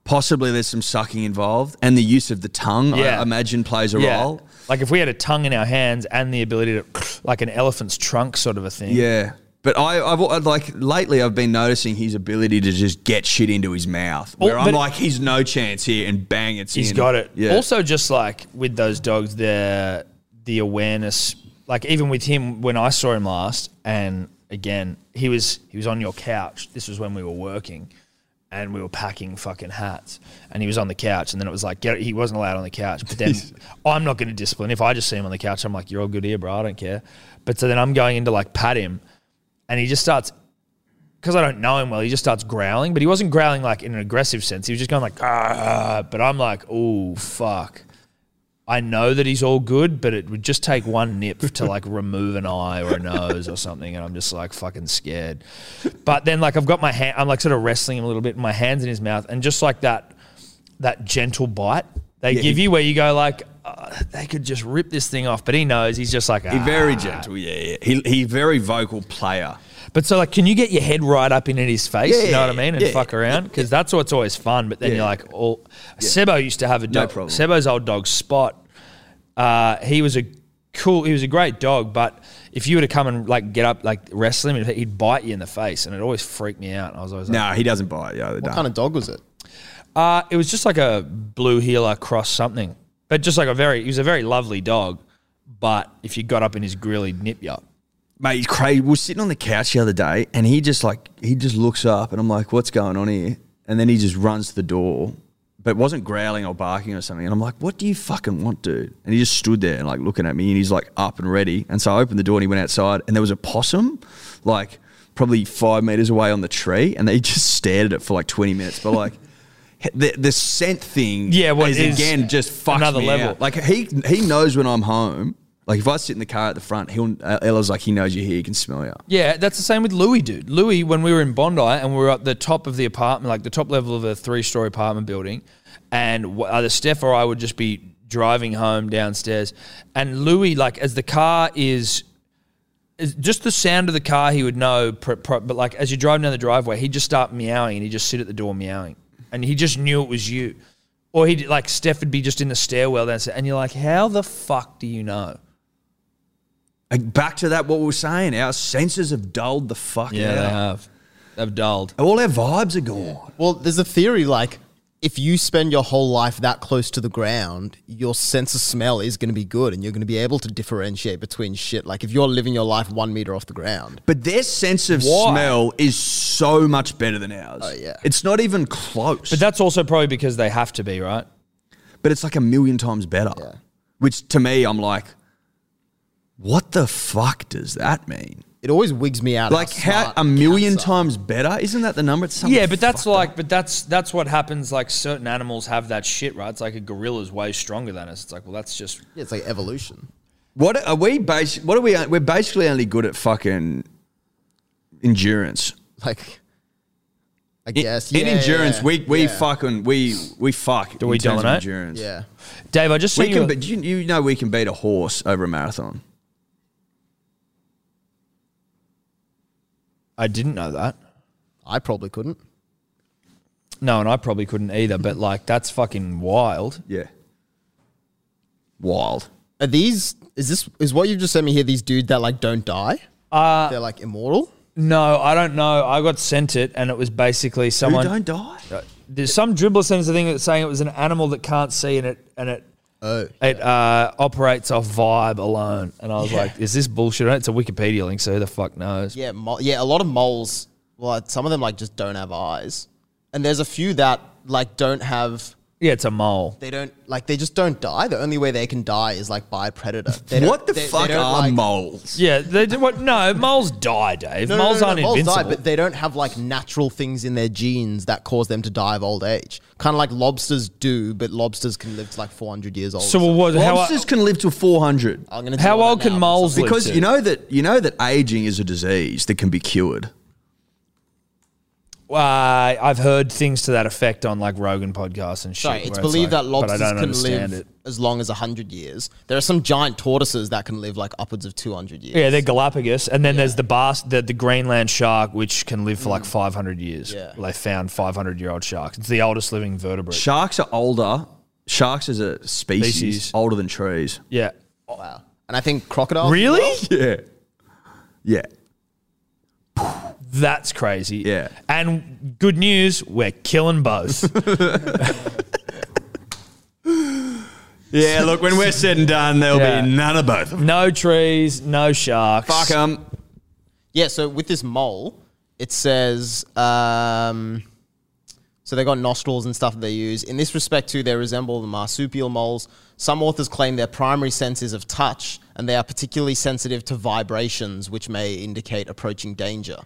Speaker 5: possibly there's some sucking involved and the use of the tongue?
Speaker 2: Yeah.
Speaker 5: I imagine plays a
Speaker 2: Yeah.
Speaker 5: role.
Speaker 2: Like if we had a tongue in our hands and the ability to, like an elephant's trunk sort of a thing.
Speaker 5: Yeah. But I, I've I'd like lately I've been noticing his ability to just get shit into his mouth.
Speaker 2: Oh,
Speaker 5: Where I'm
Speaker 2: but-
Speaker 5: like, he's no chance here, and bang, it's
Speaker 2: he's
Speaker 5: in.
Speaker 2: got it.
Speaker 5: Yeah.
Speaker 2: Also, just like with those dogs, the the awareness, like even with him when I saw him last, and again he was he was on your couch. This was when we were working, and we were packing fucking hats, and he was on the couch, and then it was like get, he wasn't allowed on the couch. But then I'm not going to discipline if I just see him on the couch. I'm like, you're all good here, bro. I don't care. But so then I'm going in to like pat him, and he just starts because I don't know him well, he just starts growling, but he wasn't growling like in an aggressive sense. He was just going like, ah, but I'm like, oh, fuck. I know that he's all good, but it would just take one nip to like remove an eye or a nose or something. And I'm just like fucking scared. But then like I've got my hand, I'm like sort of wrestling him a little bit, my hands in his mouth, and just like that, that gentle bite they give you where you go like, uh, they could just rip this thing off, but he knows he's just like,
Speaker 5: He
Speaker 2: ah.
Speaker 5: very gentle. Yeah, yeah. He he very vocal player.
Speaker 2: But so, like, can you get your head right up in his face?
Speaker 5: Yeah,
Speaker 2: you know what I
Speaker 5: yeah,
Speaker 2: mean? And
Speaker 5: yeah.
Speaker 2: fuck around because that's what's always fun. But then you're like, all Sebo used to have a
Speaker 5: No
Speaker 2: dog.
Speaker 5: problem.
Speaker 2: Sebo's old dog Spot. Uh, he was a cool. He was a great dog, but if you were to come and like get up, like wrestle him, he'd bite you in the face, and it always freaked me out. I was always like,
Speaker 5: No, he doesn't bite. Yeah, they
Speaker 4: What
Speaker 5: don't.
Speaker 4: kind of dog was it?
Speaker 2: uh, it was just like a blue healer cross something, but just like a very. He was a very lovely dog, but if you got up in his grill, he'd nip you up.
Speaker 5: mate, he's crazy. We were sitting on the couch the other day, and he just like he just looks up, and I'm like, "What's going on here?" And then he just runs to the door, but wasn't growling or barking or something. And I'm like, "What do you fucking want, dude?" And he just stood there and like looking at me, and he's like up and ready. And so I opened the door, and he went outside, and there was a possum, like probably five meters away on the tree, and they just stared at it for like 20 minutes. But like. The, the scent thing,
Speaker 2: Yeah, what
Speaker 5: is
Speaker 2: is
Speaker 5: again just fucks
Speaker 2: another
Speaker 5: me
Speaker 2: level.
Speaker 5: out. Like he he knows when I'm home. Like if I sit in the car at the front, he'll uh, Ella's like he knows you're here, he can smell you.
Speaker 2: Yeah, that's the same with Louis, dude. Louis, when we were in Bondi and we were at the top of the apartment, like the top level of a three-story apartment building, and w- either Steph or I would just be driving home downstairs, and Louis, like as the car is, is just the sound of the car, he would know. Pr- pr- but like as you drive down the driveway, he'd just start meowing and he'd just sit at the door meowing, and he just knew it was you, or he would like Steph would be just in the stairwell downstairs, and you're like, how the fuck do you know?
Speaker 5: Like back to that, what we were saying, our senses have dulled the fuck
Speaker 2: they
Speaker 5: out.
Speaker 2: have. They've dulled.
Speaker 5: All our vibes are gone.
Speaker 4: Well, there's a theory like if you spend your whole life that close to the ground, your sense of smell is going to be good and you're going to be able to differentiate between shit. Like if you're living your life one meter off the ground.
Speaker 5: But their sense of
Speaker 2: Why?
Speaker 5: smell is so much better than ours. Oh
Speaker 4: yeah.
Speaker 5: it's not even close.
Speaker 2: But that's also probably because they have to be, right?
Speaker 5: but it's like a million times better. Which to me, I'm like, what the fuck does that mean?
Speaker 4: It always wigs me out.
Speaker 5: Like how
Speaker 4: smart
Speaker 5: a million
Speaker 4: cats are.
Speaker 5: times better? Isn't that the number? It's something
Speaker 2: Yeah, but that's
Speaker 5: fucked up.
Speaker 2: like, but that's that's what happens. Like certain animals have that shit, right? It's like a gorilla's way stronger than us. It's like, well, that's just
Speaker 4: Yeah, it's like evolution.
Speaker 5: What are we bas- What are we? We're basically only good at fucking endurance.
Speaker 4: Like, I
Speaker 5: In,
Speaker 4: guess.
Speaker 5: in
Speaker 4: yeah,
Speaker 5: endurance,
Speaker 4: yeah,
Speaker 5: we we
Speaker 4: yeah.
Speaker 5: fucking we we fuck. Do
Speaker 2: we dominate?
Speaker 5: Endurance.
Speaker 4: Yeah.
Speaker 2: Dave. I just saw
Speaker 5: We
Speaker 2: you.
Speaker 5: can, but you, you know we can beat a horse over a marathon.
Speaker 2: I didn't know that.
Speaker 4: I probably couldn't.
Speaker 2: No, and I probably couldn't either. But like, that's fucking wild.
Speaker 5: Yeah. Wild.
Speaker 4: Are these, is this, is what you've just sent me here, these dudes that like don't die?
Speaker 2: Uh,
Speaker 4: They're like immortal?
Speaker 2: No, I don't know. I got sent it, and it was basically
Speaker 5: Who
Speaker 2: someone.
Speaker 5: don't die?
Speaker 2: There's some dribbler sends a thing that's saying it was an animal that can't see, and it and it it uh, operates off vibe alone. And I was
Speaker 4: Yeah.
Speaker 2: like, "Is this bullshit?" It's a Wikipedia link, so who the fuck knows?
Speaker 4: Yeah, mole, yeah. A lot of moles, well, some of them like just don't have eyes, and there's a few that like don't have.
Speaker 2: Yeah, it's a mole.
Speaker 4: They don't like. They just don't die. The only way they can die is like by a predator. They don't-
Speaker 5: What the
Speaker 4: they- they
Speaker 5: fuck
Speaker 4: don't,
Speaker 5: are
Speaker 4: like-
Speaker 5: moles?
Speaker 2: Yeah, they do what? No, moles die, Dave.
Speaker 4: No, no,
Speaker 2: moles
Speaker 4: no, no,
Speaker 2: aren't
Speaker 4: moles
Speaker 2: invincible.
Speaker 4: die, but they don't have like natural things in their genes that cause them to die of old age. Kind of like lobsters do, but lobsters can live to like 400 years old.
Speaker 2: so what? How,
Speaker 5: Lobsters can live to 400
Speaker 4: I'm gonna
Speaker 2: how
Speaker 4: tell you
Speaker 2: old
Speaker 4: that
Speaker 2: can
Speaker 4: now,
Speaker 2: moles live?
Speaker 5: because
Speaker 2: to?
Speaker 5: you know that you know that aging is a disease that can be cured.
Speaker 2: Uh, I've heard things to that effect on like Rogan podcasts and shit.
Speaker 4: Sorry,
Speaker 2: where
Speaker 4: it's believed
Speaker 2: like,
Speaker 4: that
Speaker 2: but I
Speaker 4: lobsters
Speaker 2: don't
Speaker 4: can
Speaker 2: understand
Speaker 4: live as long as 100 years. There are some giant tortoises that can live like upwards of 200 years.
Speaker 2: Yeah, they're Galapagos, and then there's the bas- the, the Greenland shark, which can live for like 500 years.
Speaker 4: Mm. Yeah.
Speaker 2: They found 500 year old sharks. It's the oldest living vertebrate.
Speaker 5: Sharks are older. Sharks as a species,
Speaker 2: Species.
Speaker 5: older than trees.
Speaker 2: yeah.
Speaker 4: Wow. And I think crocodiles.
Speaker 2: Really?
Speaker 5: Yeah. Yeah.
Speaker 2: That's crazy.
Speaker 5: Yeah.
Speaker 2: And good news, we're killing both.
Speaker 5: Yeah, look, when we're said and done, there'll
Speaker 2: Yeah.
Speaker 5: be none of both. of 'em.
Speaker 2: no trees, no sharks.
Speaker 5: Fuck 'em.
Speaker 4: Yeah, so with this mole, it says um, so they got nostrils and stuff that they use. In this respect, too, they resemble the marsupial moles. Some authors claim their primary sense is of touch, and they are particularly sensitive to vibrations, which may indicate approaching danger.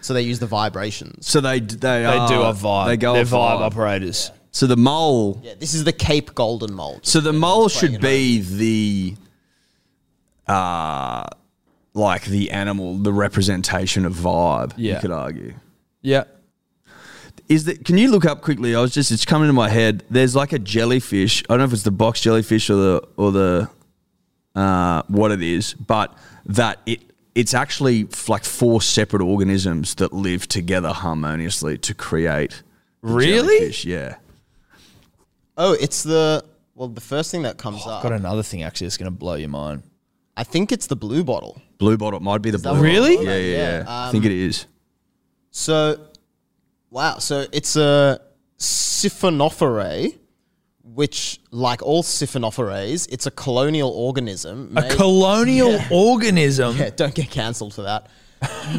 Speaker 4: So they use the vibrations.
Speaker 5: So they d- they,
Speaker 2: They
Speaker 5: are,
Speaker 2: do a vibe.
Speaker 5: Oh, They
Speaker 2: They
Speaker 5: go
Speaker 2: are
Speaker 5: off
Speaker 2: vibe
Speaker 5: vibe.
Speaker 2: operators.
Speaker 5: So the mole.
Speaker 4: Yeah, this is the Cape Golden mole.
Speaker 5: So the mole should be the, uh, like the animal, the representation of vibe. You
Speaker 2: Yeah.
Speaker 5: could argue.
Speaker 2: Yeah.
Speaker 5: Is that? Can you look up quickly? I was just. It's coming to my head. There's like a jellyfish. I don't know if it's the box jellyfish or the or the, uh, what it is, but that it. It's actually f- like four separate organisms that live together harmoniously to create. the
Speaker 2: Really?
Speaker 5: jellyfish, Yeah.
Speaker 4: Oh, it's the well, the first thing that
Speaker 5: Oh,
Speaker 4: comes up.
Speaker 2: Got another thing actually that's going to blow your mind.
Speaker 4: I think it's the blue bottle.
Speaker 5: Blue bottle might be the
Speaker 4: that
Speaker 5: blue.
Speaker 4: what
Speaker 2: Really?
Speaker 5: Bottle. Yeah, yeah, yeah.
Speaker 4: Yeah, um,
Speaker 5: I think it is.
Speaker 4: So, wow. So it's a siphonophore, which, like all siphonophores, it's a colonial organism.
Speaker 2: A
Speaker 4: made-
Speaker 2: colonial organism.
Speaker 4: Yeah, don't get cancelled for that.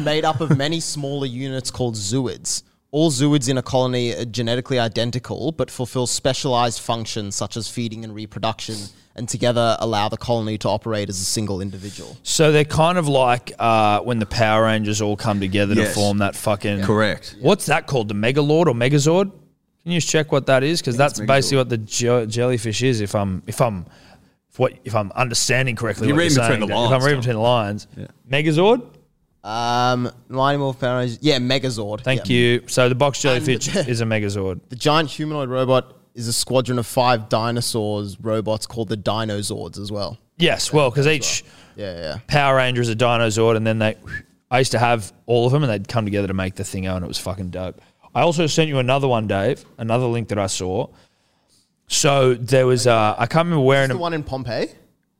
Speaker 4: made up of many smaller units called zooids. All zooids in a colony are genetically identical, but fulfill specialized functions such as feeding and reproduction, and together allow the colony to operate as a single individual.
Speaker 2: So they're kind of like uh, when the Power Rangers all come together to
Speaker 5: Yes.
Speaker 2: form that fucking.
Speaker 5: Correct.
Speaker 2: What's that called? The Megalord or Megazord? Can you just check what that is? Because that's basically what the je- jellyfish is. If I'm if I'm if what if I'm understanding correctly,
Speaker 5: You're
Speaker 2: what
Speaker 5: reading
Speaker 2: you're
Speaker 5: between
Speaker 2: saying,
Speaker 5: the
Speaker 2: If I'm
Speaker 5: lines,
Speaker 2: reading between the lines, Megazord.
Speaker 4: Um, Mighty Morphin Power Rangers- yeah, Megazord.
Speaker 2: Thank
Speaker 4: Yeah.
Speaker 2: you. So the box jellyfish is a Megazord.
Speaker 4: The giant humanoid robot is a squadron of five dinosaurs robots called the Dinosaurs as well.
Speaker 2: Yes, well, because each
Speaker 4: Yeah, yeah.
Speaker 2: Power Ranger is a Dinozord, and then they. I used to have all of them, and they'd come together to make the thing, and it was fucking dope. I also sent you another one, Dave. Another link that I saw. So there was, uh, I can't remember where in
Speaker 4: The one in Pompeii.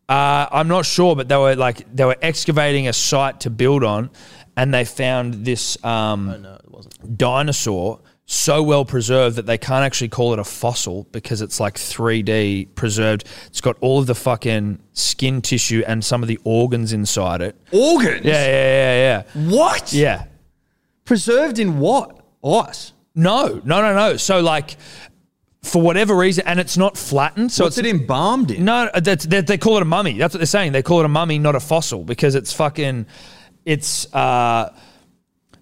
Speaker 2: Uh, I'm not sure, but they were like they were excavating a site to build on, and they found this um,
Speaker 4: Oh, No, it wasn't.
Speaker 2: dinosaur so well preserved that they can't actually call it a fossil because it's like 3D preserved. It's got all of the fucking skin tissue and some of the organs inside it.
Speaker 5: Organs.
Speaker 2: Yeah, yeah, yeah, yeah.
Speaker 5: What?
Speaker 2: Yeah.
Speaker 5: Preserved in what? Ice.
Speaker 2: No, no, no, no. So like, for whatever reason, and it's not flattened, so
Speaker 5: What's
Speaker 2: it's
Speaker 5: it embalmed in?
Speaker 2: No, uh, that's, they, they call it a mummy. That's what they're saying. They call it a mummy, not a fossil, because it's fucking, it's. Uh,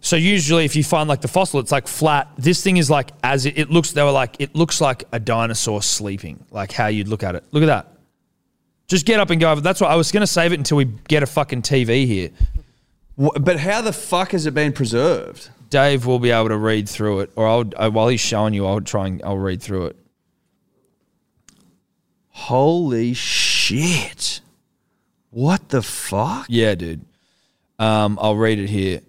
Speaker 2: so usually, if you find like the fossil, it's like flat. This thing is like as it, it looks. They were like it looks like a dinosaur sleeping, like how you'd look at it. Look at that. Just get up and go over. That's what I was gonna save it until we get a fucking TV here.
Speaker 5: Wha- But how the fuck has it been preserved?
Speaker 2: Dave will be able to read through it, or I'll uh, while he's showing you, I'll try and I'll read through it.
Speaker 5: Holy shit. What the fuck?
Speaker 2: Yeah, dude. Um, I'll read it here.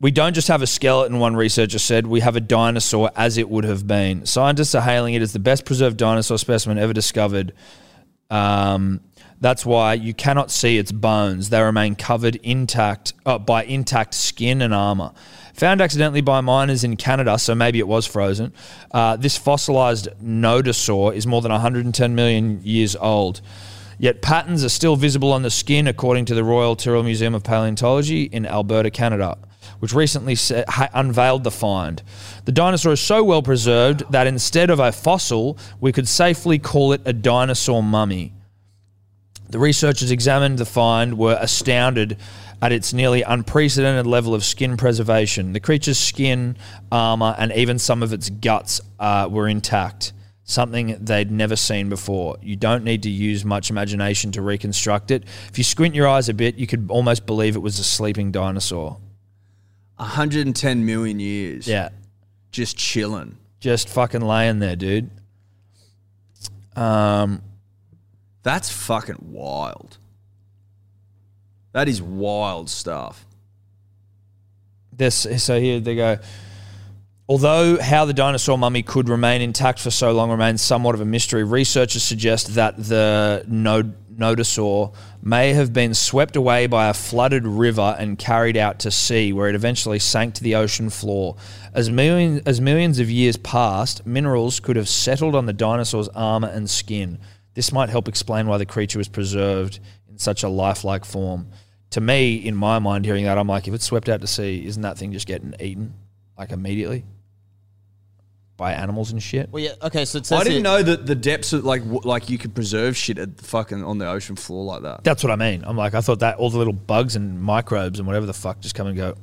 Speaker 2: We don't just have a skeleton, one researcher said. We have a dinosaur as it would have been. Scientists are hailing it as the best preserved dinosaur specimen ever discovered. Um, That's why you cannot see its bones. They remain covered intact uh, by intact skin and armor. Found accidentally by miners in Canada, so maybe it was frozen. Uh, this fossilized nodosaur is more than 110 million years old. Yet patterns are still visible on the skin, according to the Royal Tyrrell Museum of Paleontology in Alberta, Canada, which recently sa- ha- unveiled the find. The dinosaur is so well preserved that instead of a fossil, we could safely call it a dinosaur mummy. The researchers examined the find were astounded at its nearly unprecedented level of skin preservation. The creature's skin, armor, and even some of its guts uh, were intact, something they'd never seen before. You don't need to use much imagination to reconstruct it. If you squint your eyes a bit, you could almost believe it was a sleeping dinosaur.
Speaker 3: 110 million years.
Speaker 2: Yeah.
Speaker 3: Just chilling.
Speaker 2: Just fucking laying there, dude. Um,
Speaker 3: That's fucking wild. That is wild stuff.
Speaker 2: this so here they go although how the dinosaur mummy could remain intact for so long remains somewhat of a mystery researchers suggest that the nod- nodosaur may have been swept away by a flooded river and carried out to sea where it eventually sank to the ocean floor as millions as millions of years passed minerals could have settled on the dinosaur's armor and skin this might help explain why the creature was preserved in such a lifelike form to me, in my mind, hearing that, I'm like, if it's swept out to sea, isn't that thing just getting eaten like immediately by animals and shit?
Speaker 4: Well, yeah. Okay, so it says
Speaker 3: I didn't
Speaker 4: here-
Speaker 3: know that the depths of like w- like you could preserve shit at the fucking on the ocean floor like that.
Speaker 2: That's what I mean. I'm like, I thought that all the little bugs and microbes and whatever the fuck just come and go.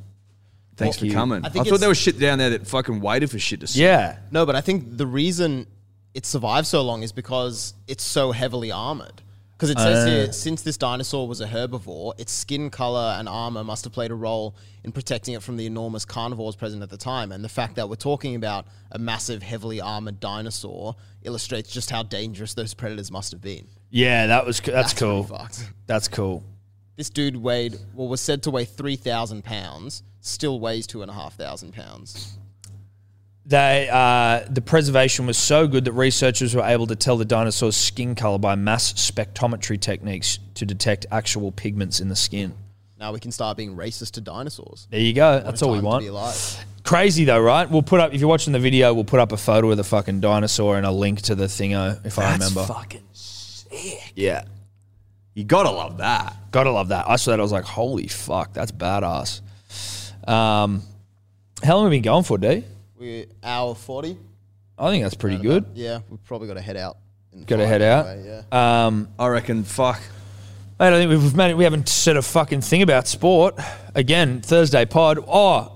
Speaker 3: Thanks for
Speaker 2: you.
Speaker 3: coming. I,
Speaker 4: I think
Speaker 3: thought
Speaker 4: it's-
Speaker 3: there was shit down there that fucking waited for shit to. s-
Speaker 2: Yeah,
Speaker 4: No, but I think the reason it survived so long is because it's so heavily armored. Because it
Speaker 2: Oh.
Speaker 4: says here, since this dinosaur was a herbivore, its skin color and armor must have played a role in protecting it from the enormous carnivores present at the time. And the fact that we're talking about a massive, heavily armored dinosaur illustrates just how dangerous those predators must have been.
Speaker 2: yeah, that was that's,
Speaker 4: pretty
Speaker 2: cool.
Speaker 4: fucked.
Speaker 2: That's cool.
Speaker 4: This dude weighed, well, was said to weigh 3,000 pounds, still weighs 2,500 pounds.
Speaker 2: They uh, the preservation was so good that researchers were able to tell the dinosaur's skin color by mass spectrometry techniques to detect actual pigments in the skin.
Speaker 4: Now we can start being racist to dinosaurs.
Speaker 2: There you go. That's all we
Speaker 4: Time to
Speaker 2: want.
Speaker 4: be alive.
Speaker 2: Crazy though, right? We'll put up if you're watching the video, we'll put up a photo of the fucking dinosaur and a link to the thingo if I remember.
Speaker 3: fucking sick.
Speaker 2: yeah.
Speaker 3: You gotta love that.
Speaker 2: Gotta love that. I saw that, I was like, holy fuck, that's badass. Um how long have we been going for, D?
Speaker 4: We hour forty.
Speaker 2: I think that's pretty good.
Speaker 4: Yeah, we've probably got to head out. in
Speaker 2: Gotta
Speaker 4: five
Speaker 2: head out.
Speaker 4: anyway, yeah.
Speaker 2: Um
Speaker 3: I reckon. Fuck.
Speaker 2: mate, I think we've made it we haven't said a fucking thing about sport. Again, Thursday pod. Oh,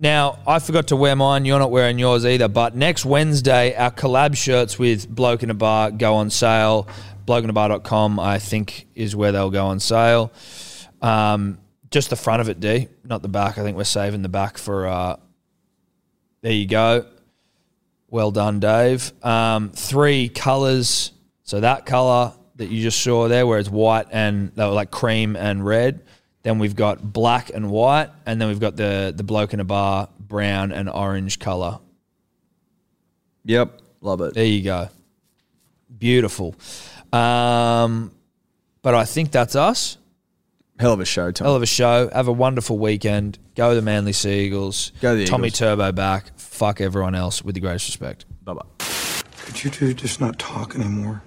Speaker 2: Now, I forgot to wear mine. You're not wearing yours either. But next Wednesday, our collab shirts with Bloke in a Bar go on sale. Blokeinabar.com, I think, is where they'll go on sale. Um, just the front of it, D, not the back. I think we're saving the back for. Uh, there you go. Well done, Dave. Um, three colors. So that color that you just saw there, where it's white and they were like cream and red. Then we've got black and white, and then we've got the the bloke in a bar brown and orange color.
Speaker 3: Yep. Love it.
Speaker 2: There you go. Beautiful. Um, but I think that's us.
Speaker 3: Hell of a show, Tom.
Speaker 2: Hell of a show. Have a wonderful weekend. Go the Manly Seagulls.
Speaker 3: Go the
Speaker 2: Tommy
Speaker 3: Eagles.
Speaker 2: Turbo back. Fuck everyone else with the greatest respect.
Speaker 3: Bye bye.
Speaker 6: Could you two just not talk anymore?